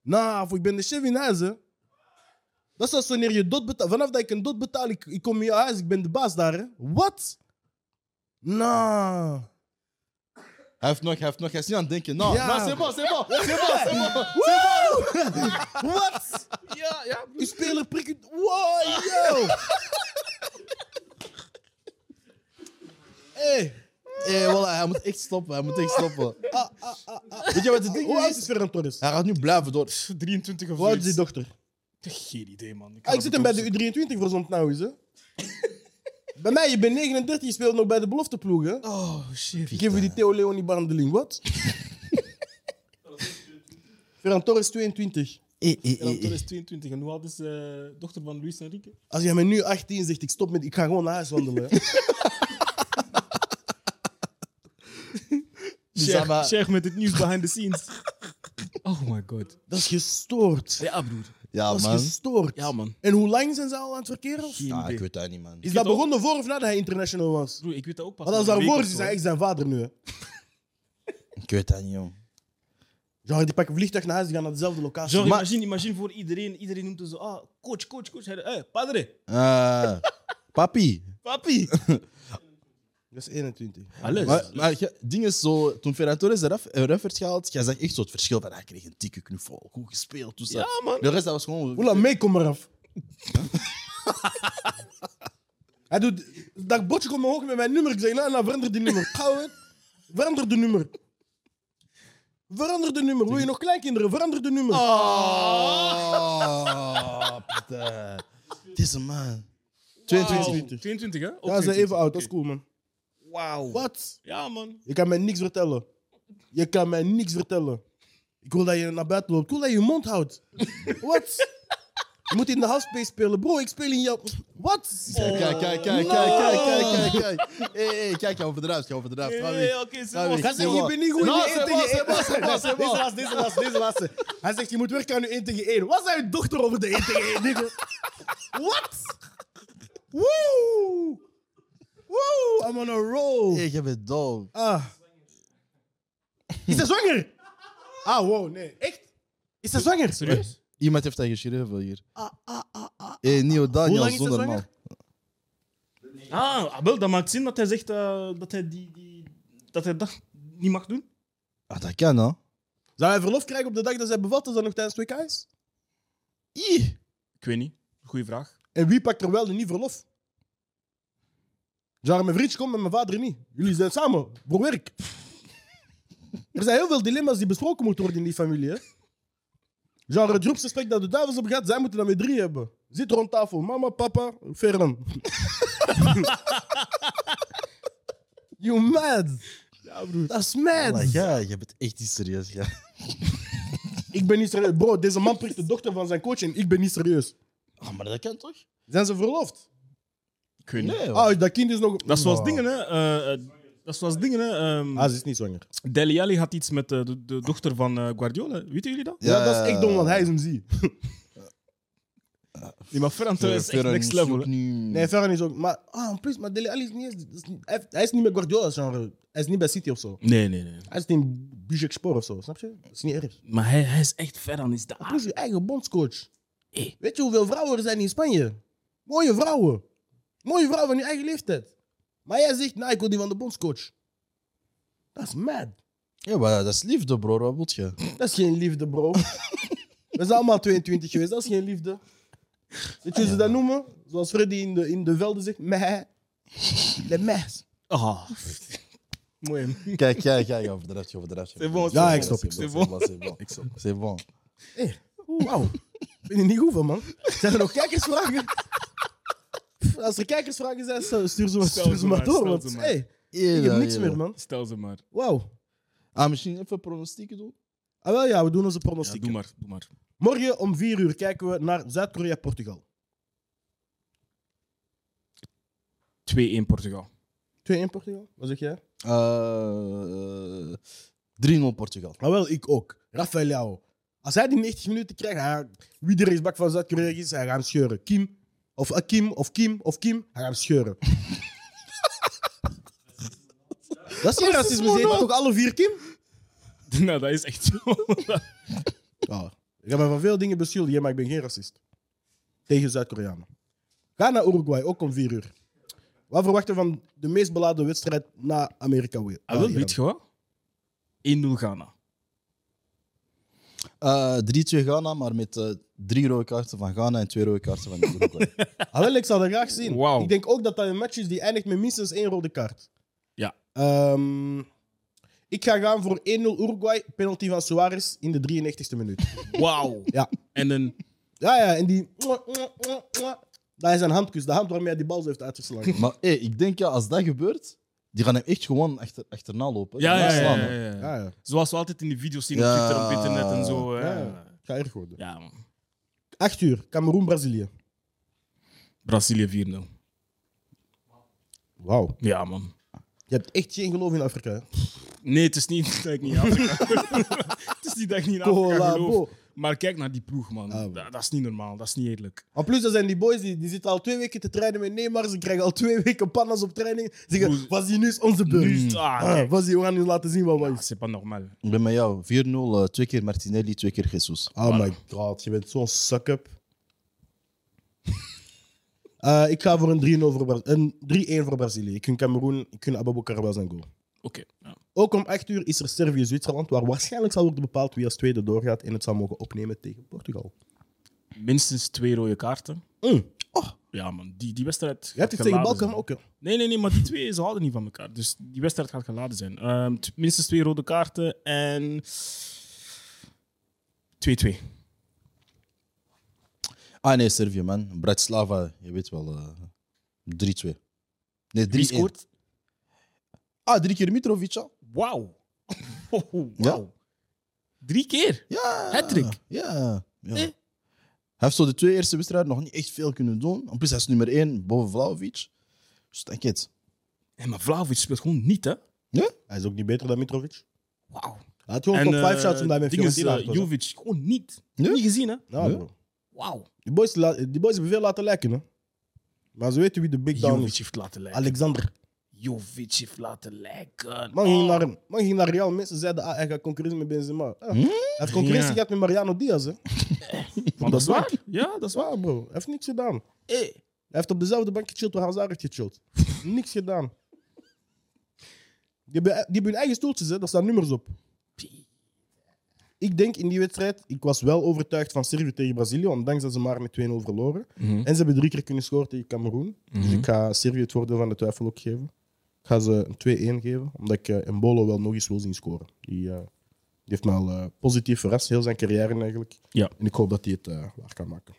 C: Nou, ik ben de chef in huis, hè. Dat is als wanneer je dood betaalt. Vanaf dat ik een dood betaal, ik, ik kom in je huis. Ik ben de baas daar, hè. Wat? Nou.
F: Hij heeft nog, hij heeft nog, hij is nu aan het denken. Nou,
E: Ja.
F: nou, c'est bon, c'est bon, c'est bon, c'est bon.
E: Wat?
C: Ja, ja.
E: Die speler prikt u- Wow, yo!
F: Hey. Hey, voilà, hij moet echt stoppen, hij moet echt stoppen. Weet je wat het ding
C: Hoe oud
F: is?
C: is Ferran Torres?
F: Hij gaat nu blijven door.
G: 23 of
C: Hoe oud is die
G: zoiets.
C: dochter?
G: Geen idee, man.
C: Ah, ik zit hem bij de U23 voor zo'n nou eens, hè. bij mij, je bent 39, je speelt nog bij de belofteploeg, hè.
G: Oh, shit.
C: Ik geef u die Theo Leoni behandeling, wat? Ferran Torres 22.
G: Ferran Torres 22. En hoe oud is de dochter van Luis Enrique?
C: Als jij mij nu 18 zegt, ik stop met... Ik ga gewoon naar huis wandelen. hè.
F: Dus hij maar-
G: Zeg met het nieuws behind the scenes. Oh my god.
C: Dat is gestoord.
G: Ja, broer.
F: Ja,
C: Dat is
F: man.
C: gestoord.
G: Ja, man.
C: En hoe lang zijn ze al aan het verkeren?
G: Geen
F: Ja, ik
G: idee.
F: weet dat niet, man.
C: Is
G: weet
C: dat begonnen voor of nadat hij international was?
G: Broer, ik weet dat ook pas.
C: Want als
G: na een
C: daarvoor
G: week
C: is, is
G: of
C: hij
G: zo.
C: echt zijn vader nu, hè.
F: Ik weet dat niet, jong.
C: Ja, die pakken vliegtuig naar huis, die gaan naar dezelfde locatie.
G: Genre,
F: Maar-
G: imagine, imagine voor iedereen. Iedereen noemt hem zo, ah, coach, coach, coach. Hij, hey, padre,
F: Eh, papi.
G: papi.
C: Dat is 21.
G: Alles. Ah,
F: Maar, maar je- ding is zo, toen Ferran Torres eraf, eraf werd gehaald, jij zag echt zo het verschil van hij kreeg een dikke knuffel, goed gespeeld, dus
G: ja, man.
F: De rest, dat was gewoon...
C: Oela, mee, kom eraf. Hij doet... Dat botje komt omhoog met mijn nummer. Ik zeg, nou, nou verander die nummer. Gauw, hè. Verander de nummer. Verander de nummer. Wil je nog kleinkinderen? Verander de nummer.
F: Ah, Oh, Peter. Het is een man. 22.
C: 22.
G: 22, oh, hè? Ook
C: Ja, ze zijn
G: 22.
C: even oud. Dat is
G: Oké.
C: cool, man.
A: Wauw.
C: Wat?
G: Ja, man.
C: Je kan mij niks vertellen. Je kan mij niks vertellen. Ik wil dat je naar buiten loopt. Ik wil dat je je mond houdt. Wat? Je moet in de halfspace spelen. Bro, ik speel in jouw... Wat?
F: Kijk, kijk, kijk, kijk, kijk, kijk, kijk, kijk, kijk. Hé, hé, kijk, je overdrijft, je overdrijft. Ga
G: Hey,
F: weer.
G: Oké, okay,
F: Ga
G: bon.
F: weer.
C: zeggen, je bent niet goed in
F: Nou,
C: de
F: c'est bon, c'est bon, c'est bon, c'est bon.
C: Deze laatste, deze laatste, deze laatste. Hij zegt, je moet werken aan je 1 tegen 1. Wat zijn je dochter over de 1 tegen 1? nigga? Wat? Woe! Woe! I'm on a roll.
F: Hé, je bent dol.
C: Ah. Is ze zwanger? Ah, wow, nee. Echt? Is ze zwanger?
G: Serieus?
F: Iemand heeft dat geschreven hier. Hé, Nio Daniel,
C: lang is ze
F: zonder man.
C: zwanger?
G: Ah, ah, wel, dat maakt zin dat hij zegt eh, dat hij die, die... Dat hij dat niet mag doen.
F: Ah, dat kan, hè?
C: Zou hij verlof krijgen op de dag dat zij bevat? Is dat nog tijdens 2K is?
F: Ih.
G: Ik weet niet. Goeie vraag.
C: En wie pakt er wel en niet verlof? Ja, mijn vriendje komt met mijn vader niet. Jullie zijn samen, voor werk. Er zijn heel veel dilemma's die besproken moeten worden in die familie. Hè? Genre, het groepsgesprek dat de duivels hebben gehad, zij moeten dat met drie hebben. Zit rond tafel, mama, papa, Ferran. you mad. Ja, broer. Dat is mad.
F: Maar ja, je bent echt niet serieus, ja.
C: ik ben niet serieus. Bro, deze man prikt de dochter van zijn coach en ik ben niet serieus.
F: Ah, maar dat kan toch?
C: Zijn ze verloofd?
G: Ik weet niet.
F: Nee, hoor.
C: Ah, dat kind is nog...
G: Dat is zoals
C: Oh.
G: dingen, hè. eh, eh, dat is zoals dingen, hè. ehm,
C: Ah, ze is niet zwanger.
G: Deli Alli had iets met eh, de, de dochter van eh, Guardiola. Weten jullie dat?
C: Ja, dat is echt dom, want hij is hem zie.
G: Nee, maar Ferran Torres is echt next level. hè.
C: Nee, Ferran is ook... Maar, ah, in plus, maar Dele Alli is niet eens... dat is niet- hij- Hij is niet met Guardiola, genre. Hij is niet bij City of zo.
G: Nee, nee, nee.
C: Hij is niet in Bujek Sport of zo, snap je? Dat is niet erg.
G: Maar hij, hij is echt Ferran is de
C: Plus, je eigen bondscoach.
G: Hey.
C: Weet je hoeveel vrouwen er zijn in Spanje? Mooie vrouwen. Mooie vrouwen van je eigen leeftijd. Maar jij zegt, nou, ik wil die van de bondscoach. Dat is mad.
F: Ja, maar dat is liefde, bro. Wat moet je?
C: Dat is geen liefde, bro. We zijn allemaal 22 geweest, dat is geen liefde. Weet je hoe ze dat noemen? Zoals Freddy in de, in de velden zegt, meh. De mes.
G: Ah. Mooi.
F: Kijk, kijk, kijk, overdrijft, je overdrijft. je
G: C'est bon,
F: overdrijft.
G: c'est Ja, bon.
C: ik stop, ik
F: C'est
G: stop.
F: bon, c'est bon, c'est bon. C'est bon.
C: Wauw. Ik ben er niet goed van, man. Zijn er nog kijkersvragen? Pff, Als er kijkersvragen zijn, stu- stuur ze, maar-
G: Stel
C: stuur ze
G: ze
C: maar
G: maar,
C: door.
G: stel
C: Want
G: ze maar.
C: hey, ik heb niks meer, man.
G: Stel ze maar.
C: Wauw.
F: Ah, misschien even pronostieken doen?
C: Ah, wel ja, we doen onze
G: Ja,
C: pronostiek.
G: doe maar, doe maar.
C: Morgen om 4 uur kijken we naar Zuid-Korea-Portugal.
G: 2-1 Portugal.
C: 2-1 Portugal, wat zeg jij?
F: Eh, eh, 3-0 Portugal.
C: Maar Ah, wel, ik ook. Rafael Leao. Als hij die 90 minuten krijgt, hij- wie de rechtsbak van Zuid-Korea is, hij gaat hem scheuren. Kim, of Akim, of Kim, of Kim, hij gaat hem scheuren. Dat is geen racisme, ze heet toch alle vier Kim?
G: nou, dat is echt zo. Ah,
C: Ja. Ik heb me van veel dingen beschuldigd, maar ik ben geen racist. Tegen Zuid-Koreanen. Ga naar Uruguay, ook om vier uur. Wat verwachten we van de meest beladen wedstrijd na Amerika?
G: ah, wel, weet je wat? Ghana.
F: Eh, 3-2 Ghana, maar met eh, drie rode kaarten van Ghana en twee rode kaarten van Uruguay.
C: Ah, wel, ik zou dat graag zien.
G: Wauw.
C: Ik denk ook dat dat een match is die eindigt met minstens één rode kaart.
G: Ja.
C: Ehm, ik ga gaan voor 1-0 Uruguay, penalty van Suarez in de 93 e minuut.
G: Wauw.
C: Ja.
G: En een
C: Ja, ja, en die... Dat is een handkus, de hand waarmee hij die bal heeft uitgeslagen.
F: maar hey, ik denk, ja, als dat gebeurt, die gaan hem echt gewoon achter, achterna lopen.
G: Ja,
F: Die
G: ja,
F: gaan
G: ja,
F: slaan,
G: ja,
F: hè.
G: ja.
C: Ja, ja.
G: Zoals we altijd in die video's zien
F: Ja.
G: op Twitter, op internet en zo. eh.
C: Ja, ja. Ga erg worden.
G: Ja, man.
C: 8 uur, Cameroen, Brazilië.
G: Brazilië 4-0.
C: Wauw.
G: Ja, man.
C: Je hebt echt geen geloof in Afrika. hè?
G: Nee, het is niet dat ik niet in Afrika Het is niet dat ik niet in Afrika geloof.
C: Colabo.
G: Maar kijk naar die ploeg, man. dat, dat is niet normaal. Dat is niet eerlijk.
C: En plus, dat zijn die boys die, die zitten al twee weken te trainen met Neymar. Ze krijgen al twee weken pannas op training. Ze
G: Hoe-
C: zeggen, was die nu is onze beurt.
G: Nu is het- ah, kijk.
C: was die, we gaan nu laten zien wat wij
G: Dat is pas normaal.
F: Ik ben met jou. 4-0, eh, twee keer Martinelli, twee keer Jesus. Ah,
C: Oh my god, je bent zo'n suck-up. Eh, ik ga voor een 3-0 voor, Bra- een 3-1 voor Brazilië. Ik kun Cameroen, ik kun Ababokar wel zijn goal.
G: Oké. ja.
C: Ook om 8 uur is er Servië-Zwitserland, waar waarschijnlijk zal worden bepaald wie als tweede doorgaat en het zal mogen opnemen tegen Portugal.
G: Minstens twee rode kaarten.
C: Mm.
G: Ja, man. Die, die wedstrijd.
C: Je hebt het
G: gaat
C: tegen
G: geladen
C: Balkan
G: zijn.
C: ook. hè?
G: Nee, nee, nee. Maar die twee ze houden niet van elkaar. Dus die wedstrijd gaat geladen zijn. Ehm, t- minstens twee rode kaarten en. 2-2.
F: Ah nee, Servië, man. Bratislava, je weet wel. eh, 3-2. Nee, 3-1.
G: Wie scoort?
F: Ah, drie keer Mitrovic, ja.
G: Wauw. Wow.
F: Ja.
G: Drie keer.
F: Ja.
G: Hattrick.
F: Ja. ja. Hij heeft zo de twee eerste wedstrijden nog niet echt veel kunnen doen. En plus, hij is nummer één boven Vlaovic. Dus denk het.
G: En maar Vlaovic speelt gewoon niet, hè?
C: Hij is ook niet beter dan Mitrovic.
G: Wauw. eh,
C: Hij had gewoon top 5 shots omdat hij met
G: ding is,
C: Fiorentina
G: eh,
C: had, hoor.
G: Jovic, gewoon niet.
F: Nee?
G: Niet gezien, hè?
C: Ja, bro.
G: Wauw.
C: die, boys, la- die boys hebben veel laten lijken. Hè? Maar ze weten wie de big down
G: Jovic
C: is.
G: heeft laten lijken.
C: Alexander.
G: Jovic heeft laten lijken.
C: Man ging,
G: Oh.
C: naar, man ging naar Real. Mensen zeiden, ah, hij gaat concurrentie met Benzema. Ah, Hij heeft concurrentie
G: Ja.
C: gehad met Mariano Diaz. Hè.
G: Maar dat is waar. Ja, dat is waar.
C: Zwaar, bro. Hij heeft niks gedaan. Hij
G: Hey.
C: heeft op dezelfde bank gechilled waar Hazard heeft gechilled. niks gedaan. Die hebben, die hebben hun eigen stoeltjes, hè. daar staan nummers op. Ik denk in die wedstrijd, ik was wel overtuigd van Servië tegen Brazilië, ondanks dat ze maar met 2-0 verloren. En ze hebben drie keer kunnen scoren tegen Cameroen. Dus ik ga Servië het voordeel van de twijfel ook geven. Ik ga ze een 2-1 geven, omdat ik eh, Embolo wel nog eens wil zien scoren. Die, eh, die heeft me al eh, positief verrast, heel zijn carrière eigenlijk.
G: Ja.
C: En ik hoop dat hij het eh, waar kan maken.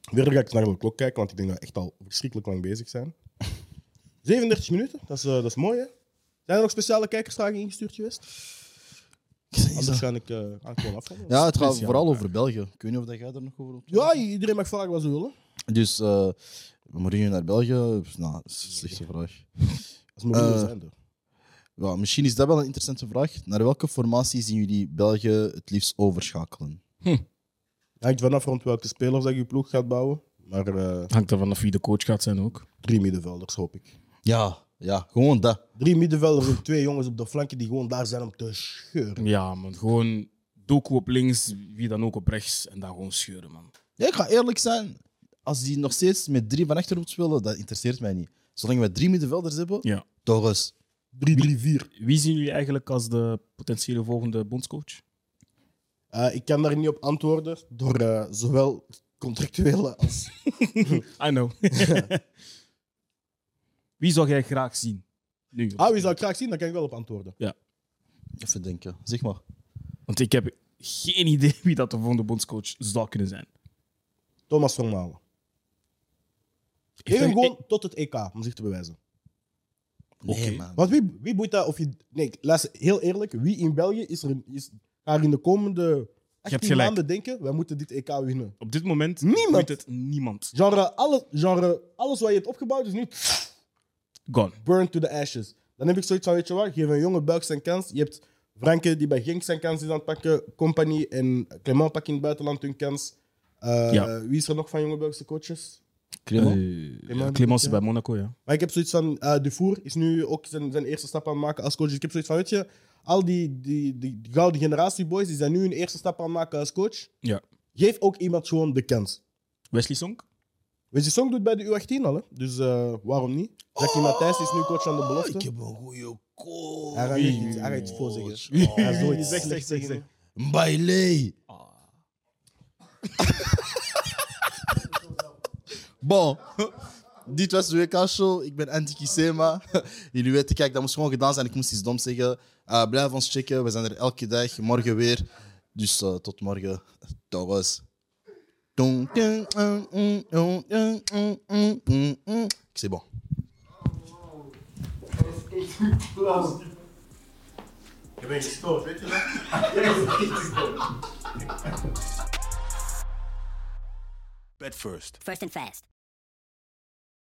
C: Verder ga ik naar de klok kijken, want ik denk dat we echt al verschrikkelijk lang bezig zijn. 37 minuten, dat is, eh, dat is mooi hè. Zijn er nog speciale kijkersvragen ingestuurd geweest? Anders ga ik, eh ga ik gewoon afronden.
F: Ja, het gaat vooral over België. Ik weet niet of dat jij er nog over wilt.
C: Ja, iedereen mag vragen wat ze willen.
F: Dus, eh Mourinho naar België? Nou, dat is een slechte vraag.
C: Als mobiel
F: Eh,
C: zijn dus. er.
F: Ja, misschien is dat wel een interessante vraag. Naar welke formatie zien jullie België het liefst overschakelen?
C: Hangt vanaf rond welke spelers dat je ploeg gaat bouwen. Maar eh,
G: Hangt er vanaf wie de coach gaat zijn ook.
C: drie middenvelders hoop ik.
F: Ja, ja gewoon dat.
C: Drie middenvelders en twee jongens op de flanken die gewoon daar zijn om te scheuren.
G: Ja, man. Gewoon Doku op links, wie dan ook op rechts. En dan gewoon scheuren, man.
F: Ja, ik ga eerlijk zijn. Als die nog steeds met drie van achter moet spelen, dat interesseert mij niet. Zolang we drie middenvelders hebben,
G: Ja.
F: toch eens.
C: 3-3-4.
G: Wie zien jullie eigenlijk als de potentiële volgende bondscoach?
C: Eh, ik kan daar niet op antwoorden door eh, zowel contractuele als.
G: I know. wie zou jij graag zien? Nu.
C: Ah, wie zou ik graag zien? Daar kan ik wel op antwoorden.
F: Even denken, zeg maar.
G: Want ik heb geen idee wie dat de volgende bondscoach zou kunnen zijn.
C: Thomas van Malen. Even gewoon tot het EK om zich te bewijzen.
F: Nee,
G: Oké.
F: man.
C: Want wie, wie boeit dat of je. Nee, luister, heel eerlijk. Wie in België is er is, gaat in de komende 18
G: gelijk.
C: maanden denken: wij moeten dit EK winnen?
G: Op dit moment
C: Niemand.
G: boeit het niemand.
C: Genre, alles, genre, alles wat je hebt opgebouwd is nu
G: Gone.
C: burn to the ashes. Dan heb ik zoiets van, weet je wat, geef een jonge Belg zijn kans. Je hebt Franke die bij Genk zijn kans is aan het pakken. Compagnie en Clement pakken in het buitenland hun kans. Eh,
G: Ja.
C: Wie is er nog van jonge Belgische coaches?
F: Clément?
G: Ja, Clemens Eh, bij Monaco, ja.
C: Maar ik heb zoiets van, eh Dufour is nu ook zijn, zijn eerste stap aan het maken als coach. Dus ik heb zoiets van, weet je, al die, die, die, die gouden generatie boys, die zijn nu hun eerste stap aan het maken als coach.
G: Ja.
C: Geef ook iemand gewoon de kans.
G: Wesley Song?
C: Weet je, Song doet bij de U18 al, hè? dus eh, waarom niet? Jackie Matthijs is nu coach van de belofte.
F: Oh, Ah, Ik heb een goede
A: Hij gaat
G: Wie?
A: niet- hij gaat iets voor zeggen.
G: Wie?
A: Hij is nooit
C: Zeg, zeg, zeg, zeg.
F: Mbaile.
G: Ah,
F: bon. Dit was de WK-show. Ik ben Andy Kisema. Jullie weten, kijk, dat moest gewoon gedaan zijn. Ik moest iets doms zeggen. Eh, blijf ons checken. We zijn er elke dag. Morgen weer. Dus eh, tot morgen. Doggos. C'est bon.
D: First and fast.